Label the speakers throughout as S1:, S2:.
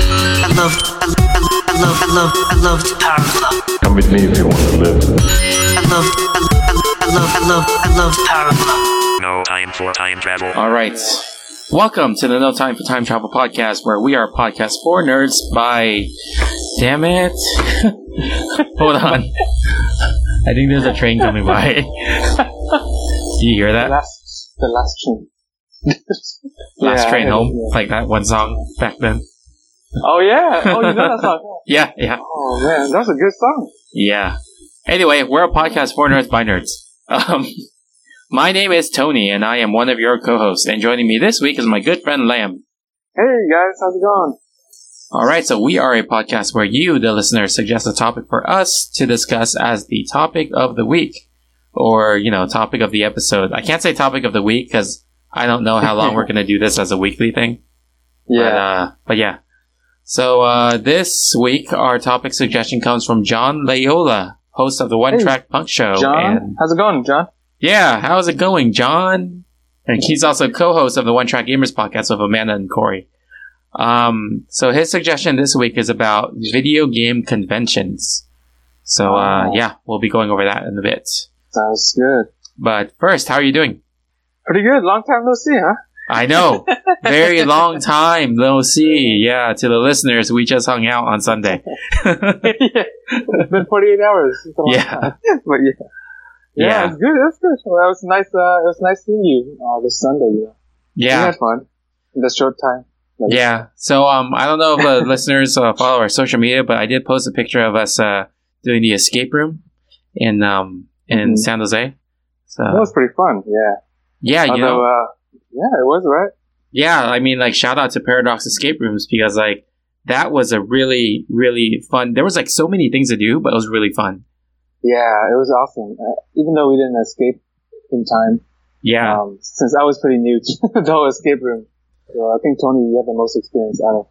S1: love, I love, I love, I love, I love the power of love.
S2: Come with me if you want to live.
S1: I love, I love, I love, I love, I love the power of love.
S3: No time for time travel.
S4: All right. Welcome to the No Time for Time Travel podcast, where we are a podcast for nerds by. Damn it. Hold on. I think there's a train coming by. Do you hear
S5: The
S4: that?
S5: last, the last train.
S4: Last
S5: Yeah,
S4: train
S5: I
S4: home.
S5: know.
S4: Like that one song back then.
S5: Oh yeah! Oh, you know that song.
S4: Yeah, yeah,
S5: Oh man, that's a good song.
S4: yeah. Anyway, we're a podcast for nerds by nerds. Um, my name is Tony, and I am one of your co hosts. And joining me this week is my good friend Lamb.
S5: Hey guys, how's it going?
S4: All right, so we are a podcast where you, the listener, suggest a topic for us to discuss as the topic of the week or, you know, topic of the episode. I can't say topic of the week because I don't know how long we're going to do this as a weekly thing. But, uh, but yeah. So uh, this week, our topic suggestion comes from John Layola, host of the One
S5: Hey,
S4: Track Punk Show.
S5: John,
S4: And
S5: how's it going, John?
S4: yeah, how's it going, John? And he's also co-host of the One Track Gamers podcast with Amanda and Corey. Um, so his suggestion this week is about video game conventions. So uh,
S5: Oh.
S4: yeah, we'll be going over that in a bit.
S5: Sounds good.
S4: But first, how are you doing?
S5: Pretty good. Long time no see, huh?
S4: I know, very long time no see. Yeah, to the listeners, we just hung out on Sunday.
S5: yeah. It's been 48 hours. It's a long
S4: Yeah.
S5: time. but yeah. Yeah,
S4: Yeah.
S5: it's good. It's good. Well, it was nice. Uh, it was nice seeing you uh, this Sunday. You know, we
S4: Yeah,
S5: had fun in the short time.
S4: yeah. So um, I don't know if the listeners uh, follow our social media, but I did post a picture of us uh, doing the escape room in um in
S5: Mhm.
S4: San Jose. So
S5: That was pretty fun. Yeah,
S4: Uh-huh. yeah, you know,
S5: although, uh, yeah, it was right.
S4: yeah. I mean, like shout out to Paradox Escape Rooms because like that was a really really fun. There was like so many things to do, but it was really fun.
S5: Yeah, it was awesome. Uh, even though we didn't escape in time,
S4: Yeah,
S5: um, since I was pretty new to the whole escape room. So I think Tony, you have the most experience out of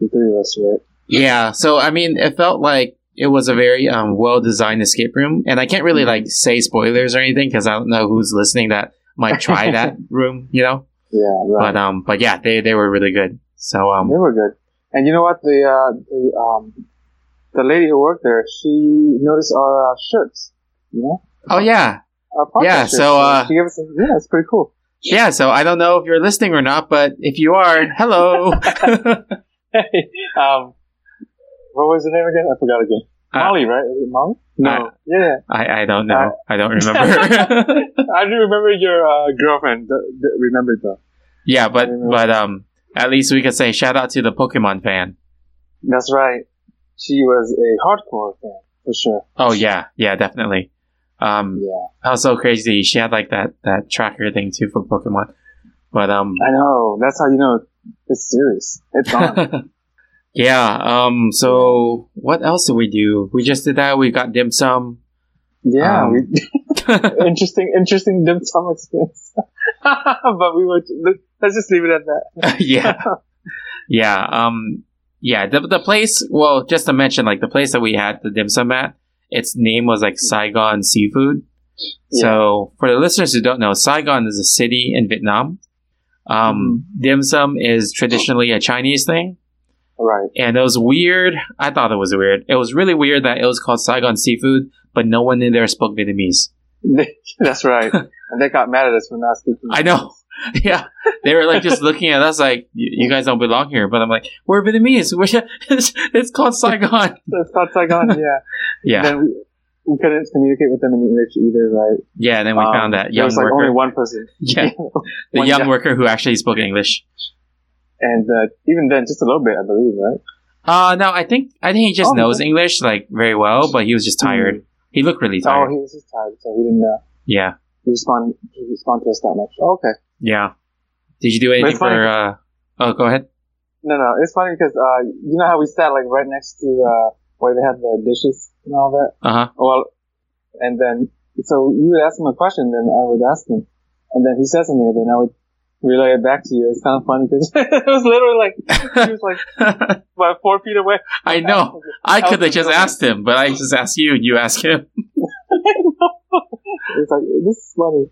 S5: the three of us, right?
S4: yeah. So I mean, it felt like it was a very um, well designed escape room, and I can't really
S5: Mm-hmm.
S4: like say spoilers or anything because I don't know who's listening that might try that room. You know.
S5: Yeah, right.
S4: But um, but yeah, they they were really good. So
S5: They
S4: um,
S5: were good. And you know what? The uh, the um, the lady who worked there, she noticed our uh, shirts. You know,
S4: oh yeah,
S5: our podcast
S4: Yeah,
S5: shirts.
S4: so, uh,
S5: she gave us. A, yeah, it's pretty cool.
S4: yeah. So I don't know if you're listening or not, but if you are, hello.
S5: um, what was the name again? I forgot again.
S4: Uh,
S5: Molly, right? Is it Molly? No.
S4: uh,
S5: yeah.
S4: I I don't know. I don't remember.
S5: I do remember your uh, girlfriend. Th- th- remembered though.
S4: yeah, but but um, at least we could say shout out to the Pokemon fan.
S5: That's right. She was a hardcore fan for sure.
S4: Oh yeah, yeah, definitely. Um,
S5: Yeah,
S4: that was so crazy. She had like that that tracker thing too for Pokemon. But um,
S5: I know. That's how you know it's serious. It's on.
S4: yeah. Um, so what else did we do? We just did that. We got dim sum.
S5: Yeah,
S4: Um,
S5: we, interesting, interesting dim sum experience. but we were. Let's just leave it at that.
S4: yeah yeah um yeah the, the place well just to mention like the place that we had the dim sum at its name was like saigon seafood so for the listeners who don't know saigon is a city in vietnam um dim sum is traditionally a chinese thing
S5: Right.
S4: and it was weird i thought it was weird it was really weird that it was called saigon seafood but no one in there spoke vietnamese
S5: That's right. And they got mad at us for not speaking.
S4: I know. yeah they were like just looking at us like you you guys don't belong here but i'm like we're vietnamese we're, it's, it's called saigon
S5: It's called Saigon. Yeah.
S4: yeah
S5: Then we, we couldn't communicate with them in English either, right?
S4: Yeah, and then we
S5: Um,
S4: found that
S5: there
S4: young
S5: was like
S4: worker.
S5: only one person,
S4: yeah, the
S5: one
S4: young
S5: guy.
S4: worker who actually spoke English.
S5: and uh, even then, just a little bit, I believe, right?
S4: Uh no, I think I think he just
S5: Oh,
S4: knows English like very well, but he was just tired. He looked really
S5: Oh,
S4: tired.
S5: he was just tired, so he didn't uh,
S4: yeah,
S5: respond he respond to us that much. Oh, okay.
S4: yeah. Did you do anything
S5: funny.
S4: for? Uh, oh, go ahead.
S5: No, no, it's funny because uh, you know how we sat like right next to uh, where they had the dishes and all that.
S4: Uh huh.
S5: Well, and then so you would ask him a question, then I would ask him, and then he said something, and then I would relay it back to you. It's kind of funny because it was literally like he was like about four feet away.
S4: I know. I could have just asked him, but I just asked you, and you asked him.
S5: It's like this is funny.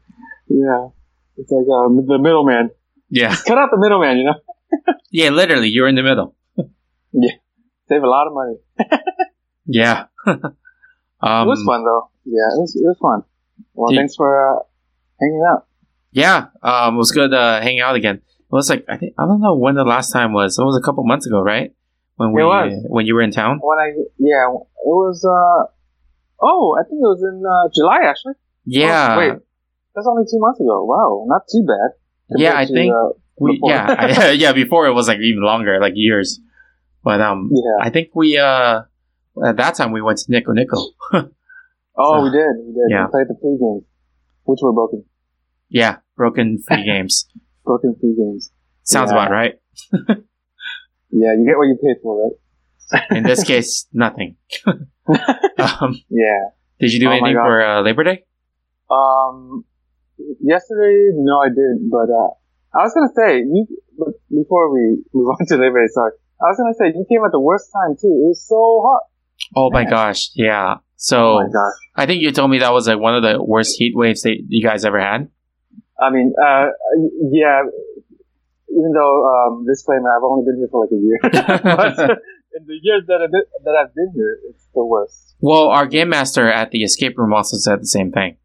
S5: Yeah, it's like um, the middleman.
S4: Yeah,
S5: Cut out the middleman, you know.
S4: yeah. Literally, you're in the middle.
S5: Save a lot of money.
S4: Yeah. um,
S5: it was fun though. Yeah, it was, it was fun. Well,
S4: Did-
S5: thanks for uh, hanging out.
S4: Yeah, um, it was good uh, hanging out again. It was like I think I don't know when the last time was. It was a couple months ago, right? When we uh,
S5: It was. Oh,
S4: when you were in town.
S5: When I yeah, it was. uh Oh, I think it was in uh, July actually.
S4: Yeah,
S5: Oh, wait, that's only two months ago. Wow, not too bad.
S4: yeah. I
S5: compared to,
S4: think
S5: uh,
S4: we
S5: before.
S4: yeah I, yeah before it was like even longer, like years. But um,
S5: yeah.
S4: I think we uh at that time we went to Nico Nico.
S5: Oh,
S4: So-
S5: we did. We did.
S4: Yeah.
S5: We played the free games, which were broken.
S4: Yeah, broken free games
S5: Broken free games.
S4: sounds
S5: Yeah.
S4: about right.
S5: Yeah, you get what you paid for, right?
S4: In this case, nothing. um,
S5: Yeah.
S4: did you do
S5: Oh my
S4: anything
S5: God.
S4: for uh, Labor Day?
S5: Um, yesterday, no, I didn't. But uh, I was gonna say you. But before we move on to Labor Day, sorry, I was gonna say you came at the worst time too. It was so hot.
S4: Oh my
S5: Yeah.
S4: gosh, yeah. So
S5: Oh my gosh.
S4: I think you told me that was like one of the worst heat waves that you guys ever had.
S5: I mean, uh, yeah. Even though um, disclaimer, I've only been here for like a year. but in the years that I've been, that I've been here, it's the worst.
S4: well, our game master at the escape room also said the same thing.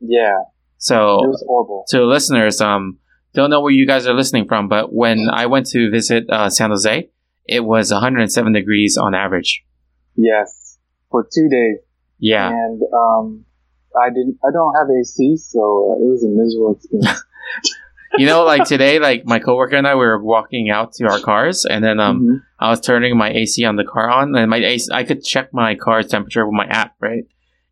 S5: Yeah,
S4: So
S5: it was horrible.
S4: to listeners, um, don't know where you guys are listening from, but when I went to visit uh, San Jose, it was 107 degrees on average.
S5: Yes, for two days.
S4: Yeah.
S5: And um, I didn't. I don't have AC, so uh, it was a miserable experience.
S4: you know, like today, like my coworker and I, we were walking out to our cars, and then um,
S5: Mhm.
S4: I was turning my AC on the car on, and my AC, I could check my car's temperature with my app, right?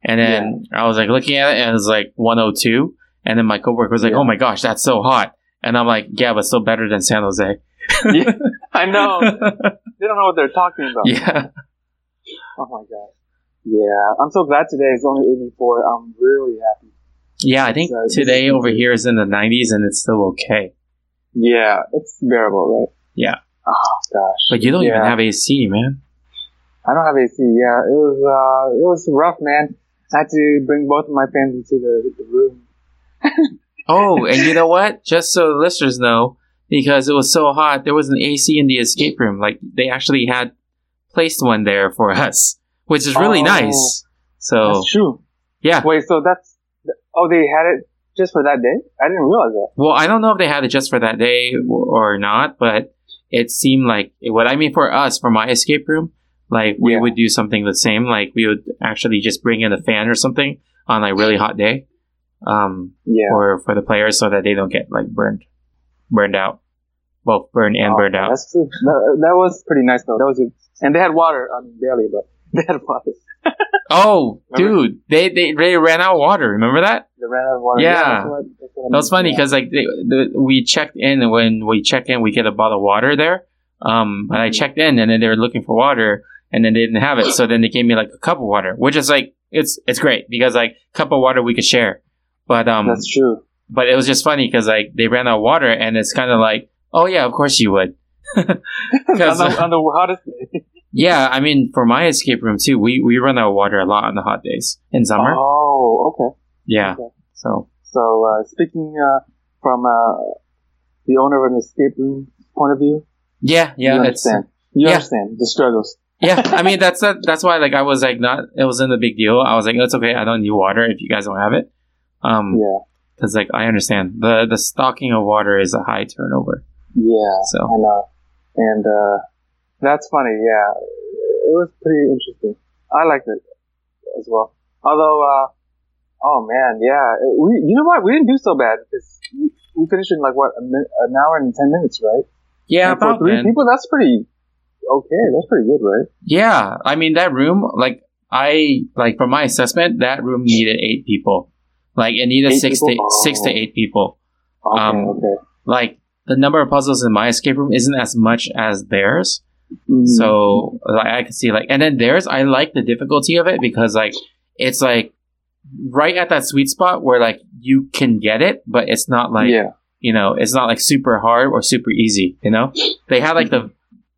S4: And then I was like looking at it, and it was like 102. And then my coworker was like,
S5: Yeah.
S4: "Oh my gosh, that's so hot!" And I'm like, "Yeah, but still better than San Jose."
S5: I know they don't know what they're talking about.
S4: yeah,
S5: Oh my god. Yeah, I'm so glad today is only 84. I'm really happy.
S4: yeah. I think
S5: So this
S4: today
S5: is-
S4: over here is in the 90s, and it's still okay.
S5: Yeah, it's bearable, right?
S4: Yeah.
S5: Oh gosh.
S4: But you don't even
S5: Yeah.
S4: have AC, man.
S5: I don't have AC. Yeah, it was uh, it was rough, man. I had to bring both of my fans into the, the room.
S4: Oh, and you know what? Just so the listeners know, because it was so hot, there was an AC in the escape room. Like they actually had placed one there for us, which is really
S5: Oh.
S4: nice. So
S5: That's true.
S4: yeah.
S5: Wait, so that's oh, they had it just for that day? I didn't realize that.
S4: Well, I don't know if they had it just for that day or or not, but it seemed like what I mean for us, for my escape room, like we
S5: Yeah.
S4: would do something the same. Like we would actually just bring in a fan or something on like really hot day, um,
S5: Yeah.
S4: for for the players so that they don't get like burned, burned out, both burned and
S5: Oh,
S4: burned out.
S5: That's true. That, that was pretty nice though. That was good. And they had water. I mean, barely, but they had water.
S4: Oh,
S5: Remember?
S4: dude, they, they they ran out of water. Remember that?
S5: They ran out of water.
S4: Yeah.
S5: that's what, that's what I
S4: That was
S5: mean.
S4: funny
S5: Yeah.
S4: because like they, the, we checked in, and when we check in, we get a bottle of water there. Um, and I
S5: Mhm.
S4: checked in, and then they were looking for water, and then they didn't have it. So then they gave me like a cup of water, which is like it's it's great because like cup of water we could share. But um,
S5: that's true.
S4: but it was just funny because like they ran out of water, and it's kind of like, oh yeah, of course you would.
S5: on,
S4: Because-
S5: the, on the hottest day.
S4: Yeah, I mean for my escape room too, we we run out of water a lot on the hot days in summer.
S5: Oh, okay.
S4: yeah,
S5: okay.
S4: so
S5: So uh, speaking uh, from uh, the owner of an escape room point of view,
S4: yeah,
S5: you
S4: yeah, it's
S5: understand. You
S4: yeah.
S5: understand the struggles.
S4: yeah, I mean that's not, that's why like I was like not it wasn't a big deal. I was like it's okay. I don't need water if you guys don't have it. Um,
S5: Yeah,
S4: because like I understand the the stocking of water is a high turnover.
S5: yeah.
S4: So
S5: I know. And uh, that's funny. Yeah, it was pretty interesting. I liked it as well. Although, uh, oh man, yeah, it- we you know what we didn't do so bad because we we finished in like what a min- an hour and ten minutes, right?
S4: yeah,
S5: And for
S4: about
S5: three
S4: then.
S5: people, that's pretty okay. That's pretty good, right?
S4: yeah. I mean that room like I like from my assessment that room needed eight people. Like it needed
S5: Eight
S4: six to
S5: people?
S4: six to
S5: Oh.
S4: eight people.
S5: Okay,
S4: Um,
S5: okay.
S4: Like the number of puzzles in my escape room isn't as much as theirs. Hmm.
S5: Mm.
S4: So like I can see like and then theirs I like the difficulty of it because like it's like right at that sweet spot where like you can get it, but it's not like
S5: Mm-hmm. yeah,
S4: you know, it's not like super hard or super easy, you know? They had like the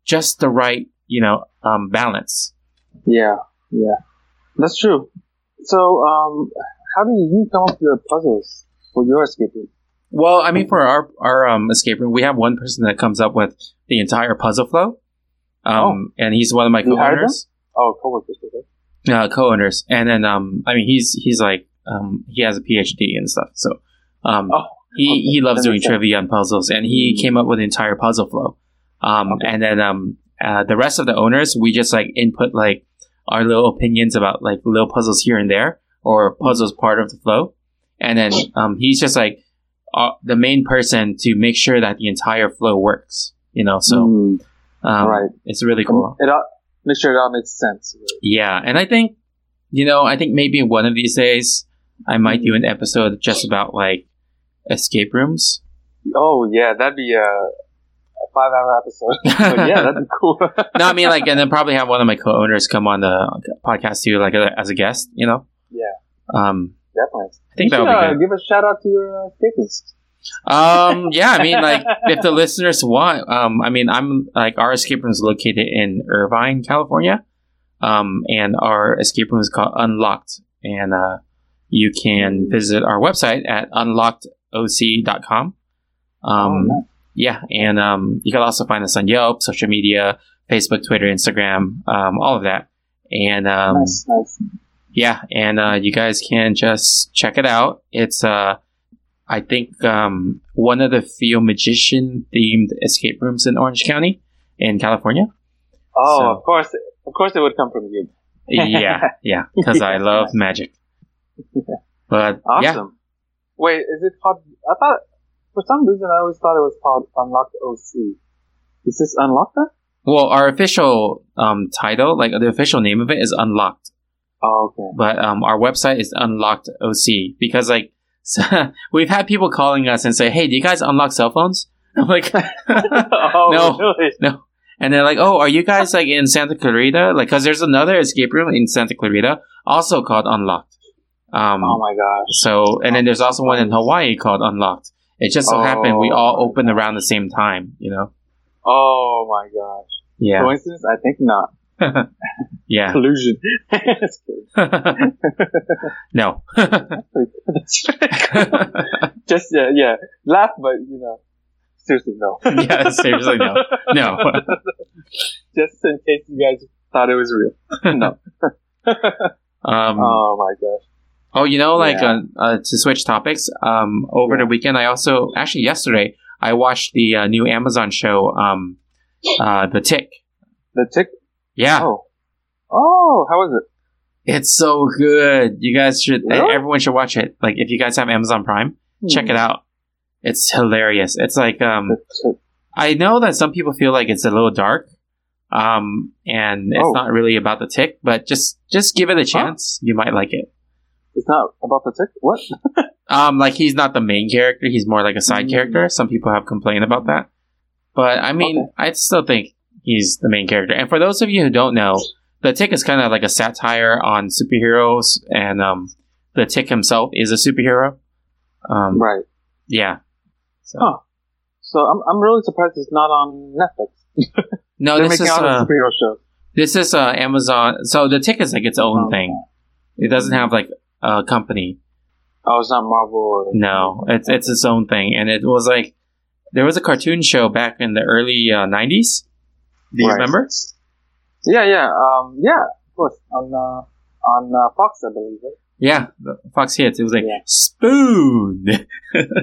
S4: just the right, you know, um balance.
S5: yeah, yeah. That's true. So, um, how do you come up with your puzzles for your escape room?
S4: Well, I mean for our our um escape room, we have one person that comes up with the entire puzzle flow. Um, and he's one of my
S5: You hired him?
S4: co-owners.
S5: Oh, coworkers. Okay.
S4: uh, co-owners, and then um, I mean, he's he's like um, he has a PhD and stuff. So um,
S5: Oh,
S4: he
S5: okay.
S4: he loves
S5: That
S4: doing
S5: makes sense. Mm-hmm.
S4: trivia and puzzles, and he came up with an entire puzzle flow. Um,
S5: Okay.
S4: and then um, uh, the rest of the owners, we just like input like our little opinions about like little puzzles here and there, or puzzles part of the flow, and then um, he's just like uh, the main person to make sure that the entire flow works. You know, so
S5: Mm,
S4: um,
S5: right.
S4: it's really cool.
S5: It all make sure it all makes sense.
S4: Yeah, and I think, you know, I think maybe one of these days I might do an episode just about like escape rooms.
S5: Oh yeah, that'd be a, a five-hour episode. but Oh, yeah, that'd be cool.
S4: no, I mean like, and then probably have one of my co-owners come on the podcast too, like as a guest. You know.
S5: Yeah.
S4: Um.
S5: Definitely.
S4: I
S5: you
S4: think that
S5: should, uh,
S4: would be
S5: give a shout out to your uh, escapists.
S4: good. Um. Yeah. I mean, like, if the listeners want, um, I mean, I'm like our escape room is located in Irvine, California, um, and our escape room is called Unlocked, and uh, you can visit our website at unlockedoc.com. Um,
S5: Oh, nice.
S4: yeah, and um, you can also find us on Yelp, social media, Facebook, Twitter, Instagram, um, all of that. And um,
S5: nice, nice.
S4: yeah, and uh, you guys can just check it out. It's uh, I think um, one of the few magician themed escape rooms in Orange County in California.
S5: Oh,
S4: so-
S5: of course, of course, it would come from you.
S4: Yeah, yeah, because I love magic. But
S5: Awesome.
S4: yeah,
S5: Wait, is it called? I thought for some reason I always thought it was called Unlocked OC. Is this Unlocked? then?
S4: well, our official um, title, like the official name of it, is Unlocked.
S5: Oh, okay.
S4: but um, our website is unlocked OC because like we've had people calling us and say, "Hey, do you guys unlock cell phones?" I'm like,
S5: oh,
S4: No.
S5: really?
S4: no. And they're like, "Oh, are you guys like in Santa Clarita?" Like, because there's another escape room in Santa Clarita also called Unlocked. Um,
S5: Oh my gosh.
S4: so, and then there's also one in Hawaii called Unlocked. It just so happened we all
S5: Oh.
S4: opened around the same time, you know?
S5: Oh my gosh.
S4: Yeah,
S5: Coincidence? I think not.
S4: yeah.
S5: Collusion. That's pretty-
S4: no.
S5: that's pretty cool. Just yeah, yeah. Laugh, but you know, seriously, no.
S4: yeah, seriously, no, no.
S5: Just in case you guys thought it was real.
S4: Um,
S5: Oh my gosh.
S4: Oh, you know, like
S5: Yeah.
S4: uh, uh, to switch topics. Um, over the weekend, I also actually yesterday I watched the uh, new Amazon show, um, uh, The Tick.
S5: The tick.
S4: Yeah,
S5: Oh. Oh, how was it?
S4: it's so good. You guys should. e-
S5: Really? Hmm.
S4: Everyone should watch it. Like, if you guys have Amazon Prime, check it out. It's hilarious. It's like um,
S5: The tick.
S4: I know that some people feel like it's a little dark, um, and it's
S5: Oh.
S4: not really about the tick, but just just give it a chance. You might like it.
S5: It's not about the tick. What?
S4: Um, like he's not the main character; he's more like a side
S5: Mm.
S4: character. Some people have complained about that, but I mean, I still think he's the main character. And for those of you who don't know, the Tick is kind of like a satire on superheroes, and um, the Tick himself is a superhero. Um,
S5: Right.
S4: Yeah. So
S5: Huh. So I'm I'm really surprised it's not on Netflix.
S4: no,
S5: They're
S4: this
S5: making
S4: is
S5: out
S4: uh,
S5: a superhero Oh. show.
S4: this is uh, Amazon. So the Tick is like its own thing. It doesn't have like a company.
S5: Oh, it's not Marvel. Or
S4: No, it's it's its own thing, and it was like there was a cartoon show back in the early uh, '90s. Do you
S5: Right.
S4: remember?
S5: Yeah, yeah, um, yeah. Of course, on uh, on uh, Fox, I believe. Right?
S4: Yeah, the Fox Hits. It was like
S5: Yeah.
S4: Spoon.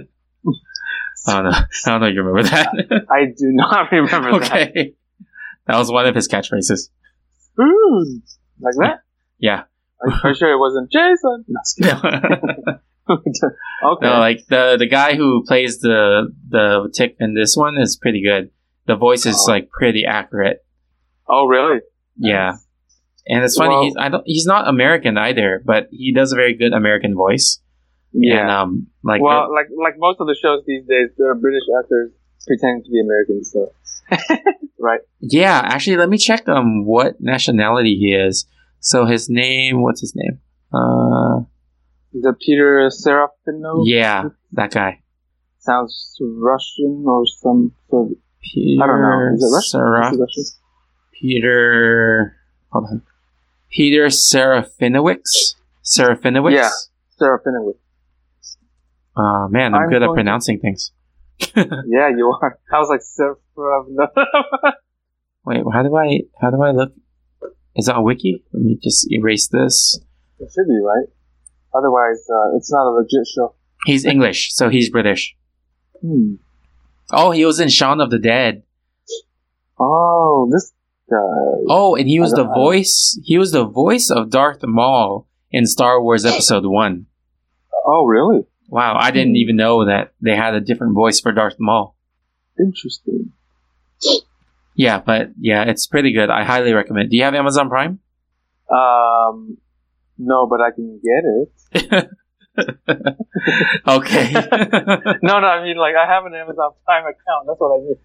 S4: I don't know. I don't know. if You remember that?
S5: I do not remember that.
S4: okay, that was one of his catchphrases.
S5: Ooh, like that.
S4: Yeah.
S5: Are you- Are you sure it wasn't Jason? No, just kidding.
S4: no,
S5: okay.
S4: like the the guy who plays the the tick in this one is pretty good. The voice is
S5: Oh.
S4: like pretty accurate.
S5: oh, really?
S4: Yeah. And it's funny.
S5: Well-
S4: he's I don't. He's not American either, but he does a very good American voice.
S5: Yeah.
S4: And, um, like
S5: well, like like most of the shows these days, there are British actors pretending to be Americans. So, right?
S4: Yeah, actually, let me check um what nationality he is. So his name, what's his name? Uh,
S5: The Peter Serafino
S4: yeah, that guy.
S5: sounds Russian or some sort of
S4: Peter
S5: I don't know. Is it Russian?
S4: Seraf-
S5: Is it Russian?
S4: Peter. Hold on. Peter Serafinowicz. Serafinowicz.
S5: Yeah. Serafinowicz.
S4: Oh man, I'm,
S5: I'm
S4: good at
S5: going to-
S4: pronouncing things.
S5: Yeah, you are. I was like, Serafino.
S4: Wait, how do I how do I look? Is that a wiki? Let me just erase this.
S5: It should be right. Otherwise, uh, it's not a legit show.
S4: He's English, so he's British.
S5: Hmm.
S4: Oh, he was in Shaun of the Dead.
S5: Oh, this guy.
S4: Oh, and he was
S5: I
S4: the
S5: don't- I don't-
S4: voice. He was the voice of Darth Maul in Star Wars Episode One.
S5: Oh, really?
S4: Wow, I
S5: Hmm.
S4: didn't even know that they had a different voice for Darth Maul.
S5: Interesting.
S4: Yeah, but yeah, it's pretty good. I highly recommend. Do you have Amazon Prime?
S5: Um, no, but I can get it.
S4: Okay.
S5: No, no, I mean like I have an Amazon Prime account. That's what I mean.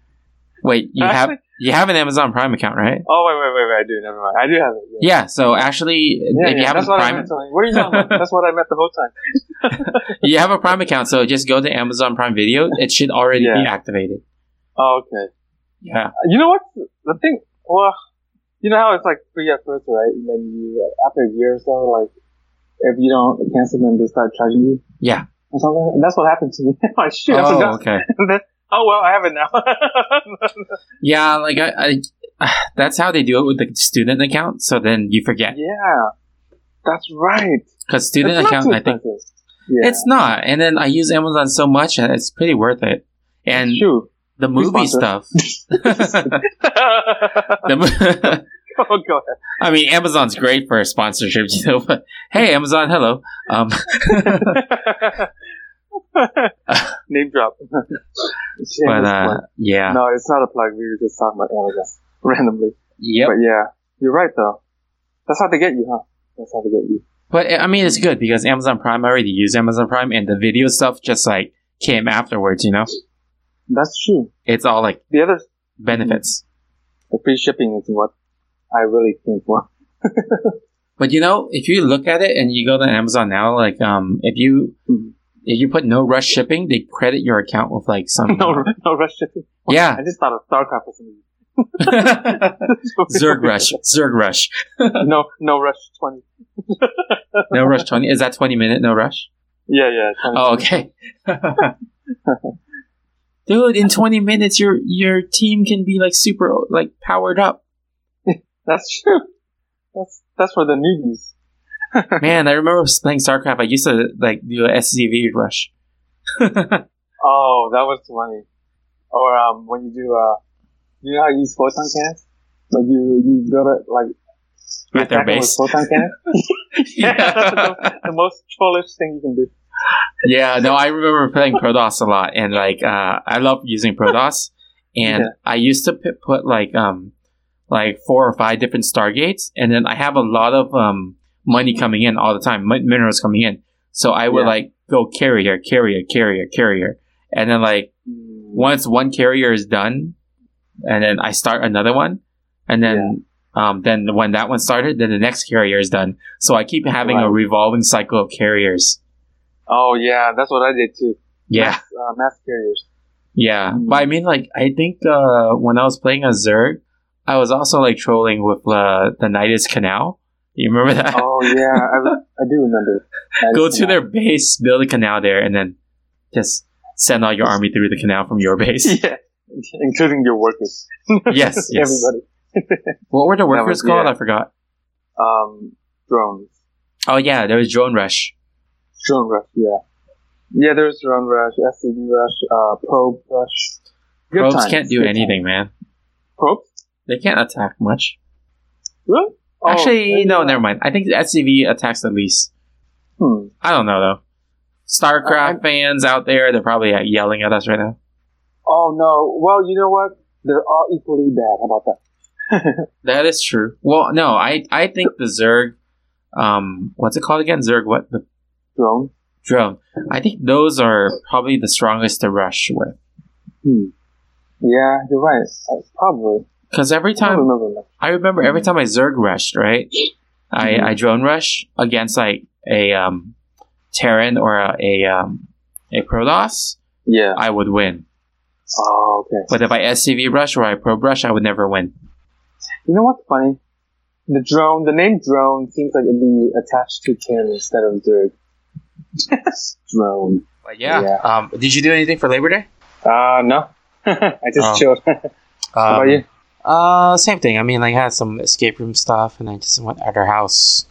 S4: Wait, you have
S5: Actually-
S4: you have an Amazon Prime account, right?
S5: Oh, wait, wait, wait, wait. I do. Never mind. I do have it. Yeah.
S4: Yeah. So actually,
S5: Yeah,
S4: if
S5: yeah,
S4: you have
S5: that's
S4: a
S5: what I
S4: Prime,
S5: meant. Tony. What are you talking about? That's what I meant the whole time.
S4: you have a Prime account, so just go to Amazon Prime Video. It should already be
S5: Yeah.
S4: activated.
S5: Oh, okay.
S4: Yeah.
S5: You know what? The thing, well, you know how it's like free at first, right? And then you, after a year or so, like, if you don't cancel them, they start charging you
S4: Yeah.
S5: or something. And that's what happened to me. oh, shoot, I
S4: Oh,
S5: forgot.
S4: okay.
S5: Oh, well, I have it now.
S4: Yeah, like I, I, that's how they do it with the student account. So then you forget
S5: yeah. That's right.
S4: because student
S5: It's not
S4: account,
S5: too
S4: I think
S5: expensive. Yeah.
S4: it's not. And then I use Amazon so much, and it's pretty worth it. And
S5: Shoot.
S4: the movie
S5: sponsor.
S4: stuff. the,
S5: oh,
S4: mo-
S5: go ahead.
S4: I mean, Amazon's great for sponsorships, you know. But hey, Amazon, hello. Um,
S5: Name drop.
S4: but uh, yeah,
S5: no, it's not a plug. We were just talking about Amazon randomly.
S4: yep.
S5: But yeah, you're right though. That's how they get you, huh? That's how they get you.
S4: But I mean, it's good because Amazon Prime. I already use Amazon Prime, and the video stuff just like came afterwards. You know,
S5: That's true.
S4: it's all like
S5: The other,
S4: benefits.
S5: the free shipping is what I really came for.
S4: But you know, if you look at it and you go to Amazon now, like um, if you
S5: Mhm.
S4: if you put no rush shipping, they credit your account with like some
S5: No, no rush shipping.
S4: yeah
S5: I just thought of StarCraft or something.
S4: Zerg rush Zerg rush
S5: No, no rush 20.
S4: no rush twenty is that twenty minute no rush
S5: Yeah, yeah. 20.
S4: oh okay dude in twenty minutes your your team can be like super like powered up
S5: That's true. That's, that's for the newbies.
S4: man I remember playing StarCraft I used to like do a SCV rush
S5: Oh, that was funny. Or um, when you do uh, you know how you use photon cans? Like you you build it like you
S4: At their
S5: attack them with
S4: base.
S5: photon cans. yeah, that's the, the most trollish thing you can do.
S4: Yeah, no, I remember playing Protoss a lot, and like uh, I love using Protoss, and
S5: Yeah.
S4: I used to p- put like um like four or five different stargates, and then I have a lot of um money coming in all the time, min- minerals coming in, so I would
S5: Yeah.
S4: like go carrier, carrier, carrier, carrier, and then like once one carrier is done, and then I start another one, and then. Um, then when that one started, then the next carrier is done. So I keep having a
S5: Right.
S4: revolving cycle of carriers.
S5: Oh yeah, that's what I did too.
S4: Yeah.
S5: Mass, uh, mass carriers.
S4: Yeah,
S5: Mm.
S4: but I mean, like, I think uh, when I was playing a Zerg, I was also like trolling with uh, the Nidus Canal. You remember that?
S5: Oh yeah, I, I do remember. I
S4: Go
S5: just-
S4: to their base, build a canal there, and then just send all your army through the canal from your base.
S5: Yeah, including your workers.
S4: yes, yes.
S5: Everybody.
S4: What were the
S5: was-
S4: workers called?
S5: yeah.
S4: I forgot.
S5: Um, drones.
S4: Oh yeah, there was drone rush.
S5: Drone rush. Yeah. Yeah, there's drone rush, SCD rush, uh, probe rush. Good
S4: Probes
S5: times,
S4: can't do
S5: good
S4: anything, man.
S5: times. Probes?
S4: They can't attack much.
S5: Really? Oh,
S4: Actually,
S5: maybe
S4: no,
S5: not.
S4: never mind. I think the SCV attacks the least.
S5: Hmm.
S4: I don't know though. StarCraft
S5: I-
S4: fans out there, they're probably uh, yelling at us right now.
S5: Oh no. Well, you know what? They're all equally bad. How about that?
S4: That is true. Well, no, I I think the Zerg, um, what's it called again? Zerg, what the
S5: Drone.
S4: drone? I think those are probably the strongest to rush with.
S5: Yeah, you're right. Uh, Probably.
S4: Because every
S5: I don't
S4: time
S5: remember that.
S4: I remember, every time I Zerg rushed, right? I
S5: Mm-hmm.
S4: I drone rush against like a um, Terran or a a, um, a Protoss,
S5: Yeah.
S4: I would win.
S5: Oh, okay.
S4: But if I SCV rush or I probe rush, I would never win.
S5: You know what's funny? The drone. The name drone seems like it'd be attached to Terran instead of Zerg. drone.
S4: But yeah,
S5: Yeah.
S4: Um, did you do anything for Labor Day?
S5: Uh no. I just
S4: Oh. Um,
S5: chilled. How about you?
S4: Uh, same thing. I mean, like, I had some escape room stuff, and I just went at her house.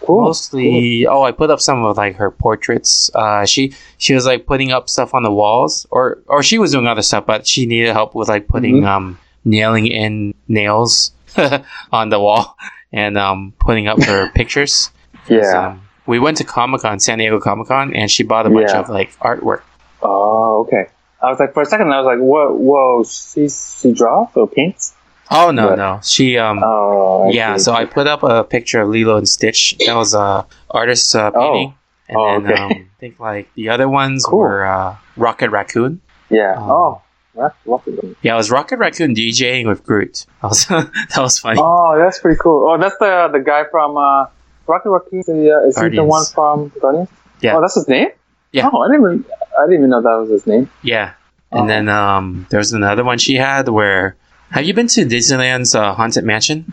S5: Cool.
S4: Mostly, oh, I put up some of like her portraits. Uh, she she was like putting up stuff on the walls, or or she was doing other stuff, but she needed help with like putting
S5: Mm-hmm.
S4: um nailing in nails on the wall and um putting up her pictures.
S5: Yeah.
S4: So, we went to Comic Con, San Diego Comic Con, and she bought a bunch
S5: Yeah.
S4: of like artwork.
S5: Oh, okay. I was like, for a second, I was like, whoa, whoa, she, she draws or paints?
S4: Oh no,
S5: But-
S4: no, she um
S5: Oh, I
S4: yeah.
S5: see.
S4: So I put up a picture of Lilo and Stitch. That was a artist's uh,
S5: Oh.
S4: painting. And
S5: Oh,
S4: then
S5: okay.
S4: um, I think like the other ones
S5: Cool.
S4: were uh, Rocket Raccoon.
S5: yeah.
S4: Um,
S5: oh, that's lucky. then.
S4: Yeah, it was Rocket Raccoon DJing with Groot. That was, that was funny.
S5: Oh, that's pretty cool. Oh, that's the the guy from uh, Rocket Raccoon. The, uh, is he the
S4: Guardians.
S5: one from Guardians?
S4: Yeah.
S5: Oh, that's his name.
S4: Yeah.
S5: Oh, I didn't. Even, I didn't even know that was his name.
S4: Yeah. And
S5: Oh.
S4: then um, there was another one she had where. Have you been to Disneyland's uh, Haunted Mansion?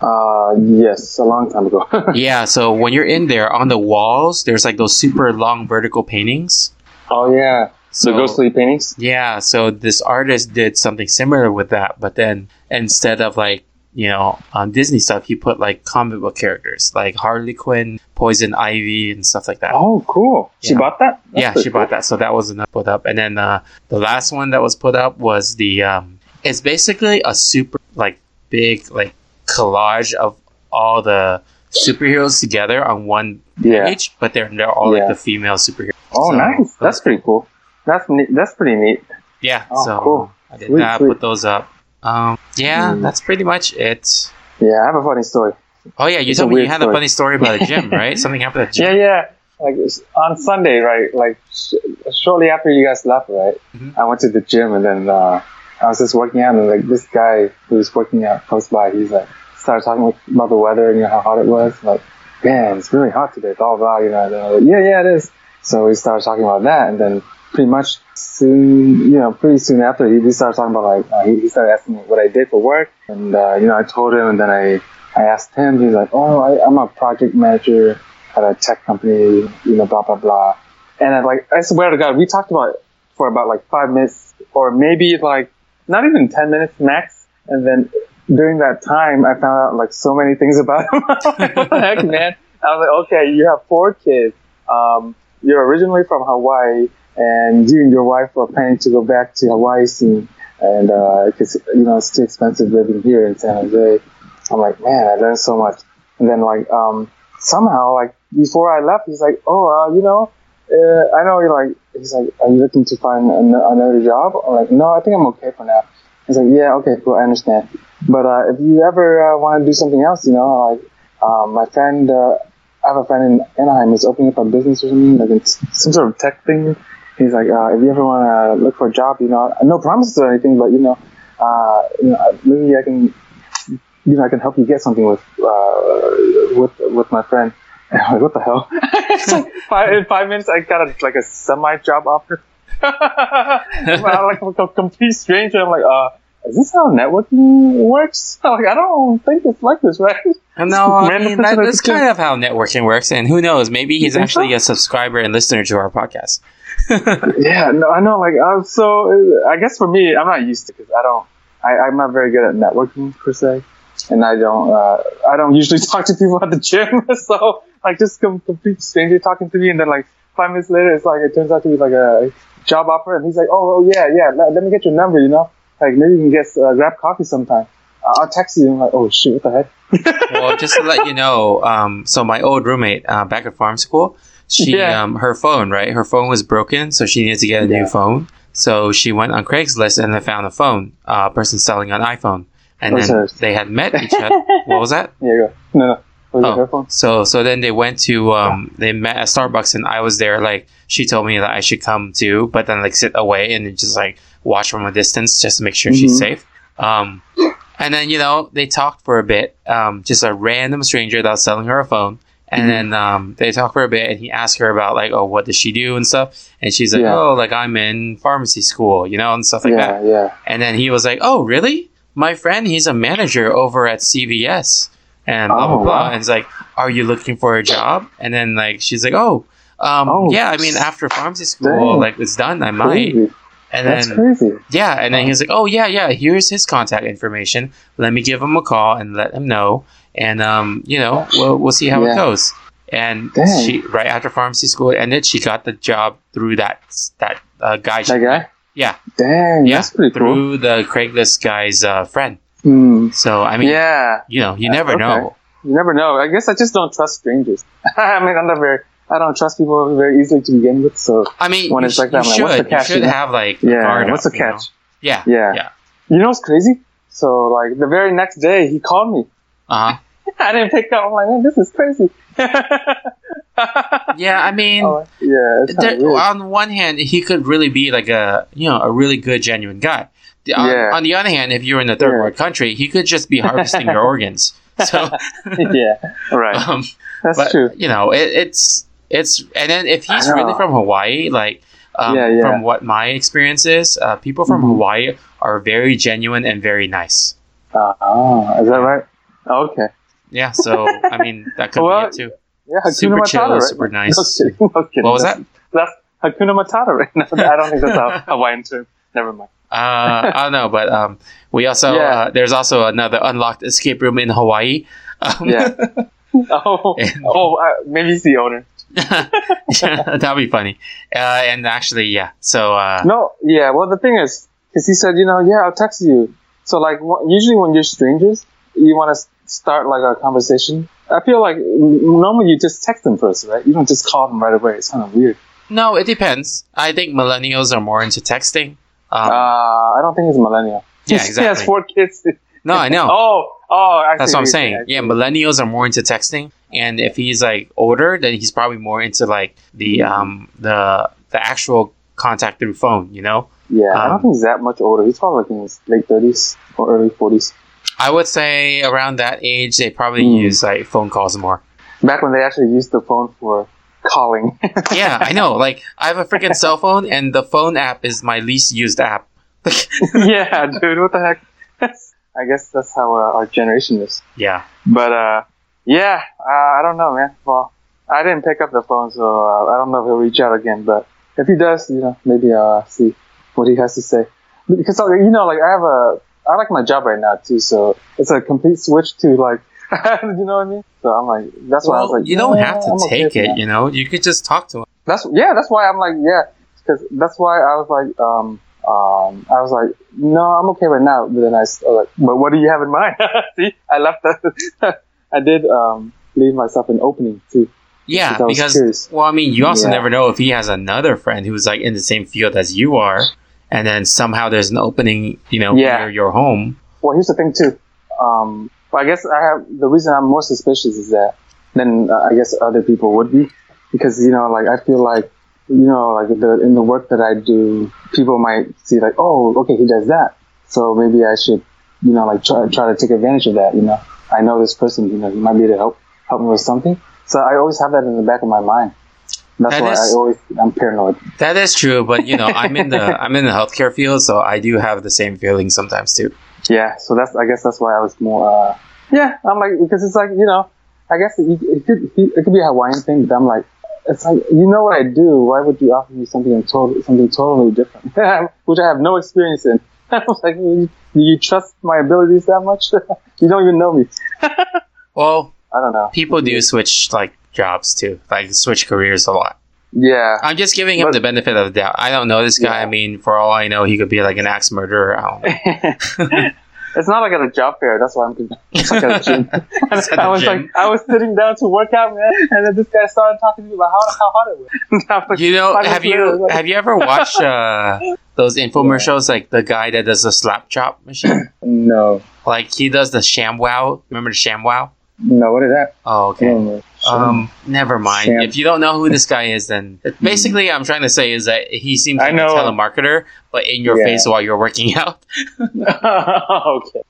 S5: Uh, yes, a long time ago.
S4: yeah, so when you're in there, on the walls, there's like those super long vertical paintings.
S5: oh yeah,
S4: So,
S5: the ghostly paintings.
S4: Yeah, so this artist did something similar with that, but then instead of like, you know, um, Disney stuff, he put like comic book characters like Harley Quinn, Poison Ivy, and stuff like that.
S5: Oh, cool. She
S4: Yeah.
S5: bought that.
S4: yeah, she bought that. So that was enough put up. And then uh, the last one that was put up was the, um, it's basically a super, like, big, like, collage of all the superheroes together on one
S5: Yeah.
S4: page, but they're, they're all
S5: Yeah.
S4: like the female superheroes.
S5: Oh,
S4: So-
S5: nice. That's pretty cool. That's ne- that's pretty neat.
S4: Yeah.
S5: Oh,
S4: so
S5: cool.
S4: I did
S5: Sweet,
S4: that.
S5: sweet.
S4: Put those up. Um, yeah,
S5: Mm.
S4: that's pretty much it.
S5: Yeah, I have a funny story.
S4: Oh yeah, you
S5: It's a
S4: told me you
S5: weird
S4: had a
S5: story.
S4: funny story about a gym, right? Something happened at the
S5: Yeah,
S4: gym.
S5: yeah. Like it's on Sunday, right? Like sh- shortly after you guys left, right?
S4: Mhm.
S5: I went to the gym and then uh, I was just working out, and like this guy who was working out close by, he's like started talking about the weather and you know, how hot it was. Like, man, it's really hot today. Blah blah. You know, and I was like, yeah, yeah, it is. So we started talking about that, and then pretty much soon, you know, pretty soon after, he, he started talking about like uh, he, he started asking me what I did for work, and uh, you know, I told him, and then I I asked him. He's like, oh, I, I'm a project manager at a tech company, you know, blah blah blah. And I like, I swear to God, we talked about it for about like five minutes, or maybe like not even ten minutes max. And then during that time, I found out like so many things about him. what the heck, man? I was like, okay, you have four kids. Um, you're originally from Hawaii, and you and your wife are planning to go back to Hawaii soon, and because you know it's too expensive living here in San Jose. I'm like, man, I learned so much. And then like um, somehow like before I left, he's like, oh, uh, you know, uh, I know you're like, he's like, are you looking to find an- another job? I'm like, no, I think I'm okay for now. He's like, yeah, okay, cool, I understand. But uh, if you ever uh, want to do something else, you know, like uh, my friend, uh, I have a friend in Anaheim who's opening up a business or something, like it's some sort of tech thing. He's like, uh, if you ever want to look for a job, you know, no promises or anything, but you know, uh, you know, maybe I can you know, I can help you get something with uh, with with my friend. And I'm like, what the hell? It's like five, in five minutes, I got a, like a semi job offer. I'm like a com- complete stranger. I'm like, uh, is this how networking works? I'm like, I don't think it's like this, right?
S4: No, I
S5: Random
S4: mean,
S5: person
S4: that,
S5: at
S4: that's
S5: the gym.
S4: kind of how networking works. And who knows? Maybe he's
S5: think
S4: actually
S5: so?
S4: a subscriber and listener to our podcast.
S5: yeah, no, I know. Like, I'm so. uh, I guess for me, I'm not used to because I don't. I, I'm not very good at networking per se, and I don't. Uh, I don't usually talk to people at the gym. So, like, just com- complete stranger talking to me, and then like five minutes later, it's like it turns out to be like a job offer, and he's like, "Oh, oh yeah, yeah. Let, let me get your number. You know, like maybe you can get uh, grab coffee sometime. Uh, I'll text you." I'm like, "Oh shit, what the heck?"
S4: well, just to let you know, um, so my old roommate uh, back at farm school, she
S5: Yeah.
S4: um, her phone, right? Her phone was broken, so she needed to get a
S5: Yeah.
S4: new phone. So she went on Craigslist and then found a phone, a uh, person selling an iPhone, and
S5: What's
S4: then
S5: hers?
S4: they had met each other. what was that?
S5: There you go. No, no. Was
S4: Oh.
S5: it her phone?
S4: So so then they went to um they met at Starbucks and I was there like she told me that I should come too, but then like sit away and then just like watch from a distance just to make sure she's
S5: Mhm.
S4: safe. Um and then you know they talked for a bit, um just a random stranger that was selling her a phone. And
S5: Mhm.
S4: then um, they talked for a bit, and he asked her about like, oh, what does she do and stuff. And she's like,
S5: Yeah.
S4: oh, like I'm in pharmacy school, you know, and stuff like that.
S5: yeah, yeah.
S4: And then he was like, "Oh, really? My friend, he's a manager over at CVS." And blah blah
S5: Oh,
S4: blah.
S5: wow.
S4: And it's like, "Are you looking for a job?" And then like she's like, "Oh, um,
S5: Oh,
S4: yeah. I mean, after pharmacy school,
S5: dang.
S4: like it's done. I might."
S5: Crazy.
S4: And
S5: That's
S4: then
S5: crazy.
S4: yeah, and then he's like, "Oh yeah, yeah. Here's his contact information. Let me give him a call and let him know, and um, you know, we'll we'll see how
S5: Yeah.
S4: it goes." And
S5: Dang.
S4: she, right after pharmacy school ended, she got the job through that that uh, guy.
S5: That guy?
S4: Yeah.
S5: Dang, that's pretty cool.
S4: through the Craigslist guy's uh, friend.
S5: Hmm.
S4: So I mean,
S5: yeah,
S4: you know, you never
S5: okay.
S4: know.
S5: you never know. I guess I just don't trust strangers. I mean, I'm not very, I don't trust people very easily to begin with, so
S4: I mean,
S5: When
S4: you,
S5: it's
S4: sh-
S5: like that,
S4: you
S5: like,
S4: should,
S5: what's the catch,
S4: you should
S5: you know?
S4: have like a
S5: yeah,
S4: guard
S5: what's
S4: up,
S5: the
S4: you know?
S5: catch?
S4: Yeah,
S5: Yeah.
S4: yeah.
S5: You know what's crazy? So, like, the very next day, he called me.
S4: Uh huh.
S5: I didn't pick up. I'm like, man, this is crazy.
S4: Yeah, I mean.
S5: Oh, yeah, it's
S4: there,
S5: kinda weird.
S4: on one hand, he could really be like a you know a really good genuine guy. The- On,
S5: Yeah.
S4: on the other hand, if you're in a third
S5: Yeah.
S4: world country, he could just be harvesting your organs. So,
S5: yeah, right.
S4: um,
S5: That's
S4: but
S5: true.
S4: you know, it, it's it's and then if he's
S5: I know.
S4: really from Hawaii, like um,
S5: Yeah, yeah.
S4: from what my experience is, uh, people from
S5: Mhm.
S4: Hawaii are very genuine and very nice.
S5: Ah, is that right? Oh, Okay.
S4: Yeah, so I mean that could
S5: Well,
S4: be it too.
S5: Yeah, Hakuna
S4: Super
S5: Matata,
S4: chill,
S5: right?
S4: super
S5: No
S4: nice.
S5: kidding. No kidding.
S4: What was
S5: That's-
S4: that?
S5: That's Hakuna Matata, right? No, I don't think that's a Hawaiian term. Never mind.
S4: Uh, I don't know, but um, we also
S5: Yeah.
S4: uh, there's also another unlocked escape room in Hawaii. Um,
S5: Yeah. Oh, oh, uh, maybe he's the owner.
S4: that'd be funny. Uh, and actually, yeah. So uh,
S5: No, yeah. Well, the thing is, because he said, you know, yeah, I'll text you. So like, wh- usually when you're strangers, you want to start like a conversation. I feel like n- normally you just text them first, right? You don't just call them right away. It's kind of weird.
S4: no, it depends. I think millennials are more into texting. Um,
S5: Uh, I don't think he's a millennial.
S4: yeah,
S5: He has
S4: exactly.
S5: four kids.
S4: No, I know.
S5: Oh, oh, I see
S4: That's what I'm
S5: you're
S4: saying. Yeah, millennials are more into texting, and if he's like older, then he's probably more into like the um the the actual contact through phone. You know,
S5: Yeah, I
S4: Um,
S5: don't think he's that much older. He's probably like in his late thirties or early forties.
S4: I would say around that age they probably
S5: Mm.
S4: use like phone calls more.
S5: Back when they actually used the phone for calling.
S4: yeah, I know. Like I have a freaking cell phone, and the phone app is my least used app.
S5: yeah, dude, what the heck? I guess that's how uh, our generation is.
S4: Yeah.
S5: But uh, yeah, uh, I don't know, man. Well, I didn't pick up the phone, so uh, I don't know if he'll reach out again. But if he does, you know, maybe I'll uh, see what he has to say. Because uh, you know, like I have a, I like my job right now too, so it's a complete switch to like, you know what I mean. So I'm like, that's why I was
S4: Well,
S5: like,
S4: you don't
S5: yeah,
S4: have to
S5: I'm okay
S4: take
S5: with
S4: it.
S5: that.
S4: You know, you could just talk to him.
S5: That's yeah. That's why I'm like yeah. Because that's why I was like um um I was like no I'm okay right now. But then I was like but what do you have in mind? See I left that I did um leave myself an opening too.
S4: Yeah,
S5: I was
S4: because
S5: curious.
S4: well, I mean, you also
S5: Yeah.
S4: never know if he has another friend who's like in the same field as you are, and then somehow there's an opening. You know,
S5: Yeah.
S4: near your home.
S5: Well here's the thing too. Um but I guess I have the reason I'm more suspicious is that then uh, I guess other people would be because you know like I feel like you know like the in the work that I do people might see like oh okay he does that so maybe I should you know, like try, try to take advantage of that. You know, I know this person. You know, he might be able to help help me with something. So I always have that in the back of my mind. That's
S4: That
S5: why
S4: is-
S5: I always I'm paranoid.
S4: That is true, but you know, I'm in the I'm in the healthcare field, so I do have the same feeling sometimes too.
S5: Yeah. So that's I guess that's why I was more. uh Yeah, I'm like because it's like you know, I guess it, it could it could be a Hawaiian thing, but I'm like. It's like you know what I do. Why would you offer me something and totally something totally different, which I have no experience in? I was like, do you trust my abilities that much? you don't even know me.
S4: Well,
S5: I don't know.
S4: people do switch like jobs too, like switch careers a lot.
S5: Yeah,
S4: I'm just giving him
S5: But-
S4: the benefit of the doubt. I don't know this guy.
S5: Yeah.
S4: I mean, for all I know, he could be like an axe murderer. I don't know.
S5: it's not like at a job fair. That's why I'm confused. It's like at a gym.
S4: It's at
S5: I
S4: the
S5: was
S4: gym.
S5: like, I was sitting down to work out, man, and then this guy started talking to me about how, how hot it was. And I'm like,
S4: you know,
S5: I was
S4: have
S5: literally
S4: you
S5: like-
S4: have you ever watched uh, those infomercials? Like the guy that does the slap chop machine.
S5: no,
S4: like he does the sham wow. Remember the sham wow?
S5: no, what is that?
S4: Oh, okay. Um, never mind.
S5: Mm. Sham-
S4: If you don't know who this guy is, then basically, I'm trying to say is that he seems
S5: I
S4: like a
S5: know.
S4: telemarketer, but in your
S5: Yeah.
S4: face while you're working out.
S5: okay,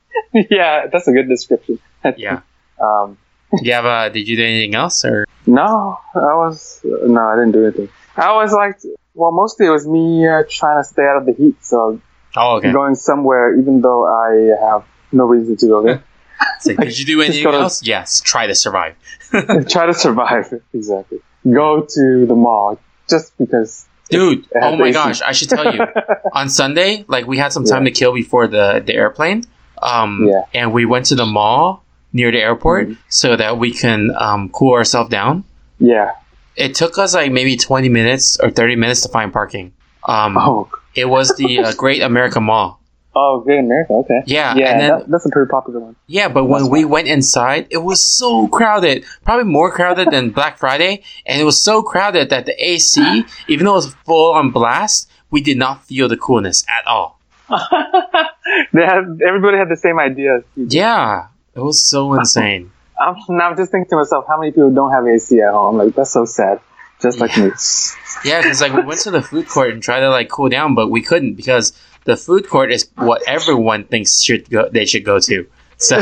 S5: yeah, that's a good description.
S4: Yeah.
S5: Um,
S4: You have uh, did you do anything else or?
S5: no, I was no, I didn't do anything. I was like, well, mostly it was me uh, trying to stay out of the heat, so
S4: Oh, okay.
S5: going somewhere even though I have no reason to go there.
S4: It's like, did you do
S5: Just
S4: anything
S5: gotta-
S4: else? Yes. Try to survive.
S5: try to survive exactly go to the mall just because
S4: Dude,
S5: had
S4: oh my
S5: AC.
S4: gosh, I should tell you. On Sunday, like we had some time to kill before the the airplane. Um
S5: Yeah. Mm-hmm.
S4: and we went to the mall near the airport so that we can um cool ourselves down.
S5: Yeah.
S4: It took us like maybe 20 minutes or 30 minutes to find parking. Um
S5: Oh.
S4: it was the uh, Great American Mall.
S5: Oh, Great America. Okay.
S4: Yeah,
S5: Yeah.
S4: and then
S5: that, that's a pretty popular one.
S4: yeah, but when
S5: That's
S4: we went inside, it was so crowded. Probably more crowded than Black Friday, and it was so crowded that the AC, even though it was full on blast, we did not feel the coolness at all.
S5: They have, everybody had the same ideas.
S4: Yeah, it was so insane.
S5: I'm now I'm just thinking to myself, how many people don't have AC at home? Like that's so sad. Just like me.
S4: Yeah, because like we went to the food court and tried to like cool down, but we couldn't because the food court is what everyone thinks should go they should go to. So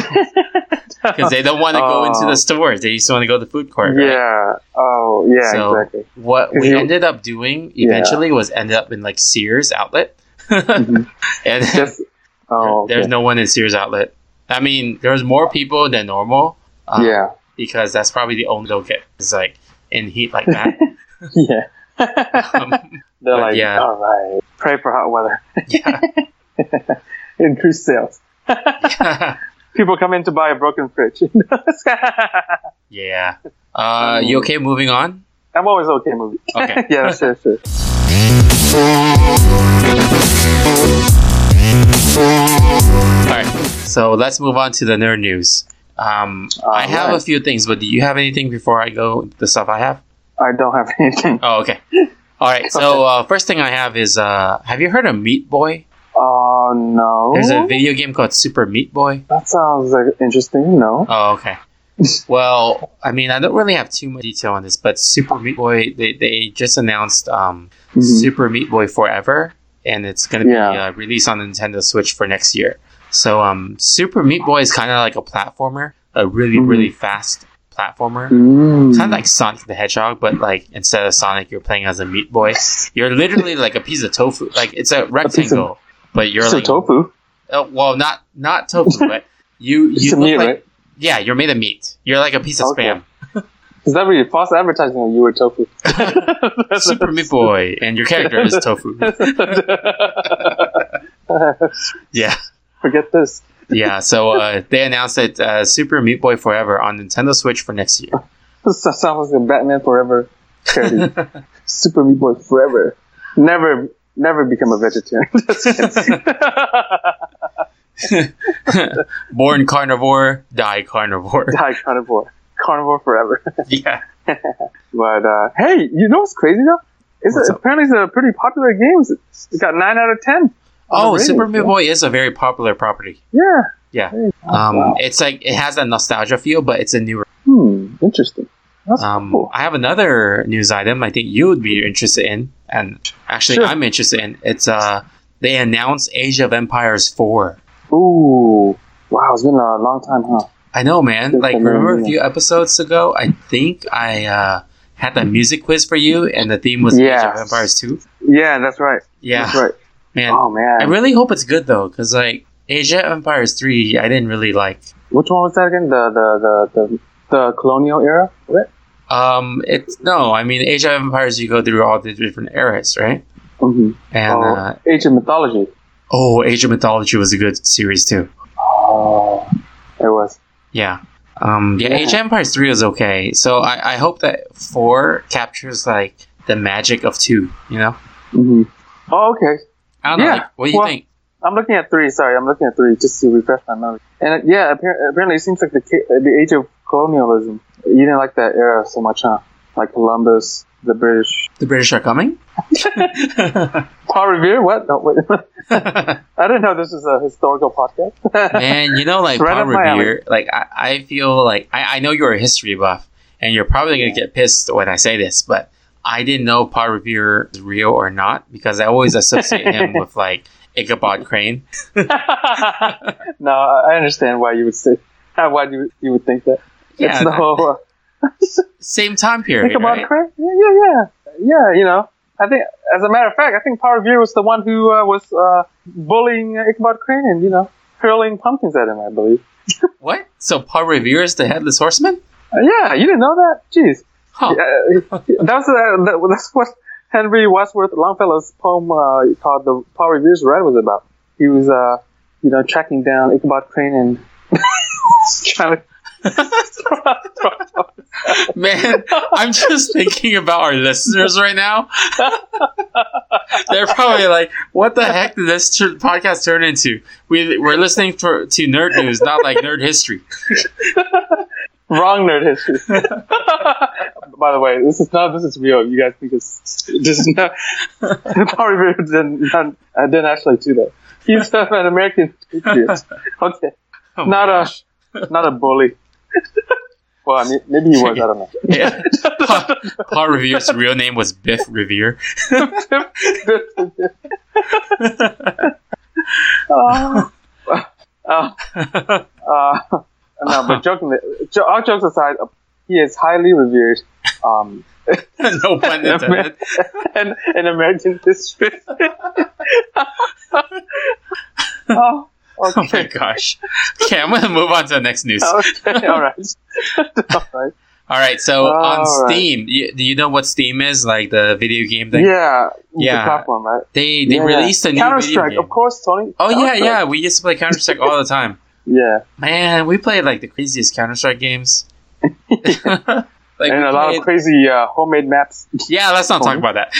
S4: because they don't want to go into the stores, they just want to go to the food court. right?
S5: Yeah. Oh, yeah.
S4: So-
S5: exactly.
S4: what we
S5: You-
S4: ended up doing
S5: Yeah.
S4: eventually was ended up in like Sears outlet, and
S5: Mm-hmm. Just. Oh.
S4: there's
S5: okay.
S4: no one in Sears outlet. I mean, there was more people than normal. um,
S5: Yeah.
S4: because that's probably the only they'll get is like in heat like that.
S5: Yeah.
S4: um,
S5: They're like,
S4: But yeah.
S5: all right, pray for hot weather,
S4: yeah,
S5: increase sales. People come in to buy a broken fridge.
S4: yeah. Uh,
S5: Mm.
S4: you okay? Moving on.
S5: I'm always okay movie.
S4: Okay.
S5: yeah, sure, sure.
S4: All right. So let's move on to the nerd news. Um, I have a
S5: Alright.
S4: few things, but do you have anything before I go? with The stuff I have.
S5: I don't have anything.
S4: Oh, okay. All right. So uh, first thing I have is uh, have you heard of Meat Boy?
S5: Oh no.
S4: There's a video game called Super Meat Boy.
S5: that sounds like interesting. No.
S4: Oh, okay. well, I mean, I don't really have too much detail on this, but Super Meat Boy, they, they just announced um,
S5: Mhm.
S4: Super Meat Boy Forever, and it's going to be
S5: Yeah.
S4: uh, released on Nintendo Switch for next year. So, um, Super Meat Boy is kind of like a platformer, a really,
S5: Mhm.
S4: really fast platformer.
S5: Mm.
S4: Kind of like Sonic the Hedgehog, but like instead of Sonic, you're playing as a meat boy. You're literally like a piece of tofu. Like it's a
S5: of-
S4: rectangle, but you're
S5: so
S4: like
S5: tofu.
S4: Oh, well, not not tofu, but you
S5: It's a
S4: you look
S5: meat,
S4: like
S5: right?
S4: yeah, you're made of meat. You're like a piece of
S5: Okay.
S4: spam.
S5: Is that really false advertising that you were tofu?
S4: Super Meat Boy, and your character is tofu. Yeah,
S5: Forget this.
S4: yeah. So uh, they announced it uh, Super Meat Boy Forever on Nintendo Switch for next year.
S5: This sounds like a Batman Forever parody. Super Meat Boy Forever. Never, never become a vegetarian.
S4: Born carnivore, die carnivore.
S5: Die carnivore. Carnivore forever.
S4: yeah,
S5: But uh, hey, you know what's crazy though? It's
S4: What's
S5: a,
S4: up?
S5: apparently it's a pretty popular game. It got nine out of ten. on
S4: Oh,
S5: the
S4: Super Meat
S5: ratings.
S4: Boy is a very popular property.
S5: Yeah.
S4: Yeah,
S5: Oh,
S4: um, it's like it has that nostalgia feel, but it's a newer.
S5: Hmm. Interesting. That's
S4: Um,
S5: cool.
S4: I have another news item. I think you would be interested in, and actually,
S5: Sure.
S4: I'm interested in. It's uh, they announced Age of Empires four.
S5: Ooh. Wow. It's been a long time, huh?
S4: I know, man.
S5: Good
S4: Like,
S5: for me,
S4: remember a
S5: yeah.
S4: few episodes ago? I think I uh, had that music quiz for you, and the theme was Age
S5: Yeah.
S4: of Empires 2.
S5: Yeah, that's right.
S4: Yeah,
S5: That's right.
S4: man.
S5: Oh man.
S4: I really hope it's good, though, because, like, Age of Empires 3, I didn't really like.
S5: Which one was that again? The the the the, the colonial era. Right?
S4: Um, it's no, I mean, Age of Empires, you go through all the different eras, right?
S5: Mm-hmm.
S4: And,
S5: Oh,
S4: uh,
S5: ancient mythology.
S4: oh, Age of Mythology was a good series, too.
S5: Oh, it was.
S4: Yeah. Um, yeah,
S5: Yeah.
S4: Age of Empires 3 is okay. So I, I hope that 4 captures, like, the magic of 2, you know?
S5: hmm Oh, okay.
S4: I don't know.
S5: Yeah.
S4: like, what do you
S5: Well,
S4: think?
S5: I'm looking at three. Sorry, I'm looking at three just to refresh my memory. And uh, yeah, appar- apparently it seems like the ca- uh, the age of colonialism. You didn't like that era so much, huh? Like Columbus, the British.
S4: The British are coming?
S5: Paul Revere? What? No, wait. I didn't know this was a historical podcast.
S4: Man, you know, like
S5: Right
S4: Paul
S5: up my alley.
S4: Revere, like I, I feel like I, I know you're a history buff and you're probably gonna get pissed when I say this, but I didn't know Paul Revere is real or not because I always associate him with like Ichabod Crane.
S5: no, I I understand why you would say, uh, why you you would think that.
S4: Yeah,
S5: it's the whole. Uh,
S4: Same time period.
S5: think about
S4: right?
S5: Craig? Yeah, yeah, yeah, yeah. You know, I think, as a matter of fact, I think Power Revere was the one who uh, was uh, bullying uh, Ichabod Crane and you know hurling pumpkins at him. I believe.
S4: What? So Paul Revere is the headless horseman? Oh.
S5: Uh, yeah, you didn't know that? Jeez.
S4: Huh.
S5: Uh, that was uh, that, that's what Henry Wadsworth Longfellow's poem uh, called "The Paul Revere's Red" was about. He was, uh, you know, tracking down Ichabod Crane and trying to.
S4: Man, I'm just thinking about our listeners right now. They're probably like, "What the heck did this tr- podcast turn into?" We we're listening to, to nerd news, not like nerd history.
S5: Wrong nerd history. By the way, this is not. This is real. You guys think it's this is not. Paul Revere didn't not, uh, didn't actually do that. He's an American patriot. Okay,
S4: Oh my
S5: not a
S4: gosh.
S5: not a bully. well, I mean, maybe he was. I don't know.
S4: Yeah. Paul, Paul Revere's real name was Biff Revere.
S5: oh. Oh. Uh, no, but joking, jo- all jokes aside, uh, he is highly revered um,
S4: no pun intended.
S5: in, in American history. oh,
S4: Oh my
S5: okay.
S4: gosh. Okay, I'm gonna move on to the next news.
S5: Oh. okay, all right. all right.
S4: All right, so on
S5: All right.
S4: Steam, you, do you know what Steam is? Like the video game thing?
S5: Yeah, the
S4: Yeah.
S5: platform, right?
S4: They they
S5: Yeah, yeah.
S4: released a new
S5: Counter
S4: video
S5: Strike,
S4: game.
S5: of course, Tony.
S4: Oh yeah,
S5: Counter-Strike.
S4: yeah. We used to play Counter Strike all the time.
S5: yeah.
S4: Man, we played like the craziest Counter Strike games. like
S5: and
S4: we
S5: a lot
S4: played-
S5: of crazy uh, homemade maps.
S4: yeah, let's not talk about that.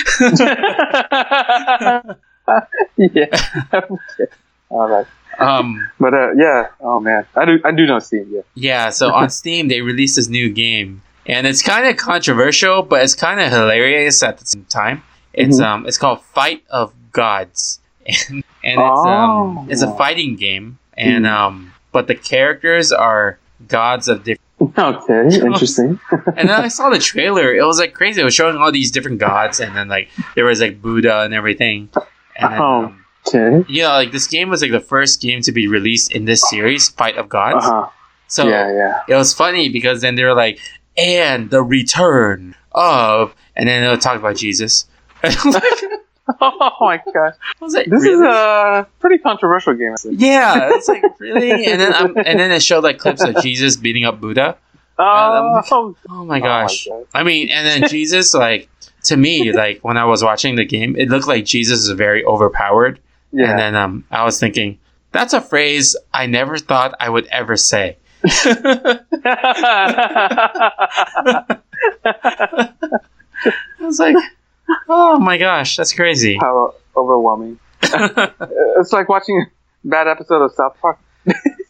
S5: yeah. Okay. All right.
S4: um,
S5: But uh, yeah. Oh man, I do. I do know Steam. Yeah.
S4: yeah, so on Steam they released this new game, and it's kind of controversial, but it's kind of hilarious at the same time. It's
S5: Mhm.
S4: um, it's called Fight of Gods, and, and it's um, it's a
S5: Oh.
S4: fighting game, and
S5: Mhm.
S4: um, but the characters are gods of different.
S5: Okay. Interesting.
S4: and then I saw the trailer. It was like crazy. It was showing all these different gods, and then like there was like Buddha and everything. And then,
S5: Oh.
S4: um,
S5: Okay.
S4: yeah, like this game was like the first game to be released in this series, Fight of
S5: Uh
S4: Gods.
S5: huh.
S4: So
S5: yeah. Yeah.
S4: it was funny because then they were like, and the return of, and then they'll talk about Jesus. I
S5: Oh my gosh.
S4: was like,
S5: This is
S4: really?
S5: a pretty controversial game. I think.
S4: yeah, it's like really, and then I'm, and then it showed like clips of Jesus beating up Buddha.
S5: Oh, oh
S4: Oh
S5: my
S4: my gosh!
S5: God.
S4: I mean, and then Jesus, like to me, like when I was watching the game, it looked like Jesus is very overpowered.
S5: yeah.
S4: And then um, I was thinking, that's a phrase I never thought I would ever say. I was like, oh my gosh, that's crazy.
S5: Power overwhelming. it's like watching a bad episode of South Park.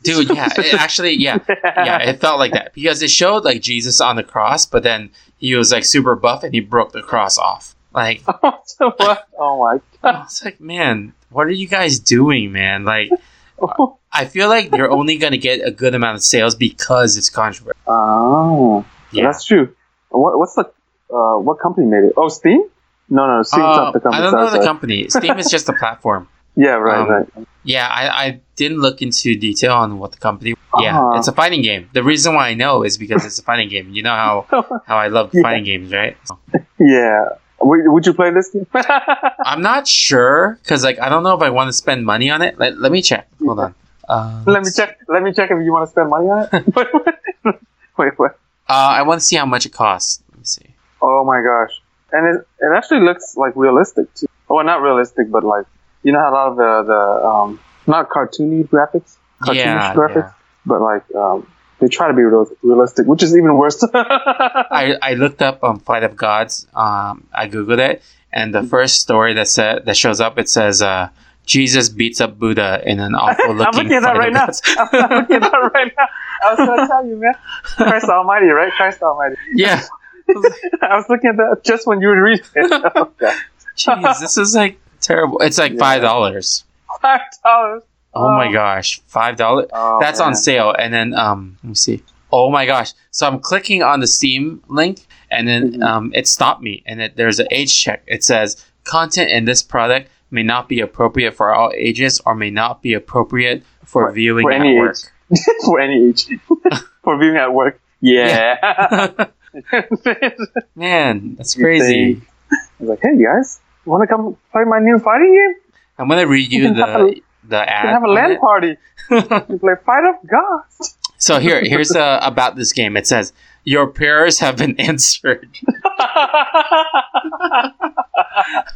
S4: Dude, yeah, it actually, yeah, yeah, it felt like that because it showed like Jesus on the cross, but then he was like super buff and he broke the cross off. Like,
S5: So what? Oh my
S4: I was like, man, what are you guys doing, man? Like,
S5: god.
S4: I feel like they're only gonna get a good amount of sales because it's controversial.
S5: Oh.
S4: Yeah.
S5: That's true. What, what's the uh, what company made it? Oh, Steam? No, no, Steam's
S4: Uh,
S5: not the company.
S4: I don't
S5: sorry,
S4: know the
S5: sorry.
S4: company. Steam is just a platform.
S5: Yeah, right,
S4: um,
S5: right.
S4: Yeah, I, I didn't look into detail on what the company. Yeah,
S5: Uh-huh.
S4: it's a fighting game. The reason why I know is because it's a fighting game. You know how how I love
S5: Yeah.
S4: fighting games, right?
S5: Yeah. Would, would you play this game?
S4: I'm not sure because like I don't know if I want to spend money on it. Let, let me check. Hold on. Uh,
S5: let me check. Let me check if you want to spend money on it. wait, wait, wait, wait.
S4: Uh, I want to see how much it costs. Let me see.
S5: Oh my gosh! And it, it actually looks like realistic too. Well, not realistic, but like you know how a lot of the the um, not cartoony graphics, cartoonish
S4: Yeah,
S5: graphics,
S4: yeah.
S5: but like um, they try to be real, realistic, which is even worse. Uh-huh.
S4: I, I looked up um, Flight of Gods. Um, I googled it, and
S5: Mm-hmm.
S4: the first story that said that shows up, it says uh, Jesus beats up Buddha in an awful looking.
S5: I'm looking at that
S4: Flight of
S5: right now.
S4: Gods.
S5: I'm looking at that right now. I was gonna tell you, man. Christ Almighty, right? Christ Almighty.
S4: yeah,
S5: I was looking at that just when you were reading it. Oh, God.
S4: jeez, this is like terrible. It's like
S5: Yeah.
S4: five dollars.
S5: Five dollars.
S4: Oh my
S5: Oh.
S4: gosh, five dollars.
S5: Oh,
S4: That's on
S5: man.
S4: sale. And then um, let me see. Oh my gosh! So I'm clicking on the Steam link, and then
S5: Mhm.
S4: um, it stopped me. And it, there's an age check. It says content in this product may not be appropriate for all ages, or may not be appropriate for,
S5: For-
S4: viewing
S5: for
S4: at
S5: any
S4: work.
S5: for any age, for viewing at work. Yeah.
S4: Man, that's
S5: You
S4: crazy.
S5: think- I was like, hey guys, want to come play my new fighting game?
S4: I'm gonna read you
S5: can have
S4: the
S5: a-
S4: the
S5: We
S4: ad.
S5: have a
S4: on
S5: land
S4: it.
S5: party. We play Fight of Gods.
S4: So here, here's uh, about this game. It says your prayers have been answered. Oh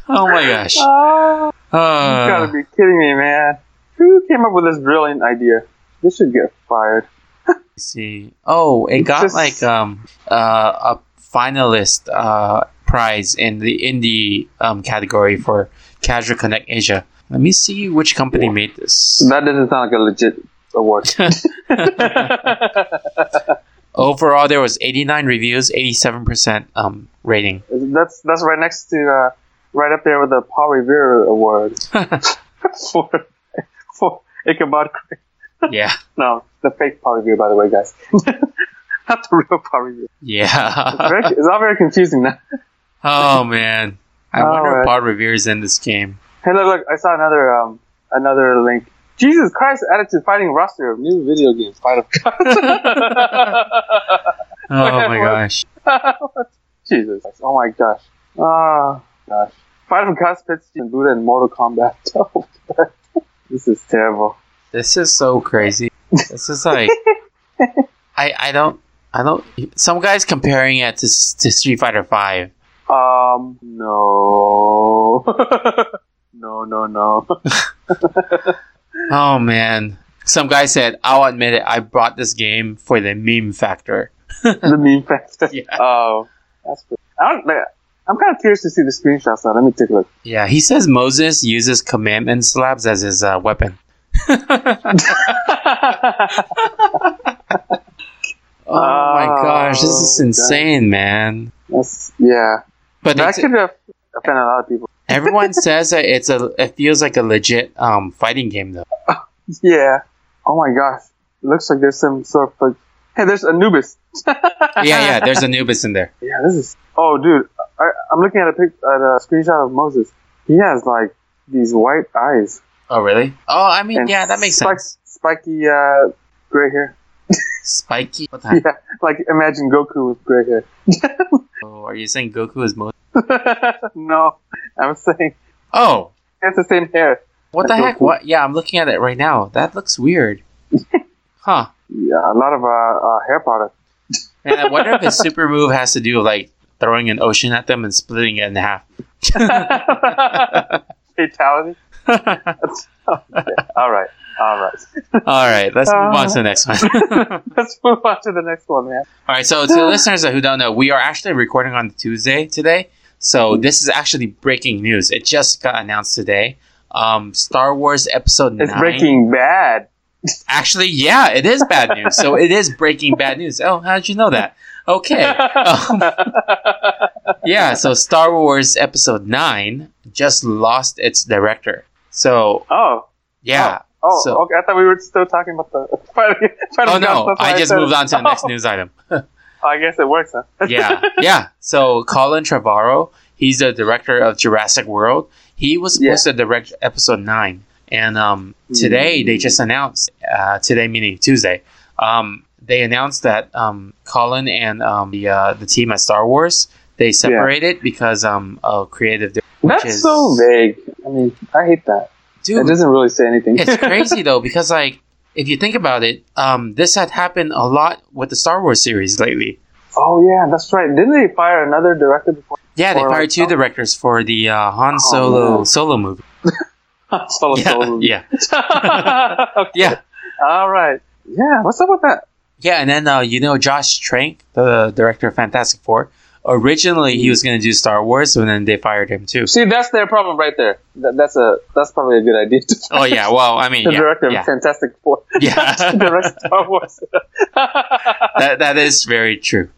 S4: my gosh.
S5: Oh, you gotta
S4: Uh,
S5: be kidding me, man. Who came up with this brilliant idea? This should get fired.
S4: let's see. Oh, it
S5: It's
S4: got
S5: just-
S4: like um uh, a finalist uh prize in the indie um category for Casual Connect Asia. Let me see which company made this.
S5: That doesn't sound like a legit award. That's
S4: Overall, there was 89 reviews, 87% um rating.
S5: that's right next to uh, right up there with the Paul Revere Award for for Ichabod. Crane.
S4: yeah.
S5: No, the fake Paul Revere, by the way, guys. Not the real Paul Revere. It's,
S4: Yeah.
S5: very, it's all very confusing now.
S4: oh man. I
S5: All
S4: wonder
S5: right.
S4: if Pod Revere is in this game.
S5: Hey, look, look! I saw another um another link. Jesus Christ! Added to fighting roster of new video games. Fight of God.
S4: Oh my gosh.
S5: Jesus. Oh my gosh. Ah, gosh. Fight of God's Pits and Buddha and Mortal Kombat. Oh, God. this is terrible.
S4: This is so crazy. This is like I I don't I don't some guys comparing it to, S- to Street Fighter 5.
S5: Um, no. no, no, no.
S4: Oh man. Some guy said, "I'll admit it, I bought this game for the meme factor."
S5: the meme factor.
S4: Yeah.
S5: Oh, that's good. I don't, like, I'm kind of curious to see the screenshots now. Let me take a look.
S4: Yeah, he says Moses uses commandment slabs as his uh, weapon. Oh my
S5: Oh,
S4: gosh, this is
S5: God.
S4: insane, man.
S5: That's, yeah.
S4: But
S5: That
S4: it's-
S5: could have offended a lot of people.
S4: everyone says that it's a it feels like a legit um fighting game though.
S5: Yeah. Oh my gosh. Looks like there's some sort of like, hey, there's Anubis.
S4: Yeah, yeah, there's Anubis in there.
S5: Yeah, this is. Oh, dude, I, I'm looking at a pic, at a screenshot of Moses. He has like these white eyes.
S4: Oh really? Oh, I mean, yeah, that makes
S5: spike-
S4: sense.
S5: Spiky, uh, gray hair.
S4: Spiky. What the
S5: Yeah,
S4: heck?
S5: like imagine Goku with gray hair.
S4: Oh, are you saying Goku is most?
S5: no, I'm saying
S4: Oh,
S5: it's the same hair.
S4: what the
S5: Like
S4: heck?
S5: Goku.
S4: What? Yeah, I'm looking at it right now. That looks weird. Huh.
S5: Yeah, a lot of uh, uh hair product.
S4: And I wonder if his super move has to do with like throwing an ocean at them and splitting it in half.
S5: Fatality. all right, all right.
S4: All right, let's move on to the next one.
S5: Uh-huh. Let's move on to the next one, man.
S4: All right, so to the listeners who don't know, we are actually recording on Tuesday today. So this is actually breaking news. It just got announced today. Um, Star Wars Episode
S5: It's
S4: Nine.
S5: Breaking Bad.
S4: Actually, yeah, it is bad news. so it is breaking bad news. Oh, how did you know that? Okay. Um, yeah, so Star Wars Episode Nine just lost its director. So
S5: Oh,
S4: yeah.
S5: Oh,
S4: So-
S5: okay. I thought we were still talking about the fighting.
S4: Oh, no, I Oh. just moved on to the next news item.
S5: Oh, I guess it works. Huh?
S4: yeah, yeah. So Colin Trevorrow, he's the director of Jurassic World. He was supposed to direct episode nine, and um, today they just announced. Uh, today meaning Tuesday. Um, they announced that um, Colin and um, the uh, the team at Star Wars they separated because um, of creative. di-
S5: That's
S4: is-
S5: so vague. I mean, I hate that. It
S4: Dude,
S5: doesn't really say anything.
S4: it's crazy though because like if you think about it, um, this had happened a lot with the Star Wars series lately.
S5: oh yeah, that's right. Didn't they fire another director before?
S4: Yeah, they
S5: Or, like, oh.
S4: fired two
S5: some-
S4: directors for the uh, Han
S5: Oh,
S4: Solo
S5: man.
S4: solo movie.
S5: Solo
S4: Yeah,
S5: Solo.
S4: yeah,
S5: okay.
S4: yeah,
S5: All right. Yeah. What's up with that?
S4: yeah. And then uh, you know Josh Trank, the director of Fantastic Four. Originally, he was going to do Star Wars, and then they fired him too.
S5: See, that's their problem right there. That, that's a that's probably a good idea to
S4: Oh yeah, well, I mean,
S5: the
S4: yeah,
S5: director
S4: yeah,
S5: of Fantastic Four.
S4: yeah.
S5: Direct Star Wars.
S4: that that is very true.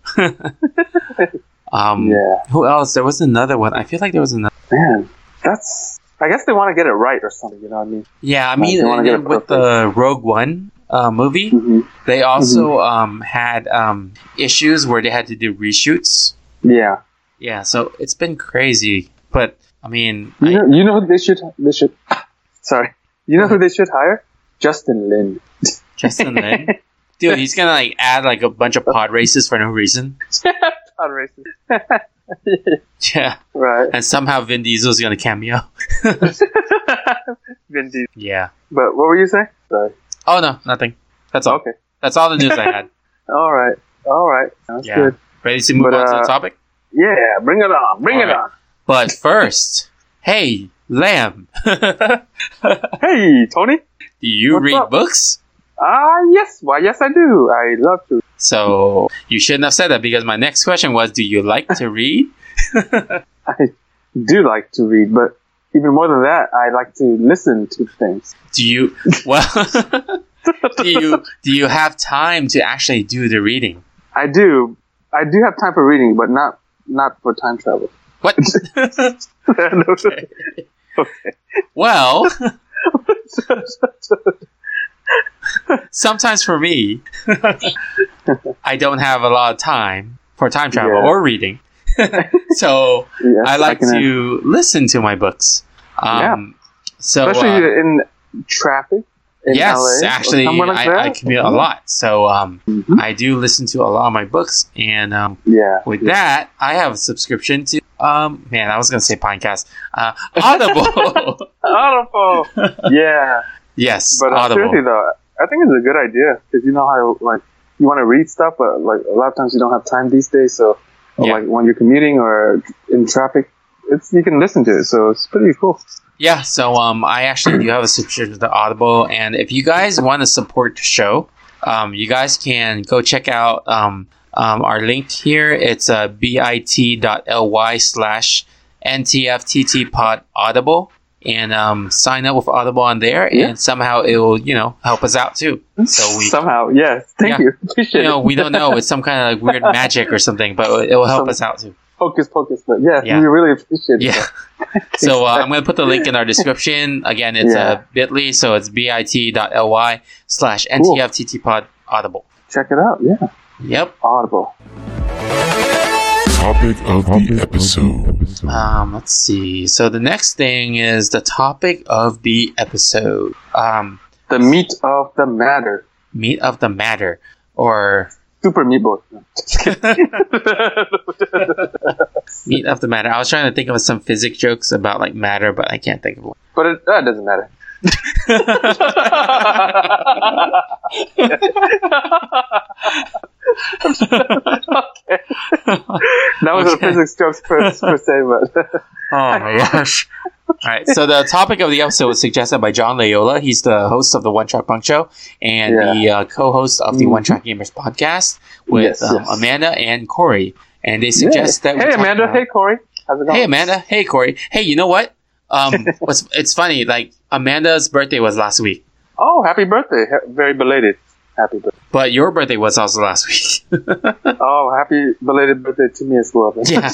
S4: um,
S5: yeah.
S4: who else? There was another one. I feel like there was another.
S5: Man, that's. I guess they want to get it right or something. You know what I mean?
S4: Yeah, I
S5: Like,
S4: mean,
S5: they wanna get it
S4: with the Rogue One uh, movie,
S5: Mm-hmm.
S4: they also um, had um, issues where they had to do reshoots.
S5: Yeah.
S4: Yeah, so it's been crazy, but I mean,
S5: You
S4: I-
S5: know, you know who they should they should sorry. You know who they should hire? Justin Lin.
S4: Justin Lin, dude, he's gonna like add like a bunch of pod races for no reason.
S5: Not racist.
S4: Yeah,
S5: Right.
S4: and somehow Vin Diesel's gonna cameo.
S5: Vin Diesel.
S4: Yeah.
S5: But what were you saying? Sorry.
S4: Oh no, nothing. That's all.
S5: Okay.
S4: That's all the news I had.
S5: All right. All right. That's
S4: Yeah.
S5: good.
S4: Ready to move
S5: But,
S4: on to
S5: uh,
S4: the topic?
S5: Yeah. Bring it on. Bring
S4: All
S5: it
S4: right.
S5: on.
S4: But first, hey, Lamb, do
S5: Hey, Tony.
S4: you
S5: What's
S4: read
S5: up?
S4: books?
S5: Ah, yes. Why, yes, I do. I love to.
S4: So you shouldn't have said that because my next question was, do you like to read?
S5: I do like to read, but even more than that, I like to listen to things.
S4: Do you well? do you do you have time to actually do the reading?
S5: I do. I do have time for reading, but not not for time travel.
S4: What? well, sometimes for me, I don't have a lot of time for time travel
S5: Yeah.
S4: or reading. so
S5: Yes,
S4: I like
S5: can-
S4: to listen to my books. Um, So
S5: especially
S4: uh,
S5: in traffic. In
S4: yes,
S5: LA or
S4: actually,
S5: somewhere like that. Mm-hmm.
S4: I, I commute a lot, so um, I do listen to a lot of my books. And um,
S5: Yeah.
S4: with that, I have a subscription to um, man, I was gonna say podcast, uh, Audible.
S5: Audible. yeah,
S4: yes,
S5: but uh,
S4: Audible.
S5: seriously though, I think it's a good idea because you know how like you want to read stuff, but like a lot of times you don't have time these days. So or,
S4: Yeah.
S5: like when you're commuting or in traffic, it's you can listen to it. So it's pretty cool.
S4: Yeah, so um, I actually do have a subscription to Audible, and if you guys want to support the show, um, you guys can go check out um, um, our link here. It's uh, bit.ly slash ntfttpod audible, and um, sign up with Audible on there,
S5: Yeah.
S4: and somehow it will you know help us out too. So we
S5: somehow yes, thank
S4: Yeah.
S5: you. Appreciate
S4: you know
S5: it.
S4: we don't know it's some kind of like weird magic or something, but it will help
S5: Some-
S4: us out too.
S5: Hocus pocus, but yeah,
S4: Yeah.
S5: we really appreciate it.
S4: Yeah. so uh, I'm going to put the link in our description. Again, it's
S5: Yeah.
S4: uh, bit.ly, so it's bit.ly slash
S5: Cool.
S4: ntfttpod audible.
S5: Check it out. Yeah,
S4: Yep.
S5: Audible.
S6: Topic of the episode.
S7: Ah.
S4: Um, let's see. So the next thing is the topic of the episode. Um,
S5: The meat of the matter.
S4: meat of the matter, or
S5: Super Meat Boy.
S4: meat of the matter. I was trying to think of some physics jokes about like matter, but I can't think of one.
S5: But it that doesn't matter. That was
S4: Okay.
S5: a physics jokes per, per se, but
S4: Oh my gosh. All right. So the topic of the episode was suggested by John Layola. He's the host of the One Track Punk Show and
S5: Yeah. Mm-hmm.
S4: the uh, co-host of the One Track Gamers podcast with
S5: Yes,
S4: um,
S5: yes.
S4: Amanda and Corey. And they suggest that we
S5: hey
S4: talk
S5: Amanda,
S4: about-
S5: hey Corey, how's it going?
S4: hey Amanda, hey Corey, hey you know what? Um, what's it's funny like Amanda's birthday was last week,
S5: Oh, happy birthday! Ha- Very belated. Happy birthday.
S4: but your birthday was also last week.
S5: Oh, happy belated birthday to me as well.
S4: yeah.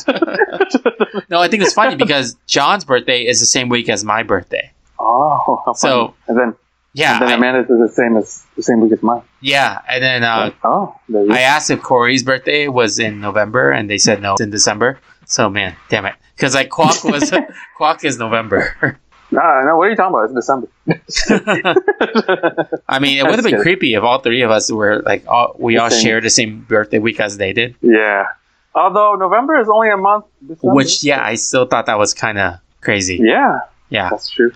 S4: no, I think it's funny because John's birthday is the same week as my birthday.
S5: Oh, how funny.
S4: So,
S5: and then
S4: Yeah,
S5: and then
S4: I-
S5: Amanda's is the same as the same week as mine.
S4: yeah, and then uh,
S5: oh, there you
S4: I asked if Corey's birthday was in November, and they said no, it's in December. So man, damn it, because like Quack was Quack is November.
S5: go. No, no, what are you talking about? It's December.
S4: I mean, it would have
S5: That's
S4: been
S5: good.
S4: creepy if all three of us were like all, we
S5: The
S4: all
S5: same.
S4: shared the same birthday week as they did.
S5: Yeah. Although November is only a month. December.
S4: Which yeah, I still thought that was kind of crazy.
S5: Yeah,
S4: Yeah,
S5: that's true.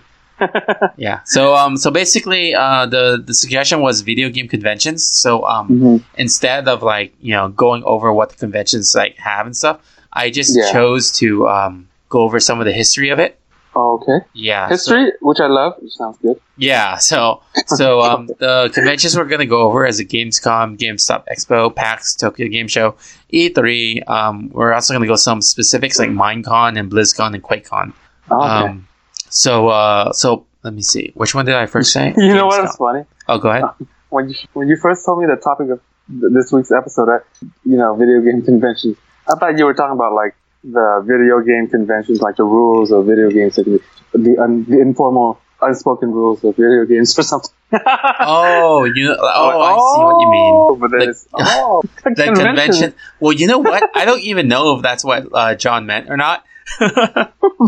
S4: yeah. So um, so basically, uh, the the suggestion was video game conventions. So um,
S5: Mm.
S4: instead of like you know going over what the conventions like have and stuff, I just
S5: Yeah.
S4: chose to um go over some of the history of it.
S5: Oh, okay.
S4: Yeah, so-
S5: History, which I love, which sounds good.
S4: Yeah, so so um, the conventions we're gonna go over is a Gamescom, GameStop Expo, PAX, Tokyo Game Show, E3. Um, we're also gonna go some specifics like Minecon and BlizzCon and QuakeCon.
S5: Oh, okay.
S4: Um, so uh, so let me see, which one did I first say?
S5: you know what?
S4: GameStop.
S5: It's funny.
S4: Oh, go ahead.
S5: when you when you first told me the topic of th- this week's episode, I, you know, video game conventions, I thought you were talking about like the video game conventions, like the rules of video games, like the the, un, the informal, unspoken rules of video games or something.
S4: Oh, you. Oh, I see what you mean.
S5: Oh, But then
S4: Like-
S5: it's, oh,
S4: The convention. Well, you know what? I don't even know if that's what uh, John meant or not.
S5: oh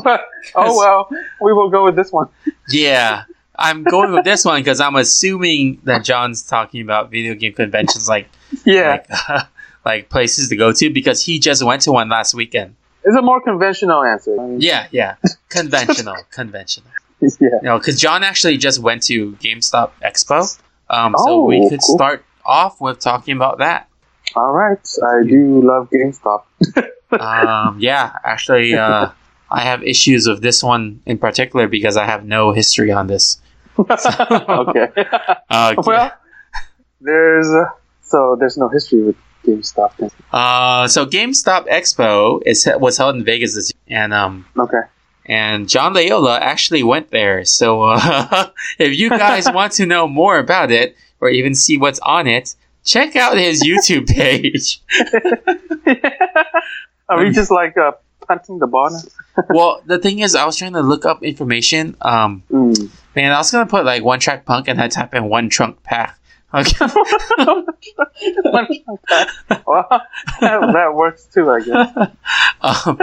S5: well, we will go with this one.
S4: Yeah. I'm going with this one because I'm assuming that John's talking about video game conventions like
S5: Yeah,
S4: like, like places to go to because he just went to one last weekend.
S5: it's a more conventional answer. I mean,
S4: Yeah, yeah, conventional, conventional.
S5: yeah.
S4: You know, because John actually just went to GameStop Expo, um, so
S5: Oh,
S4: we could
S5: cool.
S4: start off with talking about that.
S5: All right, I do love GameStop.
S4: Um, yeah, actually, uh, I have issues with this one in particular because I have no history on this.
S5: okay.
S4: Uh,
S5: well, there's uh, so there's no history with GameStop. Then.
S4: uh, so GameStop Expo is was held in Vegas this year, and um,
S5: Okay.
S4: and John Layola actually went there. So uh, if you guys want to know more about it or even see what's on it, check out his YouTube page.
S5: Are
S4: Mm.
S5: we just like uh, punting the ball? now?
S4: well, the thing is, I was trying to look up information. Um,
S5: Mm.
S4: man, I was gonna put like one track punk and I type in one trunk pack. Okay.
S5: well, that works too, I guess.
S4: um,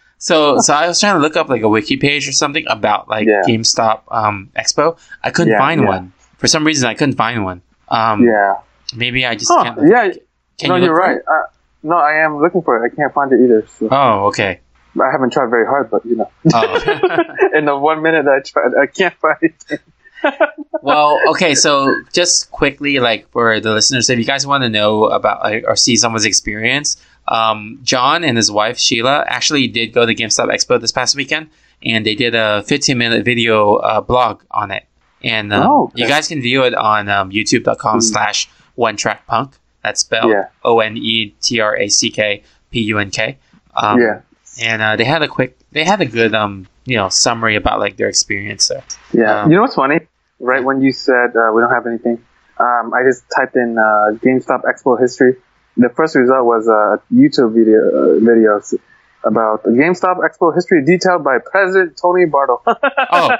S4: so, so I was trying to look up like a wiki page or something about like
S5: Yeah.
S4: GameStop um, Expo. I couldn't
S5: Yeah,
S4: find
S5: yeah.
S4: one for some reason. I couldn't find one. Um,
S5: Yeah.
S4: Maybe I just
S5: Huh,
S4: can't.
S5: yeah.
S4: Can
S5: no,
S4: you
S5: you are
S4: look for
S5: right. Uh, no, I am looking for it. I can't find it either. So.
S4: Oh, okay.
S5: I haven't tried very hard, but you know,
S4: Oh.
S5: in the one minute that I tried, I can't find it.
S4: well, okay. So, just quickly, like for the listeners, if you guys want to know about like, or see someone's experience, um, John and his wife Sheila actually did go to GameStop Expo this past weekend, and they did a 15 minute video uh, blog on it. And um,
S5: Oh, okay.
S4: you guys can view it on um, youtube.com
S5: Mm.
S4: slash one track punk. That's spelled
S5: Yeah.
S4: O N E T R A C K P U N K. Um,
S5: yeah.
S4: And uh, they had a quick, they had a good, um, you know, summary about like their experience there.
S5: Yeah.
S4: Um,
S5: you know what's funny? Right when you said uh, we don't have anything, um, I just typed in uh, GameStop Expo history. The first result was a YouTube video uh, videos about GameStop Expo history detailed by President Tony Bartle.
S4: Oh,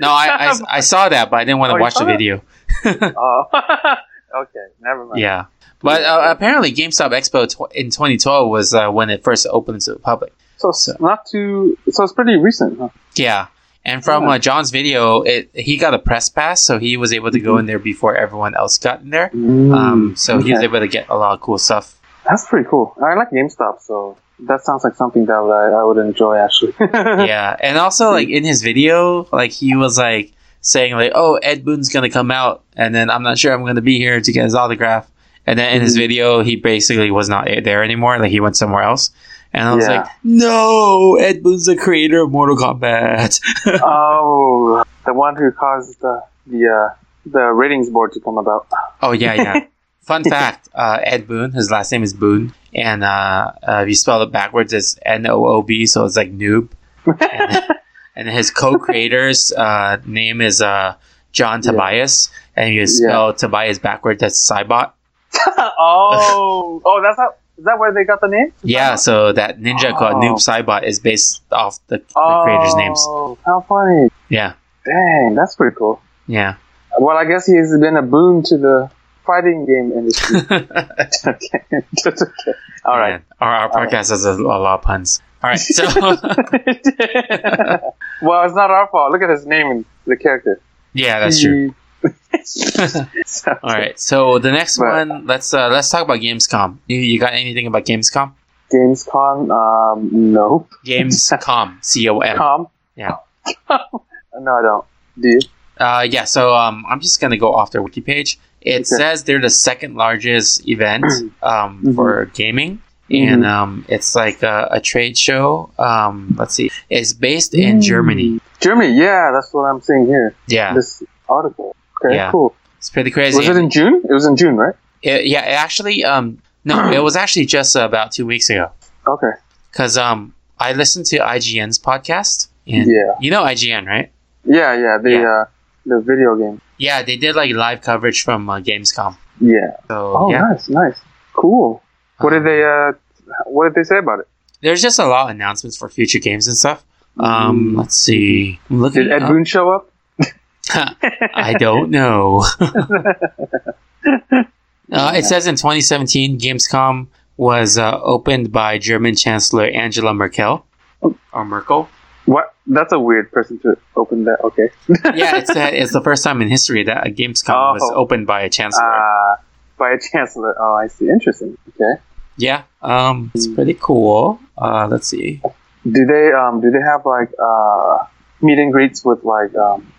S4: No, I, I, I saw that, but I didn't want
S5: Oh,
S4: to
S5: you
S4: watch
S5: saw
S4: the
S5: that?
S4: video.
S5: Oh. okay, never mind.
S4: Yeah. But uh, apparently, GameStop Expo tw- in 2012 was uh, when it first opened to the public.
S5: So it's
S4: So-
S5: not too. So it's pretty recent. Huh?
S4: Yeah. And from
S5: Yeah.
S4: uh, John's video, it, he got a press pass, so he was able to
S5: Mm-hmm.
S4: go in there before everyone else got in there. Um, so he was
S5: Mm. Okay.
S4: able to get a lot of cool stuff.
S5: That's pretty cool. I like GameStop, so that sounds like something that I, I would enjoy actually.
S4: yeah. And also, like, in his video, like, he was, like, saying, like, oh, Ed Boon's going to come out, and then I'm not sure I'm going to be here to get his autograph. And then in his
S5: Mhm.
S4: video, he basically was not there anymore. Like, he went somewhere else. And I was
S5: Yeah.
S4: like, no, Ed Boon's the creator of Mortal Kombat.
S5: oh, the one who caused the the uh, the ratings board to come about.
S4: oh, yeah, yeah. Fun fact uh, Ed Boon, his last name is Boone. And uh, uh, if you spell it backwards, it's N O O B, so it's like noob. and, and his co-creator's uh, name is uh, John
S5: Yeah.
S4: Tobias, and you
S5: Yeah.
S4: spell Tobias backwards. That's Cybot.
S5: oh, oh, that's how. Is that where they got the name?
S4: Yeah, so that ninja called
S5: Oh.
S4: Noob Cybot is based off the, the
S5: Oh,
S4: creators' names.
S5: How funny!
S4: Yeah,
S5: Dang, that's pretty cool.
S4: yeah.
S5: Well, I guess he's been a boon to the fighting game industry. okay, That's okay. All right.
S4: Man, Our, our
S5: All right.
S4: podcast has a, a lot of puns. All right, so
S5: well, it's not our fault. Look at his name and the character.
S4: yeah, that's true.
S5: So-
S4: All right, so the next
S5: But-
S4: one, let's uh, let's talk about Gamescom. You, you got anything about Gamescom?
S5: Gamescom, um, no.
S4: Gamescom, C O M.
S5: Com?
S4: Yeah.
S5: no, I don't. Do you?
S4: Uh, yeah, so um, I'm just gonna go off their wiki page. It
S5: Okay.
S4: says they're the second largest event um,
S5: Mhm.
S4: for gaming,
S5: Mm-hmm.
S4: and um, it's like a, a trade show. Um, let's see, it's based in
S5: Mm.
S4: Germany.
S5: Germany, yeah, that's what I'm seeing here.
S4: Yeah,
S5: This article. Okay,
S4: Yeah.
S5: cool.
S4: it's pretty crazy.
S5: Was it in June? It was in June, right?
S4: It- yeah, it actually, um, no, it was actually just about two weeks ago
S5: Okay.
S4: because um, I listened to IGN's podcast, and
S5: Yeah.
S4: you know IGN, right?
S5: Yeah, yeah, the,
S4: Yeah.
S5: Uh, the video game.
S4: Yeah, they did like live coverage from uh, Gamescom.
S5: Yeah.
S4: So
S5: Oh,
S4: yeah,
S5: nice, nice. Cool. What did
S4: Um,
S5: they, uh, what did they say about it?
S4: there's just a lot of announcements for future games and stuff. Um, let's see. I'm looking.
S5: Mm. Did Ed
S4: up-
S5: Boon show up?
S4: I don't know. uh, it says in 2017, Gamescom was uh, opened by German Chancellor Angela Merkel
S5: Oh.
S4: or Merkel.
S5: What? That's a weird person to open that. Okay.
S4: Yeah, it's uh, it's the first time in history that a Gamescom was
S5: Oh.
S4: opened by a chancellor.
S5: Uh, by a chancellor. Oh, I see. Interesting. Okay.
S4: yeah, um, it's pretty cool. Uh, let's see.
S5: Do they um do they have like uh meet and greets with like um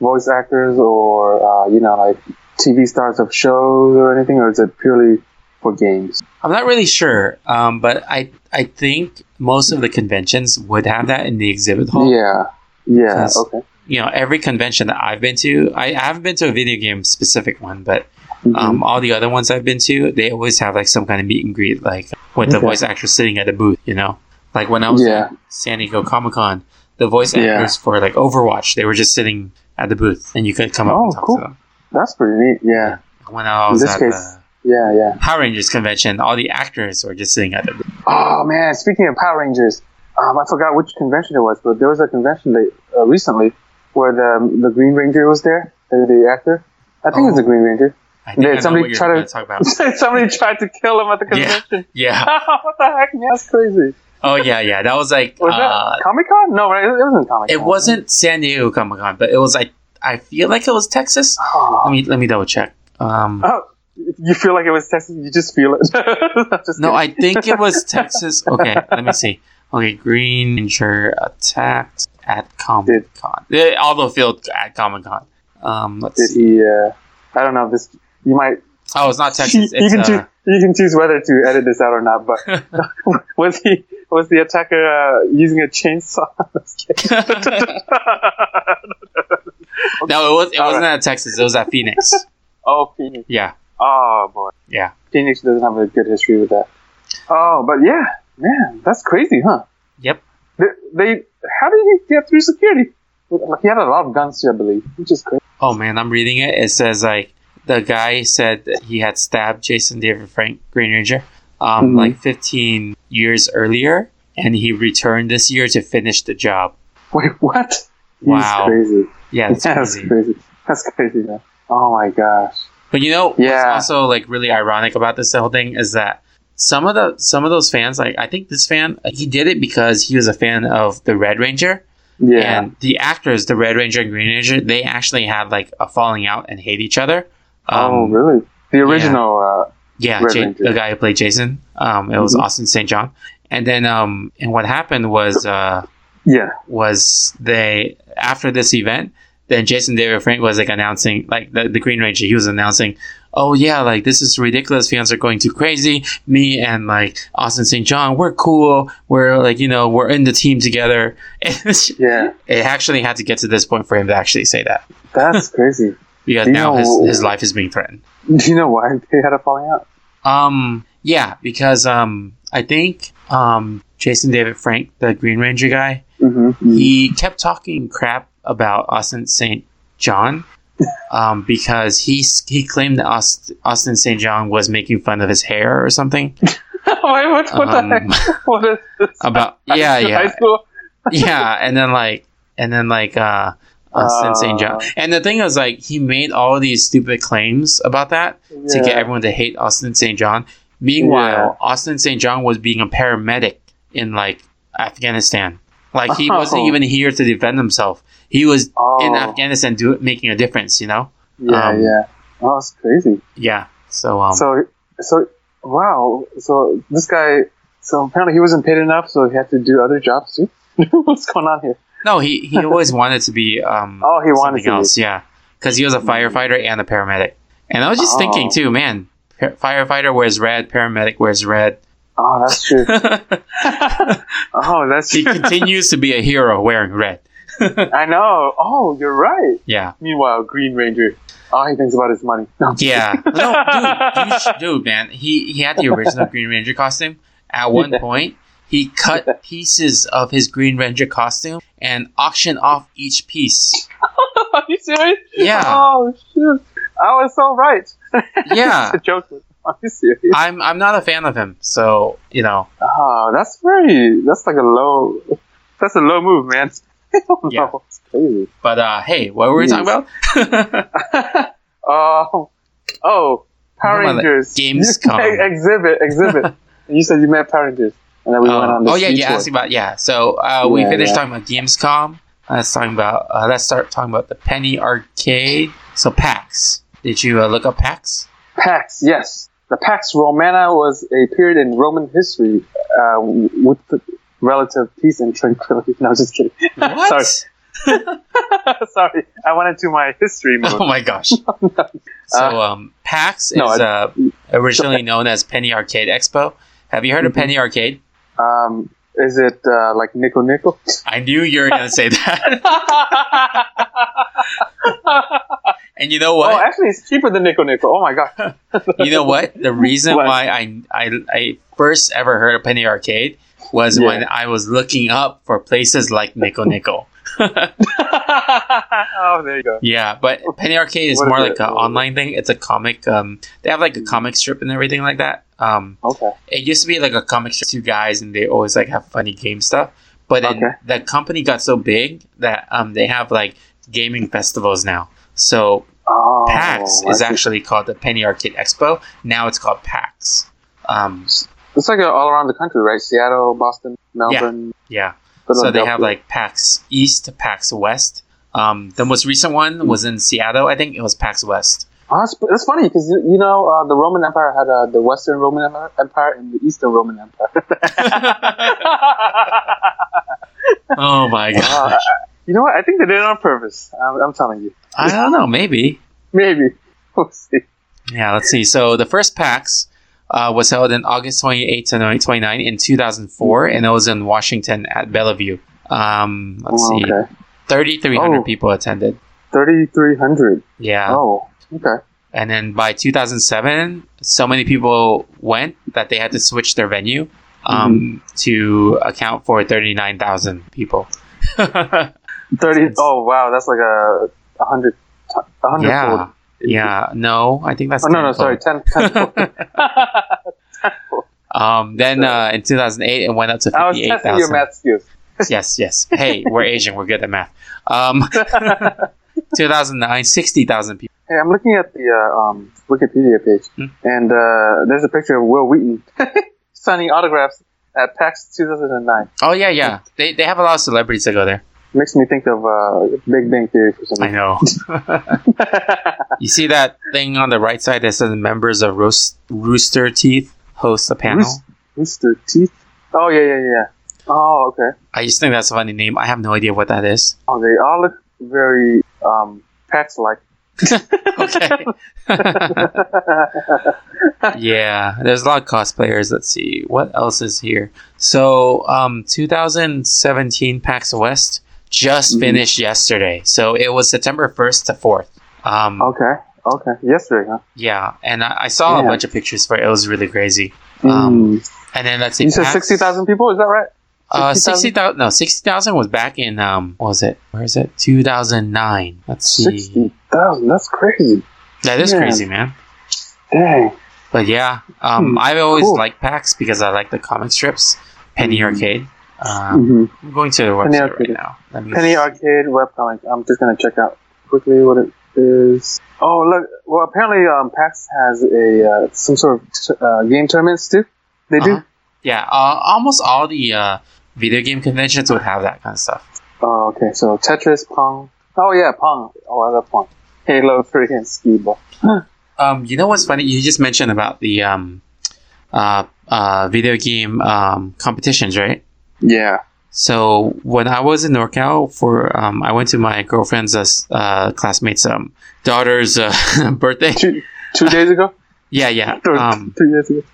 S5: voice actors or uh you know like TV stars of shows or anything or is it purely for games?
S4: I'm not really sure, um, but I I think most of the conventions would have that in the exhibit hall.
S5: Yeah. Yeah.
S4: Yes.
S5: Okay.
S4: You know, every convention that I've been to, I, I haven't been to a video game specific one, but
S5: Mhm.
S4: um, all the other ones I've been to, they always have like some kind of meet and greet, like with the
S5: Okay.
S4: voice actor sitting at the booth. You know, like when I was
S5: Yeah.
S4: at San Diego Comic Con, the voice
S5: Yeah.
S4: actors for like Overwatch, they were just sitting at the booth, and you could come up
S5: Oh,
S4: and talk
S5: cool.
S4: to them.
S5: That's pretty neat. Yeah.
S4: When I was
S5: In this
S4: at
S5: case-
S4: the
S5: Yeah. Yeah.
S4: Power Rangers convention, all the actors were just sitting at the booth.
S5: Oh man, speaking of Power Rangers, um, I forgot which convention it was, but there was a convention late, uh, recently where the the Green Ranger was there, the, the actor. I think it
S4: Oh.
S5: was the Green Ranger.
S4: I think
S5: Did
S4: I know
S5: somebody
S4: what you're
S5: try to-
S4: gonna talk about.
S5: Somebody tried to kill him at the
S4: Yeah.
S5: convention.
S4: Yeah.
S5: what the heck? Man, that's crazy.
S4: Oh yeah, yeah. That was like
S5: Was
S4: uh,
S5: that Comic Con? No, right? It it wasn't Comic Con.
S4: it wasn't San Diego Comic Con, but it was like I feel like it was Texas. Let
S5: Oh,
S4: me let me double check. Um,
S5: Oh, you feel like it was Texas. You just feel it. Just
S4: no,
S5: kidding.
S4: I think it was Texas. Okay, let me see. Okay, Green Ranger attacked at Comic Con. Eh, Aldo Field at Comic Con. Um, let's
S5: Did
S4: see.
S5: he? Uh, I don't know. This you might.
S4: Oh, it's not Texas.
S5: you
S4: It's
S5: can
S4: uh,
S5: choose. You can choose whether to edit this out or not. But was he? Was the attacker uh, using a chainsaw? Just kidding.
S4: uh, no, it was. It
S5: All
S4: wasn't at Texas. It was at Phoenix.
S5: oh, Phoenix.
S4: Yeah,
S5: Oh boy.
S4: yeah.
S5: Phoenix doesn't have a good history with that. Oh, but yeah, man, that's crazy, huh?
S4: Yep.
S5: They, they how did he get through security? Like, He had a lot of guns, too, I believe, which is crazy.
S4: Oh man, I'm reading it. It says like the guy said that he had stabbed Jason David Frank Green Ranger um,
S5: Mhm.
S4: like 15 years earlier, and he returned this year to finish the job.
S5: Wait, what?
S4: Wow.
S5: He's crazy.
S4: Yeah, that's
S5: Yeah,
S4: crazy.
S5: That's crazy, man. Oh my gosh.
S4: But you know,
S5: Yeah.
S4: what's also like really ironic about this whole thing is that some of the some of those fans, like I think this fan, he did it because he was a fan of the Red Ranger,
S5: Yeah.
S4: and the actors, the Red Ranger and Green Ranger, they actually had like a falling out and hate each other.
S5: oh,
S4: Um,
S5: really? The original, uh,
S4: Yeah,
S5: Red
S4: Ja-
S5: Ranger.
S4: the guy who played Jason. Um, it was
S5: Mhm.
S4: Austin St. John, and then um, and what happened was uh,
S5: yeah.
S4: was they after this event, then Jason David Frank was like announcing like the, the Green Ranger. He was announcing, "Oh yeah, like this is ridiculous. Fans are going too crazy. Me and like Austin St. John, we're cool. We're like you know we're in the team together." it
S5: Yeah.
S4: actually had to get to this point for him to actually say that
S5: That's crazy.
S4: because
S5: You
S4: now
S5: know-
S4: his his life is being threatened.
S5: Do you know why they had a falling out?
S4: Um, yeah, because um, I think um, Jason David Frank, the Green Ranger guy,
S5: Mm-hmm.
S4: he kept talking crap about Austin St. John, um, because he s- he claimed that Aust- Austin St. John was making fun of his hair or something.
S5: Wait, what, what
S4: Um,
S5: the heck? What is this?
S4: About yeah,
S5: High
S4: yeah,
S5: school?
S4: yeah, and then like and then like uh, Austin St. John,
S5: Uh.
S4: and the thing was like he made all these stupid claims about that, to
S5: Yeah.
S4: get everyone to hate Austin St. John. Meanwhile, Austin St. John was being a paramedic in like Afghanistan. Like he wasn't
S5: Oh.
S4: even here to defend himself. He was
S5: oh,
S4: in Afghanistan do, making a difference, you know?
S5: Yeah,
S4: um,
S5: yeah. Oh, that's crazy.
S4: Yeah. So um
S5: So, so wow. So this guy. So apparently he wasn't paid enough, so he had to do other jobs too. What's going on here?
S4: no, he he always wanted to be um
S5: Oh, he wanted
S4: something
S5: to be.
S4: else, yeah. Cuz he was a firefighter and a paramedic. And I was just thinking
S5: Oh.
S4: too, man, pa- firefighter wears red, paramedic wears red.
S5: Oh, that's true. oh, that's
S4: he
S5: true.
S4: continues to be a hero wearing red.
S5: I know. Oh, you're right.
S4: Yeah.
S5: Meanwhile, Green Ranger. Oh, he thinks about his money. No.
S4: Yeah, no, dude, you sh- dude, man, he he had the original Green Ranger costume. At one
S5: Yeah.
S4: point, he cut pieces of his Green Ranger costume and auctioned off each piece.
S5: Are you serious?
S4: Yeah.
S5: Oh shit! I was so right.
S4: Yeah,
S5: it's a joke. Are you serious?
S4: I'm I'm not a fan of him, so you know,
S5: Oh, that's very. That's like a low. That's a low move, man. oh, no.
S4: Yeah.
S5: It's crazy.
S4: but uh, hey, what were we talking about?
S5: Oh, oh, Power
S4: Remember that
S5: Rangers
S4: Gamescom.
S5: Ex- exhibit, exhibit. you said you met Power Rangers, and then we went on
S4: Um,
S5: this
S4: oh yeah,
S5: speech
S4: you asked
S5: tour.
S4: about yeah. So uh, we
S5: Yeah,
S4: finished
S5: yeah.
S4: talking about Gamescom. Let's talking about uh, let's start talking about the Penny Arcade. So PAX. Did you uh, look up PAX?
S5: Pax. Yes, the Pax Romana was a period in Roman history uh, with relative peace and tranquility. No, just kidding.
S4: What?
S5: Sorry, sorry. I went into my history mode.
S4: Oh my gosh. so um, PAX is
S5: Uh, No, I-
S4: uh, originally known as Penny Arcade Expo. Have you heard
S5: Mm-hmm.
S4: of Penny Arcade?
S5: Um, is it uh, like Nico Nico?
S4: I knew you were going to say that. and you know
S5: Oh,
S4: what?
S5: actually, it's cheaper than Nico Nico. Oh my god!
S4: You know what? The reason
S5: What?
S4: why I, I I first ever heard of Penny Arcade was
S5: Yeah.
S4: when I was looking up for places like Nickel Nickel.
S5: oh, there you go.
S4: Yeah, but Penny Arcade is
S5: What is
S4: more
S5: it?
S4: like an online thing. It's a comic. Um, they have like a comic strip and everything like that. Um,
S5: Okay.
S4: it used to be like a comic strip, two guys, and they always like have funny game stuff. But then
S5: Okay.
S4: the company got so big that um, they have like gaming festivals now. So
S5: Oh,
S4: PAX
S5: I
S4: is
S5: see.
S4: actually called the Penny Arcade Expo. Now it's called PAX. Um,
S5: it's like uh, all around the country, right? Seattle, Boston, Melbourne.
S4: yeah. So
S5: Philadelphia.
S4: they have like PAX East, PAX West. Um, the most recent one was in Seattle. I think it was PAX West.
S5: Oh, that's, that's funny because you know uh, the Roman Empire had uh, the Western Roman Empire- Empire and the Eastern Roman Empire.
S4: Oh my
S5: Uh,
S4: god!
S5: I- I- you know what? I think they did it on purpose. I'm, I'm telling you.
S4: I don't know. Maybe.
S5: Maybe. We'll see.
S4: Yeah. Let's see. So the first PAX uh, was held in August 28 to 29 in 2004, and it was in Washington at Bellevue. Um, let's
S5: Oh,
S4: see,
S5: okay.
S4: 3,300
S5: Oh.
S4: people attended.
S5: 3,300.
S4: Yeah.
S5: Oh, okay.
S4: And then by 2007, so many people went that they had to switch their venue um,
S5: Mm-hmm.
S4: to account for 39,000 people.
S5: 30.
S4: That's-
S5: Oh, wow. That's like a 100. t- a hundredfold.
S4: yeah. Yeah. No, I think that's.
S5: Oh, no, no, sorry.
S4: tenfold.
S5: 10. tenfold.
S4: Um, then uh, in 2008, it went up to
S5: I was testing your
S4: 58,000.
S5: math skills.
S4: Yes, yes. Hey, we're Asian. We're good at math. Um, 2009, 60,000 people.
S5: Hey, I'm looking at the uh, um, Wikipedia page,
S4: Hmm.
S5: and uh, there's a picture of Will Wheaton signing autographs at PAX 2009.
S4: Oh, yeah, yeah. They, they have a lot of celebrities that go there.
S5: Makes me think of uh, Big Bang Theory for some
S4: I
S5: reason.
S4: know. You see that thing on the right side that says members of Roos- Rooster Teeth host a panel?
S5: Roos- Rooster Teeth? Oh, yeah, yeah, yeah. Oh, okay.
S4: I just think that's a funny name. I have no idea what that is.
S5: Oh, they all look very um, PAX like.
S4: Okay. yeah, there's a lot of cosplayers. Let's see. What else is here? So, um, 2017 PAX West just
S5: Mhm.
S4: finished yesterday. So it was September 1st to 4th. Um,
S5: Okay, okay. Yesterday, huh?
S4: Yeah, and I, I saw a
S5: Yeah.
S4: bunch of pictures for it. It was really crazy. Um,
S5: Mm.
S4: And then let's see.
S5: you said
S4: PAX-
S5: 60,000 people, is that right?
S4: Uh,
S5: 60,000?
S4: sixty thousand. No, sixty thousand was back in um. What was it? Where is it? Two thousand nine. Let's see.
S5: 60,000, that's crazy.
S4: That is
S5: Yeah.
S4: crazy, man.
S5: Dang.
S4: But yeah, um,
S5: Hmm,
S4: I've always
S5: cool.
S4: liked PAX because I like the comic strips. Penny
S5: Mhm.
S4: Arcade. Um,
S5: hmm
S4: I'm going to the
S5: Penny
S4: website right
S5: Arcade.
S4: now. Let me
S5: Penny
S4: see.
S5: Arcade webcomic. I'm just gonna check out quickly what it is. Oh look! Well, apparently um, PAX has a uh, some sort of t- uh, game tournaments too. They do.
S4: Uh-huh. Yeah, uh, almost all the uh, video game conventions would have that kind of stuff.
S5: Oh, okay. So Tetris, Pong. Oh yeah, Pong. Oh, I love Pong. Halo Three and Ski Ball.
S4: Um, you know what's funny? You just mentioned about the um, uh, uh, video game um, competitions, right?
S5: Yeah.
S4: So when I was in NorCal for, um, I went to my girlfriend's uh, s- uh, classmate's um, daughter's uh, birthday.
S5: Two two days ago.
S4: Yeah, yeah.
S5: Or
S4: Um,
S5: two days ago.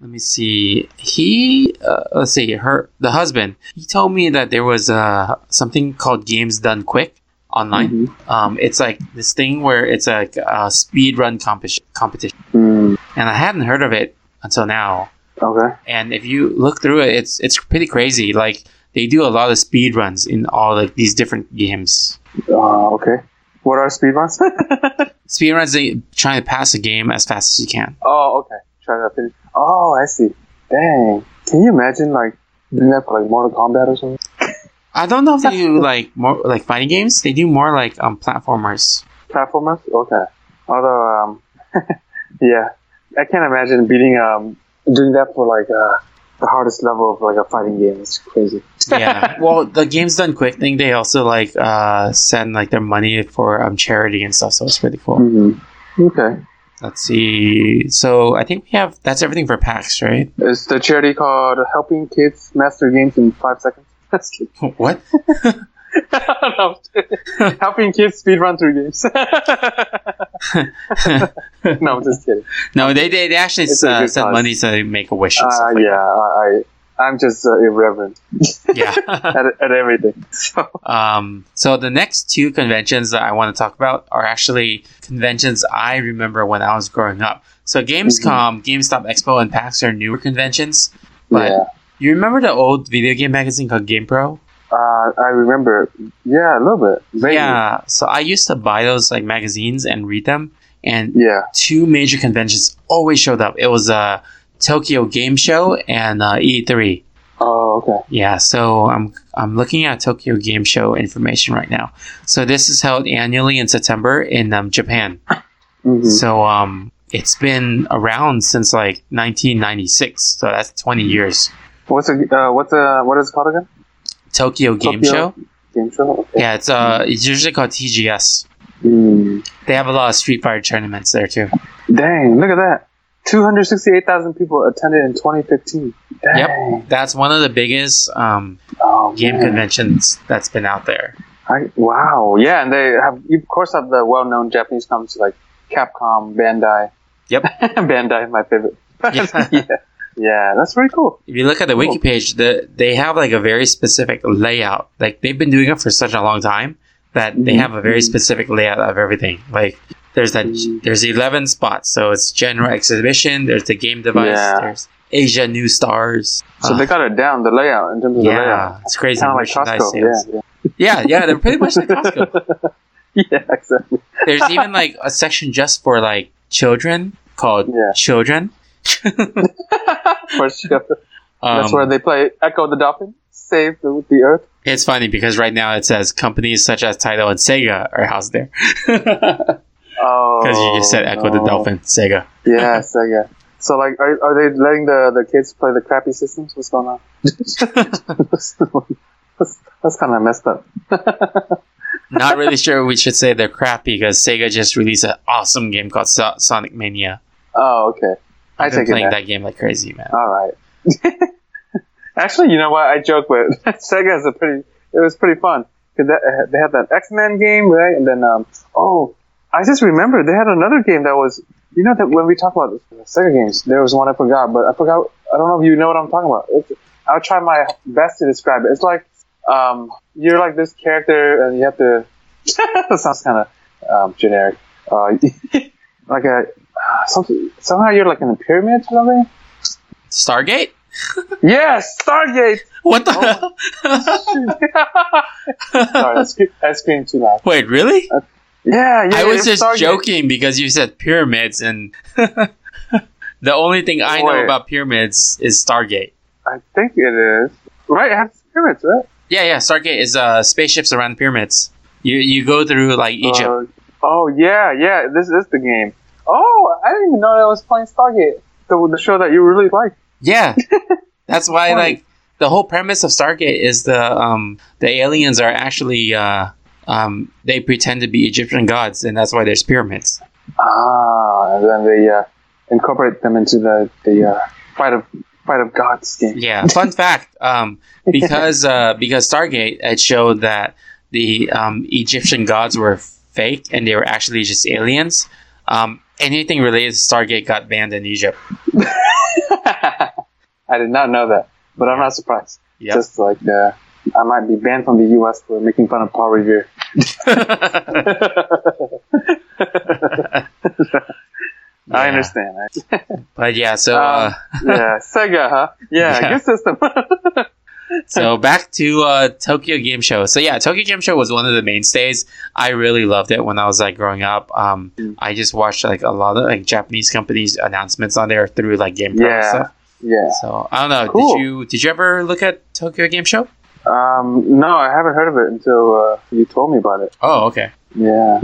S4: let me see. He, uh, let's see, her, the husband. He told me that there was uh, something called Games Done Quick online.
S5: Mhm.
S4: Um, it's like this thing where it's like a speed run compi- competition,
S5: Mm,
S4: and I hadn't heard of it until now.
S5: okay.
S4: and if you look through it, it's it's pretty crazy. Like they do a lot of speed runs in all like these different games.
S5: Uh, okay. What are speed runs?
S4: Speed runs, they try to pass a game as fast as you can.
S5: oh, okay. Try to finish. Oh, I see. Dang. Can you imagine like doing that for like Mortal Kombat or something?
S4: I don't know if they do like more like fighting games. They do more like um platformers.
S5: platformers? Okay. Although, um, yeah, I can't imagine beating, um, doing that for like, uh, the hardest level of like a fighting game. It's crazy.
S4: Yeah. well, the games done quick thing. They also like uh send like their money for um charity and stuff. So it's pretty cool.
S5: Mm-hmm. Okay.
S4: Let's see. So I think we have that's everything for PAX, right?
S5: It's the charity called Helping Kids Master Games in Five Seconds. That's cute.
S4: What?
S5: No, I'm Helping kids speedrun through games. no, I'm just kidding.
S4: No, they they, they actually
S5: It's a
S4: uh,
S5: good
S4: sent
S5: cause.
S4: money to make a wish. and
S5: Uh,
S4: stuff like
S5: yeah, I, I, I'm just uh, irreverent
S4: that. yeah.
S5: at, at everything. So,
S4: Um, so the next two conventions that I want to talk about are actually conventions I remember when I was growing up. So Gamescom, GameStop Expo, and PAX are newer conventions. But
S5: yeah.
S4: you remember the old video game magazine called GamePro?
S5: Uh, I remember. Yeah, a little bit. Vaguely.
S4: Yeah. So I used to buy those like magazines and read them. And
S5: Yeah.
S4: two major conventions always showed up. It was uh, Tokyo Game Show and uh, E3.
S5: Oh, okay.
S4: Yeah, so I'm I'm looking at Tokyo Game Show information right now. So this is held annually in September in um, Japan.
S5: Mhm.
S4: So um, it's been around since like 1996. So that's 20 years.
S5: What's a, uh, what's a, what is it called again?
S4: Tokyo Game
S5: Tokyo-
S4: Show.
S5: Game show? Okay.
S4: Yeah, it's uh, it's usually called TGS.
S5: Mm.
S4: They have a lot of Street Fighter tournaments there too.
S5: Dang, look at that. 268,000 people attended in 2015. Dang.
S4: Yep, that's one of the biggest um,
S5: Oh,
S4: game
S5: man.
S4: conventions that's been out there.
S5: I, wow. Yeah, and they have, you of course have the well-known Japanese companies like Capcom, Bandai.
S4: Yep.
S5: Bandai, my favorite.
S4: Yeah.
S5: yeah. Yeah, that's really cool.
S4: if you look at the
S5: Oh.
S4: wiki page, the, they have like a very specific layout. Like they've been doing it for such a long time that they
S5: Mm-hmm.
S4: have a very specific layout of everything. Like there's that there's eleven spots, so it's general exhibition. There's the game device.
S5: Yeah.
S4: There's Asia New Stars.
S5: So
S4: Uh,
S5: they got it down, the layout, in terms of the layout.
S4: yeah, it's crazy.
S5: Kind of like
S4: merchandise
S5: Costco.
S4: sales.
S5: Yeah,
S4: Yeah. yeah, they're pretty much like Costco.
S5: yeah. yeah, exactly.
S4: There's even like a section just for like children called
S5: Yeah.
S4: Children.
S5: For sure.
S4: Um,
S5: That's where they play Echo the Dolphin, Save the, the Earth.
S4: It's funny because right now it says companies such as Taito and Sega are housed there. Because
S5: Oh,
S4: you just said Echo the
S5: no.
S4: Dolphin, Sega.
S5: Yeah, Sega. So like, are, are they letting the, the kids play the crappy systems? What's going on? that's that's kind of messed up.
S4: Not really sure we should say they're crappy because Sega just released an awesome game called so- Sonic Mania.
S5: Oh, okay. I
S4: I've been
S5: take it
S4: playing
S5: back.
S4: that game like crazy, man.
S5: All right. Actually, you know what? I joke with Sega is a pretty. It was pretty fun because they had that X Men game, right? And then um, oh, I just remember they had another game that was. You know that when we talk about Sega games, there was one I forgot, but I forgot. I don't know if you know what I'm talking about. It's, I'll try my best to describe it. It's like um, you're like this character, and you have to. that sounds kind of um, generic. Uh, like a uh, something, somehow you're like in a pyramid or something.
S4: Stargate?
S5: Yes, Stargate.
S4: What
S5: Oh.
S4: the hell?
S5: Sorry, I, scre- I screamed too loud.
S4: Wait, really?
S5: Uh, Yeah, yeah.
S4: I was
S5: it's
S4: just
S5: Stargate.
S4: joking because you said pyramids, and the only thing I know
S5: Wait.
S4: about pyramids is Stargate.
S5: I think it is right. It has pyramids, right?
S4: Yeah, yeah. Stargate is uh, spaceships around the pyramids. You you go through like Egypt.
S5: Uh, oh yeah, yeah. This is the game. Oh, I didn't even know that I was playing Stargate, the, the show that you really like.
S4: yeah, that's why
S5: Right.
S4: like the whole premise of Stargate is the um the aliens are actually uh um they pretend to be Egyptian gods, and that's why there's pyramids.
S5: Ah, and then they uh, incorporate them into the the uh, fight of fight of gods game.
S4: Yeah. Fun fact. Um, because uh because Stargate it showed that the um Egyptian gods were fake and they were actually just aliens. Um, anything related to Stargate got banned in Egypt.
S5: I did not know that, but I'm not surprised.
S4: Yep.
S5: Just like uh, I might be banned from the U.S. for making fun of Paul Revere. I
S4: Yeah.
S5: understand. I-
S4: But yeah, so uh,
S5: Um, yeah, Sega, huh? Yeah,
S4: Yeah.
S5: good system.
S4: so back to uh, Tokyo Game Show. So yeah, Tokyo Game Show was one of the mainstays. I really loved it when I was like growing up. Um,
S5: Mm.
S4: I just watched like a lot of like Japanese companies announcements on there through like GamePro
S5: Yeah.
S4: and stuff.
S5: yeah.
S4: So I don't know.
S5: Cool.
S4: Did you did you ever look at Tokyo Game Show?
S5: Um, no, I haven't heard of it until uh, you told me about it.
S4: Oh, okay.
S5: Yeah.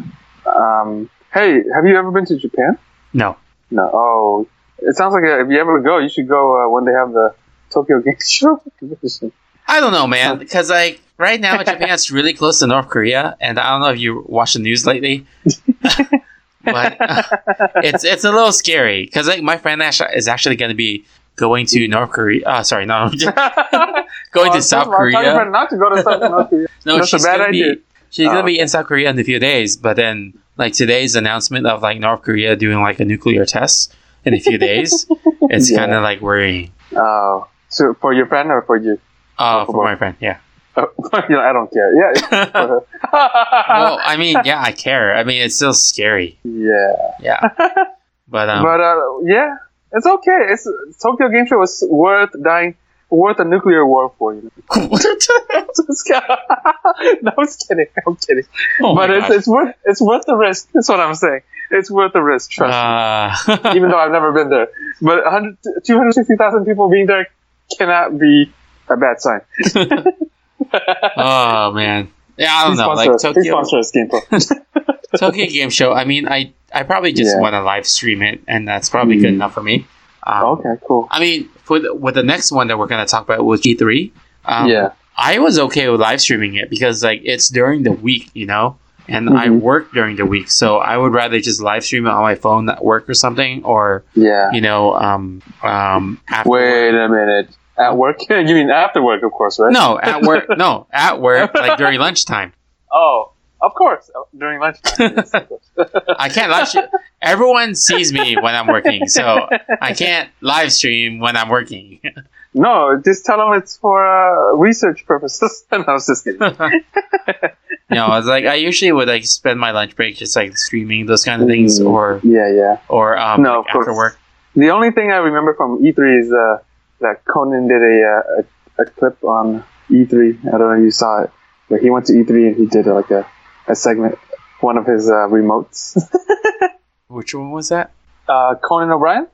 S5: Um, hey, have you ever been to Japan?
S4: No.
S5: No. Oh, it sounds like uh, if you ever go, you should go uh, when they have the Tokyo Game Show. Convention.
S4: I don't know, man. Because like right now, Japan's really close to North Korea, and I don't know if you watch the news lately, but uh, it's it's a little scary. Because like my friend Ash is actually going to be going to North Korea. Ah, sorry, no, going
S5: Well,
S4: to South
S5: first of all, I'm telling
S4: Korea.
S5: her not to go to South North Korea.
S4: No,
S5: That's a
S4: she's
S5: bad
S4: gonna
S5: idea.
S4: be she's gonna
S5: Oh.
S4: be in South Korea in a few days. But then, like today's announcement of like North Korea doing like a nuclear test in a few days, it's
S5: Yeah.
S4: kind of like worrying.
S5: Oh, so for your friend or for you?
S4: Uh,
S5: Oh,
S4: for
S5: boy.
S4: my friend, yeah.
S5: Oh, you know, I don't care. Yeah. it's for her.
S4: well, I mean, yeah, I care. I mean, it's still scary.
S5: yeah.
S4: Yeah, but um,
S5: But uh, yeah, it's okay. It's Tokyo Game Show was worth dying, worth a nuclear war for you. Just kidding. no, I'm just kidding. I'm kidding.
S4: Oh my
S5: but it's,
S4: gosh.
S5: it's worth it's worth the risk. That's what I'm saying. It's worth the risk. Trust me.
S4: uh,
S5: even though I've never been there. But 100 260,000 people being there cannot be a bad sign.
S4: oh man, yeah, I don't
S5: Please
S4: know.
S5: sponsor
S4: Like
S5: us. Please
S4: Tokyo,
S5: sponsor us, GamePro.
S4: Tokyo Game Show. I mean, I I probably just
S5: Yeah.
S4: want to live stream it, and that's probably
S5: Mm.
S4: good enough for me. Um,
S5: okay, cool.
S4: I mean, for the, with the next one that we're gonna talk about with E three, um,
S5: yeah.
S4: I was okay with live streaming it because like it's during the week, you know, and I
S5: Mhm.
S4: work during the week, so I would rather just live stream it on my phone at work or something, or
S5: Yeah.
S4: you know, um, um, after
S5: Wait a minute. At work? you mean after work, of course, right?
S4: No, at work. No, at work. Like during lunchtime.
S5: Oh, of course. uh, During lunchtime. yes, of course.
S4: I can't live stream. Everyone sees me when I'm working, so uh, I can't live stream when I'm working.
S5: no, just tell them it's for uh, research purposes. no, I was just kidding.
S4: you know, I was like, I usually would like spend my lunch break just like streaming those kind of things,
S5: Mm.
S4: or
S5: Yeah, yeah.
S4: or um,
S5: No,
S4: like,
S5: of
S4: after
S5: course.
S4: work.
S5: The only thing I remember from E3 is uh, that Conan did a, uh, a a clip on E3. I don't know if you saw it, but he went to E3 and he did like a, a segment, one of his uh, remotes.
S4: Which one was that?
S5: uh, Conan O'Brien.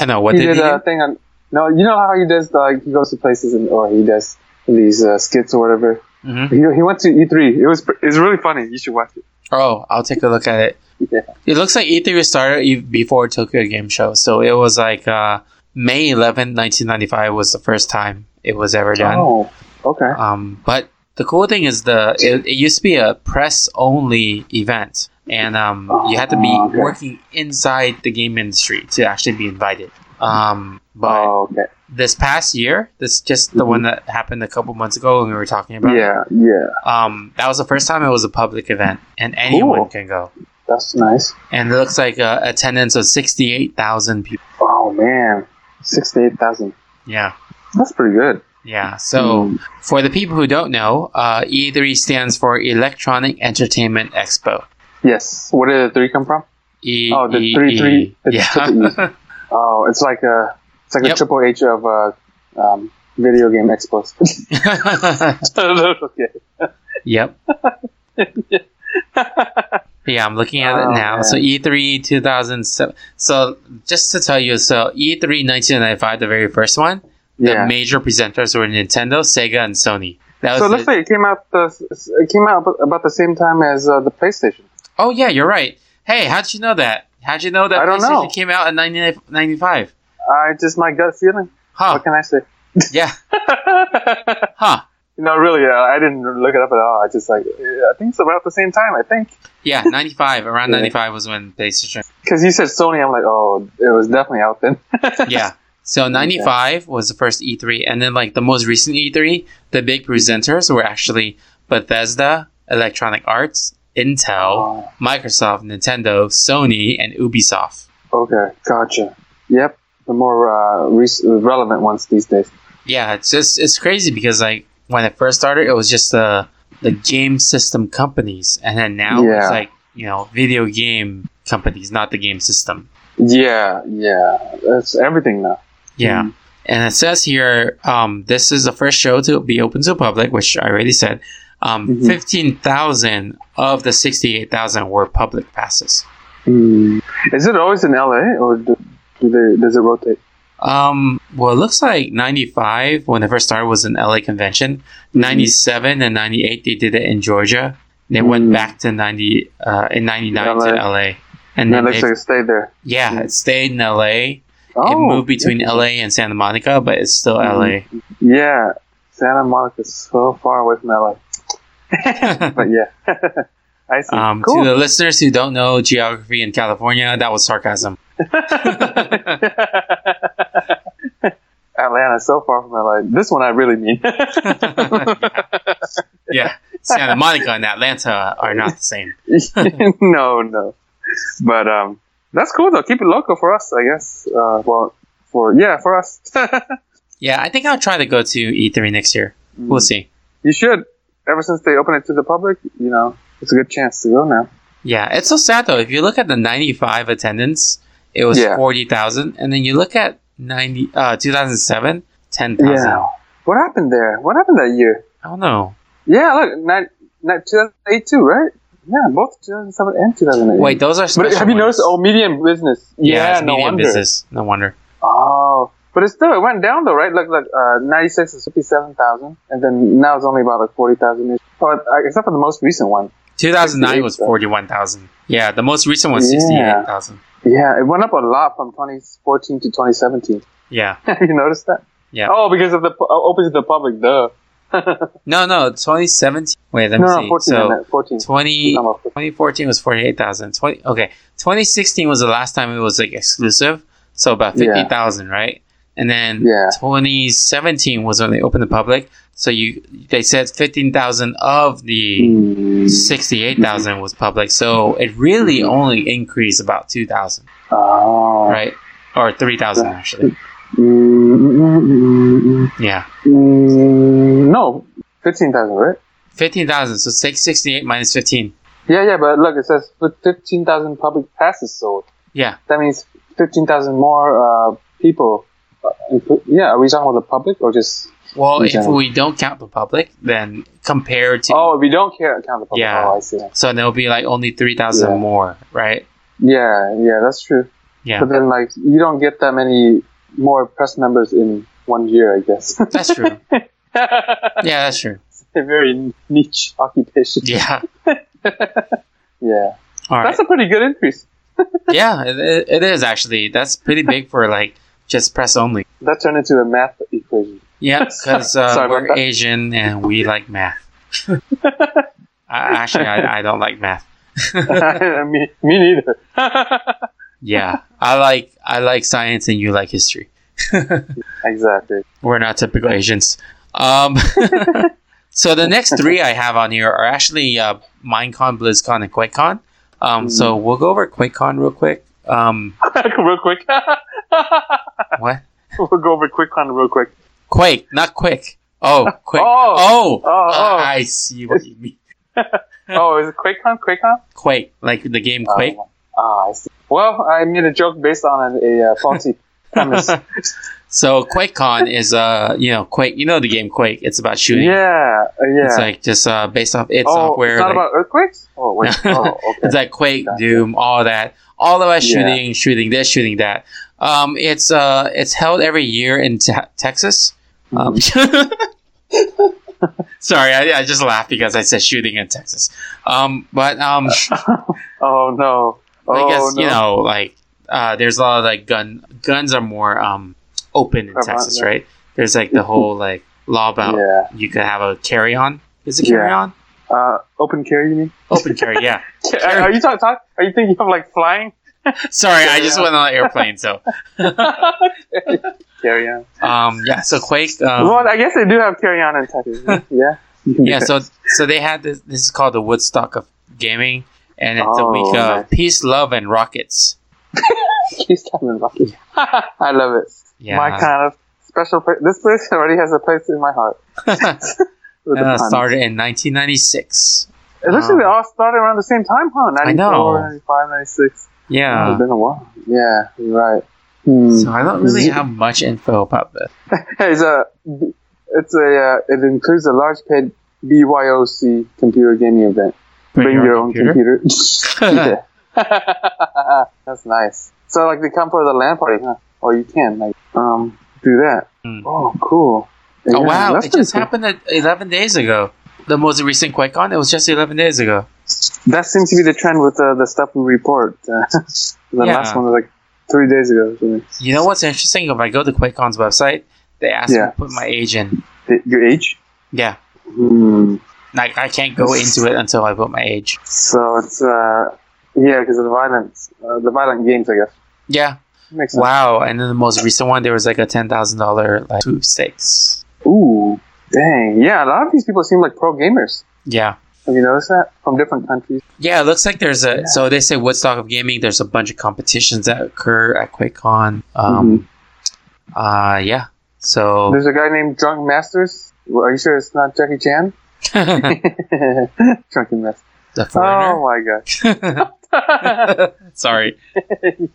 S4: I know. What
S5: he
S4: did,
S5: did uh,
S4: he
S5: a
S4: do?
S5: thing on. No, you know how he does like he goes to places and or he does these uh, skits or whatever.
S4: Mhm.
S5: He, he went to E3. It was pr- it's really funny. You should watch it.
S4: Oh, I'll take a look at it.
S5: Yeah.
S4: It looks like E3 started e- before Tokyo Game Show, so it was like uh, May 11, 1995 was the first time it was ever done.
S5: Oh, okay.
S4: Um, but the cool thing is the it, it used to be a press only event, and um, you had to be
S5: Oh, okay.
S4: working inside the game industry to actually be invited. Um, but
S5: Oh, okay.
S4: this past year, this just the one that happened a couple months ago when we were talking about. it,
S5: Yeah, yeah.
S4: Um, that was the first time it was a public event, and anyone
S5: Cool.
S4: can go.
S5: That's nice.
S4: And it looks like uh, attendance of sixty eight thousand people.
S5: Oh man, sixty-eight thousand.
S4: Yeah.
S5: That's pretty good.
S4: Yeah, so
S5: Mm.
S4: for the people who don't know, uh, E3 stands for Electronic Entertainment Expo.
S5: Yes. Where did the three come from?
S4: E-
S5: Oh, the
S4: E-
S5: three-
S4: E.
S5: three- the triple E.
S4: Yeah.
S5: Oh, it's like a it's like a
S4: Yep.
S5: triple H of uh, um, video game expos. okay.
S4: yep. yeah, I'm looking at
S5: Oh,
S4: it now.
S5: man.
S4: So E E3 2007. So just to tell you, so E E3 1995, the very first one, the
S5: Yeah.
S4: major presenters were Nintendo, Sega, and Sony. That
S5: So it
S4: was
S5: looks
S4: it.
S5: like it came out the it came out about the same time as uh, the PlayStation.
S4: oh yeah, you're right. Hey, how'd you know that? How'd you know that
S5: I don't
S4: PlayStation
S5: know.
S4: came out in 1995?
S5: I just my gut feeling.
S4: Huh?
S5: What can I say?
S4: Yeah. Huh?
S5: no, really, uh, I didn't look it up at all. I just like I think it's about the same time. I think
S4: Yeah, 95. Around
S5: Yeah.
S4: 95 was when PlayStation.
S5: because you said Sony, I'm like, oh, it was definitely out then.
S4: Yeah. So 95 was the first E3. And then, like, the most recent E3, the big presenters were actually Bethesda, Electronic Arts, Intel,
S5: Oh,
S4: Microsoft, Nintendo, Sony, and Ubisoft.
S5: okay, gotcha. Yep, the more uh, rec- relevant ones these days.
S4: Yeah, it's just, it's crazy because, like, when it first started, it was just the, the game system companies. And then now
S5: Yeah.
S4: it's like, you know, video game companies, not the game system.
S5: Yeah, yeah. That's everything now.
S4: Yeah. And it says here, um, this is the first show to be open to the public, which I already said. Um,
S5: Mhm.
S4: 15,000 of the 68,000 were public passes.
S5: Mm. Is it always in LA or do, do they, does it rotate?
S4: Um, well, it looks like 95, when the first started, was an LA convention.
S5: Mm-hmm.
S4: 97 and 98, they did it in Georgia. They went
S5: Mm.
S4: back to 90, uh, in 99 to
S5: LA.
S4: LA. And
S5: And
S4: then
S5: it looks
S4: they-
S5: like it stayed there.
S4: yeah, it stayed in LA.
S5: Oh,
S4: it moved between LA and Santa Monica, but it's still
S5: Mhm. yeah. Santa Monica's so far away from LA,
S4: LA.
S5: but yeah, I see.
S4: Um,
S5: cool.
S4: To the listeners who don't know geography in California, that was sarcasm.
S5: that's so far from LA. This one I really mean.
S8: yeah, Santa Monica and Atlanta are not the same.
S5: no, no. But um, that's cool though. Keep it local for us, I guess. Uh, well, for yeah, for us.
S4: Yeah, I think I'll try to go to E3 next year. We'll see.
S5: you should. Ever since they opened it to the public, you know, it's a good chance to go now.
S4: Yeah, it's so sad though. If you look at the 95 attendance, it was
S5: Yeah.
S4: 40,000. And then you look at 90, uh, 2007, 10,000.
S5: Yeah. What happened there? What happened that year?
S4: I don't know.
S5: Yeah, look, nine, nine, 2008 too, right? Yeah, both 2007 and 2008.
S4: Wait, those are
S5: but
S4: special
S5: have you
S4: ones.
S5: noticed? Oh, medium business.
S4: Yeah, it's
S5: no
S4: media
S5: wonder.
S4: business. No wonder.
S5: Oh, but it still it went down though, right? Like like uh, ninety six is fifty seven thousand, and then now it's only about like forty thousand ish. Oh, uh, except for the most recent one.
S4: 2009 was
S5: 68,000.
S4: 41,000. Yeah, the most recent was
S5: Yeah.
S4: 68,000.
S5: Yeah, it went up a lot from twenty fourteen to twenty seventeen.
S4: Yeah.
S5: Have you noticed that?
S4: Yeah.
S5: Oh, because of the pu- oh, open to the public. Duh.
S4: No, no, 2017. Wait, let me
S5: No,
S4: see.
S5: no, fourteen.
S4: so,
S5: no, fourteen.
S4: 20,
S5: No, no,
S4: 2014 was 48,000. 20, okay. 2016 was the last time it was like exclusive. So about
S5: Yeah.
S4: 50,000, right? And then
S5: Yeah.
S4: 2017 was when they opened the public. So you they said 15,000 of the
S5: Mm.
S4: 68,000 was public. So it really only increased about 2,000,
S5: Oh.
S4: right? Or 3,000 actually.
S5: Mm, mm, mm, mm, mm,
S4: Yeah.
S5: mm. No, fifteen thousand, right?
S4: 15,000. So 668 minus 15.
S5: Yeah, yeah, but look, it says fif- 15,000 public passes sold.
S4: Yeah.
S5: That means 15,000 more uh, people. Uh, inclu- Yeah, are we talking about the public or just.
S4: Well, if
S5: Exactly.
S4: we don't count the public, then compared to
S5: Oh, we don't care count the public.
S4: Yeah.
S5: Oh, I see.
S4: So there'll be like only 3,000
S5: Yeah.
S4: more, right?
S5: Yeah, yeah, that's true.
S4: Yeah.
S5: But then, like, you don't get that many more press members in one year, I guess.
S4: That's true. Yeah, that's true.
S5: A very niche occupation.
S4: Yeah.
S5: Yeah.
S4: All right.
S5: That's a pretty good increase.
S4: yeah, it, it- it is actually. That's pretty big for like just press only.
S5: That turned into a math equation.
S4: Yeah, because uh,
S5: Sorry about
S4: we're
S5: that.
S4: Asian and we like math. I, actually, I, I don't like math.
S5: me, me neither.
S4: Yeah, I like I like science and you like history.
S5: Exactly.
S4: We're not typical Asians. Um, so the next three I have on here are actually uh, Minecon, BlizzCon, and QuakeCon. Um, So
S5: Mm.
S4: we'll go over QuakeCon real quick. Um,
S5: Real quick.
S4: what?
S5: we'll go over quick on real quick.
S4: Quake, not quick. Oh, quick.
S5: Oh,
S4: oh,
S5: oh,
S4: uh,
S5: oh.
S4: I see what you mean.
S5: Oh, is it QuakeCon? QuakeCon?
S4: Quake, like the game Quake.
S5: Oh, ah, I see. Well, I made a joke based on a, uh, faulty premise.
S4: So QuakeCon is uh, you know, Quake. You know the game Quake. It's about shooting.
S5: yeah, uh, yeah.
S4: It's like just uh, based off its
S5: oh,
S4: software.
S5: it's not
S4: like-
S5: about earthquakes? Oh, wait. oh, okay.
S4: It's like Quake,
S5: Gotcha.
S4: Doom, all that. All of us
S5: Yeah.
S4: shooting, shooting this, shooting that. Um, it's uh, it's held every year in te- Texas. Um,
S5: Mm-hmm.
S4: sorry, I, I just laughed because I said shooting in Texas. Um, but um,
S5: oh, no. Uh, Oh,
S4: I guess
S5: no.
S4: you know, like uh, there's a lot of like gun guns are more um open in
S5: Prevalent,
S4: Texas,
S5: yeah.
S4: right? There's like the whole like law about
S5: Yeah.
S4: you could have a carry on. Is it
S5: Yeah.
S4: carry on?
S5: Uh, open carry, you mean?
S4: Open carry, yeah.
S5: Are, are you talking? Talk, are you thinking of like flying?
S4: Sorry, I
S5: Carry
S4: just
S5: on.
S4: went on an airplane, so
S5: Carry on.
S4: um, yeah. So Quake, um,
S5: well, I guess they do have carry on in Texas. yeah.
S4: yeah. So so they had this. This is called the Woodstock of gaming, and it's a
S5: Oh,
S4: week
S5: nice.
S4: of peace, love, and rockets.
S5: He's talking about it. I love it.
S4: Yeah.
S5: My kind of special place. This place already has a place in my heart. With the
S4: Uh,
S5: puns.
S4: started in 1996.
S5: It looks like they all started around the same time, huh?
S4: Um, I
S5: 94,
S4: know.
S5: 95, 96.
S4: Yeah.
S5: it's been a while. Yeah, you're right. Hmm.
S4: So I don't really have much info about this.
S5: it's a, it's a, uh, it includes a large paid BYOC computer gaming event. Bring, your, own computer. Yeah. That's nice. So like they come for the LAN party, huh? Or you can like um do that.
S4: Hmm.
S5: Oh, cool.
S4: Oh
S5: Yeah,
S4: wow!
S5: that's
S4: It just
S5: pretty cool.
S4: happened at 11 days ago. The most recent QuakeCon. It was just 11 days ago.
S5: That seems to be the trend with uh, the stuff we report. Uh, the
S4: Yeah.
S5: last one was like three days ago. or something.
S4: You know what's interesting? If I go to QuakeCon's website, they ask me
S5: Yeah.
S4: to put my age in.
S5: Y- Your age?
S4: Yeah.
S5: Hmm.
S4: Like I can't go into it until I put my age.
S5: So it's uh yeah, because of the violence, uh, the violent games, I guess.
S4: Yeah.
S5: Makes sense.
S4: Wow. And then the most recent one, there was like a ten thousand dollar like two stakes.
S5: Ooh, dang. Yeah, a lot of these people seem like pro gamers.
S4: Yeah.
S5: Have you noticed that? From different countries.
S4: Yeah, it looks like there's a so they say Woodstock of gaming. There's a bunch of competitions that occur at QuakeCon. Um, uh, yeah. So Oh.
S5: There's a guy named Drunk Masters. Well, Are you sure it's not Jackie Chan?
S4: the
S5: Drunken Masters. Oh
S4: foreigner.
S5: my gosh.
S4: Sorry,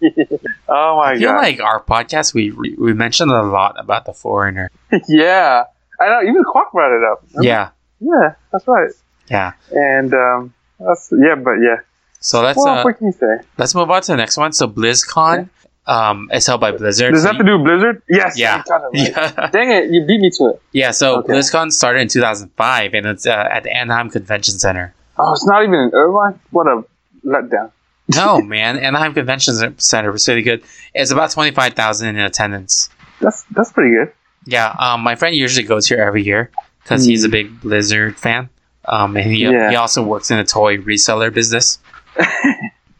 S5: oh my
S4: I feel
S5: god.
S4: like our podcast we we mentioned a lot about the foreigner.
S5: yeah. I know, even Quack brought it up.
S4: Yeah,
S5: Yeah, that's right.
S4: yeah.
S5: And um that's yeah, but yeah.
S4: So let's
S5: well,
S4: uh,
S5: what can you say?
S4: let's move on to the next one. So BlizzCon, um, it's held by Blizzard.
S5: Does that have to do with Blizzard? Yes.
S4: Yeah.
S5: you got it right.
S4: yeah.
S5: Dang it, you beat me to it.
S4: yeah. So
S5: Okay.
S4: BlizzCon started in 2005, and it's uh, at the Anaheim Convention Center.
S5: Oh, it's not even in Irvine? What a letdown.
S4: No, man. Anaheim Convention Center was really good. It's about 25,000 in attendance.
S5: That's that's pretty good.
S4: Yeah, um, my friend usually goes here every year because he's a big Blizzard fan. Um, and he,
S5: Hmm. Yeah.
S4: he also works in a toy reseller business.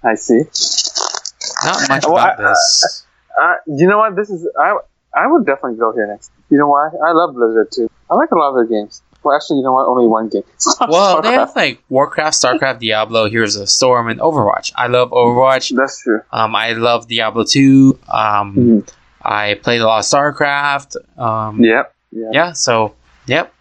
S5: I see.
S4: Not much
S5: Well,
S4: about
S5: I-
S4: this.
S5: Uh, you know what? This is I. I would definitely go here next. You know why? I love Blizzard too. I like a lot of their games. Well, actually, you know what? Only one game.
S4: well, they have like Warcraft, Starcraft, Diablo, Heroes of the Storm, and Overwatch. I love Overwatch.
S5: that's true.
S4: Um, I love Diablo 2. Um,
S5: Mhm.
S4: I played a lot of Starcraft. Um,
S5: Yep. Yeah.
S4: yeah, so, yep.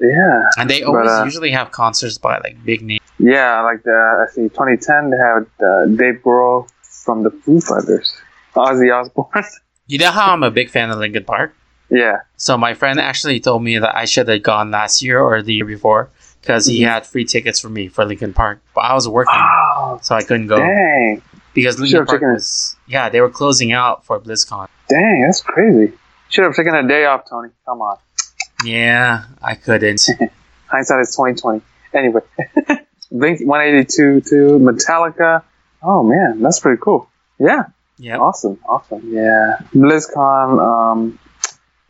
S5: Yeah.
S4: And they
S5: But,
S4: always
S5: uh,
S4: usually have concerts by like big names.
S5: Yeah. Like the I see 2010 they had uh, Dave Grohl from the Foo Fighters, Ozzy Osbourne.
S4: You know how I'm a big fan of Linkin Park?
S5: yeah.
S4: So my friend actually told me that I should have gone last year or the year before because
S5: Mm-hmm.
S4: he had free tickets for me for Linkin Park, but I was working,
S5: Oh,
S4: so I couldn't go
S5: dang,
S4: because Linkin
S5: Should've
S4: Park
S5: taken it.
S4: was yeah they were closing out for BlizzCon.
S5: dang, that's crazy. Should have taken a day off, Tony. Come on.
S4: Yeah, I couldn't.
S5: Hindsight is twenty twenty. Anyway, Blink one eighty two to Metallica. Oh man, that's pretty cool. Yeah,
S4: Yeah,
S5: awesome, awesome. Yeah, BlizzCon. Um,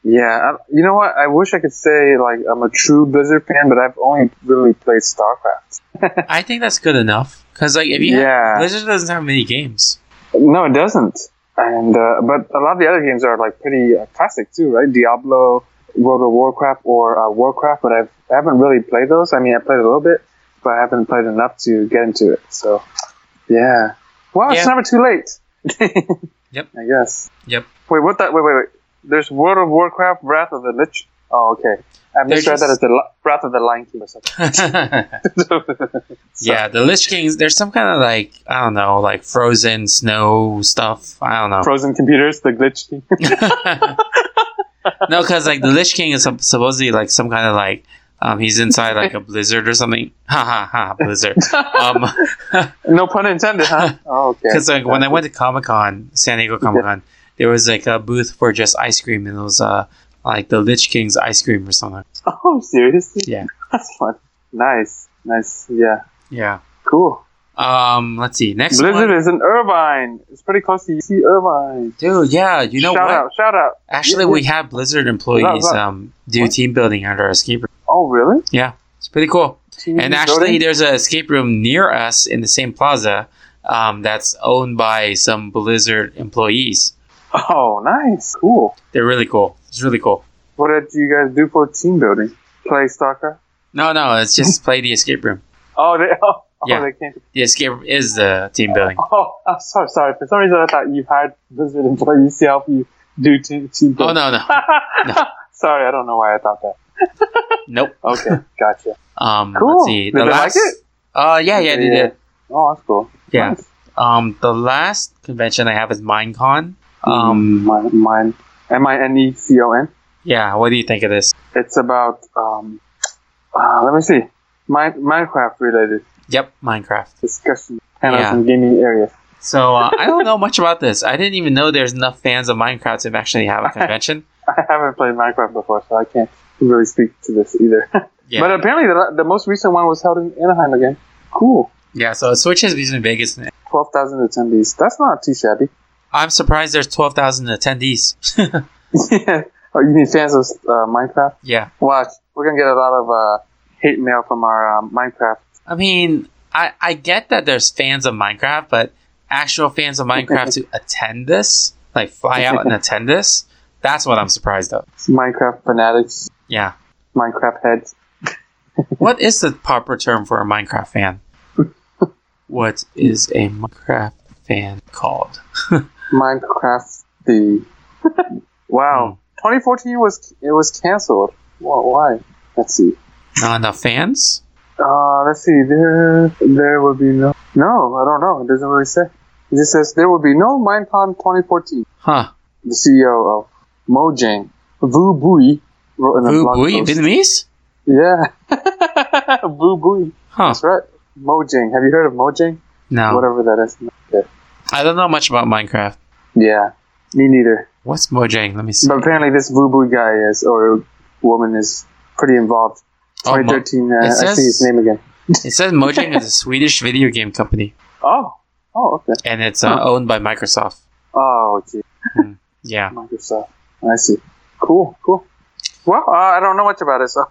S5: yeah, I, you know what? I wish I could say like I'm a true Blizzard fan, but I've only really played StarCraft.
S4: I think that's good enough because like if you
S5: Yeah.
S4: Blizzard doesn't have many games.
S5: No, it doesn't. And uh, but a lot of the other games are like pretty uh, classic too, right? Diablo, World of Warcraft, or uh, Warcraft. But I've, I haven't really played those. I mean, I played a little bit, but I haven't played enough to get into it. So, yeah. Well,
S4: Yeah.
S5: it's never too late.
S4: Yep.
S5: I guess.
S4: Yep.
S5: Wait, what? That? Wait, wait, wait. There's World of Warcraft, Wrath of the Lich. Oh, okay. I
S4: They're
S5: misread that
S4: just-
S5: as the Li- Wrath of the Lion King or something.
S4: yeah, the Lich Kings. There's some kind of like I don't know, like frozen snow stuff. I don't know.
S5: Frozen computers, the glitch.
S4: no, because like the Lich King is sup- supposedly like some kind of like um, he's inside like a blizzard or something. Ha ha ha! Blizzard. Um,
S5: no pun intended, huh? Oh, okay.
S4: because like when I went to Comic Con, San Diego Comic Con, there was like a booth for just ice cream, and it was uh like the Lich King's ice cream or something.
S5: Oh, seriously?
S4: Yeah.
S5: That's fun. Nice. Nice. Yeah.
S4: Yeah.
S5: Cool.
S4: Um. Let's see. Next
S5: Blizzard
S4: one.
S5: is in Irvine. It's pretty close to UC Irvine.
S4: Dude, yeah, you know
S5: shout
S4: what?
S5: out. Shout out.
S4: Actually,
S5: Yeah,
S4: we have Blizzard employees
S5: Right, right.
S4: um, do team building under our escape room.
S5: Oh, really?
S4: Yeah, it's pretty cool.
S5: Team
S4: And actually,
S5: building?
S4: there's an escape room near us in the same plaza um, that's owned by some Blizzard employees.
S5: Oh, nice. Cool.
S4: They're really cool. It's really cool.
S5: What did you guys do for team building? Play soccer?
S4: No, no, it's just play the escape room.
S5: Oh, they, oh,
S4: Yeah.
S5: oh, they came.
S4: The escape room is the team building.
S5: Oh, I'm sorry. Sorry. For some reason, I thought you hired Blizzard employees to help you do team, team
S4: Oh
S5: building.
S4: no, no, no.
S5: sorry. I don't know why I thought that.
S4: nope.
S5: Okay. Gotcha.
S4: Um,
S5: Cool.
S4: Let's see.
S5: Did they like it?
S4: Uh, yeah, yeah, they did.
S5: Oh, that's cool.
S4: Yeah.
S5: Nice.
S4: Um, the last convention I have is MineCon. Um,
S5: Um, mine, mine, M I N E C O N.
S4: yeah. What do you think of this?
S5: It's about um, uh, let me see, Min- Minecraft related
S4: Yep, Minecraft.
S5: discussion panels
S4: Yeah.
S5: and gaming areas.
S4: So uh, I don't know much about this. I didn't even know there's enough fans of Minecraft to actually have a convention.
S5: I haven't played Minecraft before, so I can't really speak to this either.
S4: Yeah,
S5: But apparently, the, the most recent one was held in Anaheim again. Cool,
S4: yeah. So it switches between Vegas. and
S5: twelve thousand attendees. That's not too shabby.
S4: I'm surprised there's twelve thousand attendees.
S5: yeah. Oh, you mean fans of uh, Minecraft?
S4: yeah,
S5: Watch, we're gonna get a lot of uh, hate mail from our uh, Minecraft.
S4: I mean, I I get that there's fans of Minecraft, but actual fans of Minecraft to attend this, like fly out and attend this. That's what I'm surprised of.
S5: Minecraft fanatics,
S4: Yeah.
S5: Minecraft heads.
S4: What is the proper term for a Minecraft fan? What is a Minecraft fan called?
S5: Minecraft the. wow, 2014 was it was canceled. Wha- Why? Let's see.
S4: Not enough fans?
S5: Uh, let's see. There, there will be no. No, I don't know. It doesn't really say. It just says there will be no Minecon 2014.
S4: Huh.
S5: The CEO of Mojang, Vu Bui, wrote in a
S4: Boo
S5: blog
S4: booey,
S5: post.
S4: Vietnamese?
S5: Yeah, Vu Bui.
S4: Huh.
S5: That's right. Mojang. Have you heard of Mojang?
S4: No.
S5: Whatever that is.
S4: I don't know much about Minecraft.
S5: Yeah, me neither.
S4: What's Mojang? Let me see.
S5: But apparently, this Vu Bui guy is or woman is pretty involved.
S4: Oh, Mo-
S5: 2013. uh,
S4: It
S5: I see
S4: says-
S5: his name again.
S4: It says Mojang is a Swedish video game company,
S5: Oh. Oh, okay.
S4: and it's uh, owned by Microsoft.
S5: Oh, okay.
S4: Yeah.
S5: Microsoft. I see. Cool, cool. Well, uh, I don't know much about it, so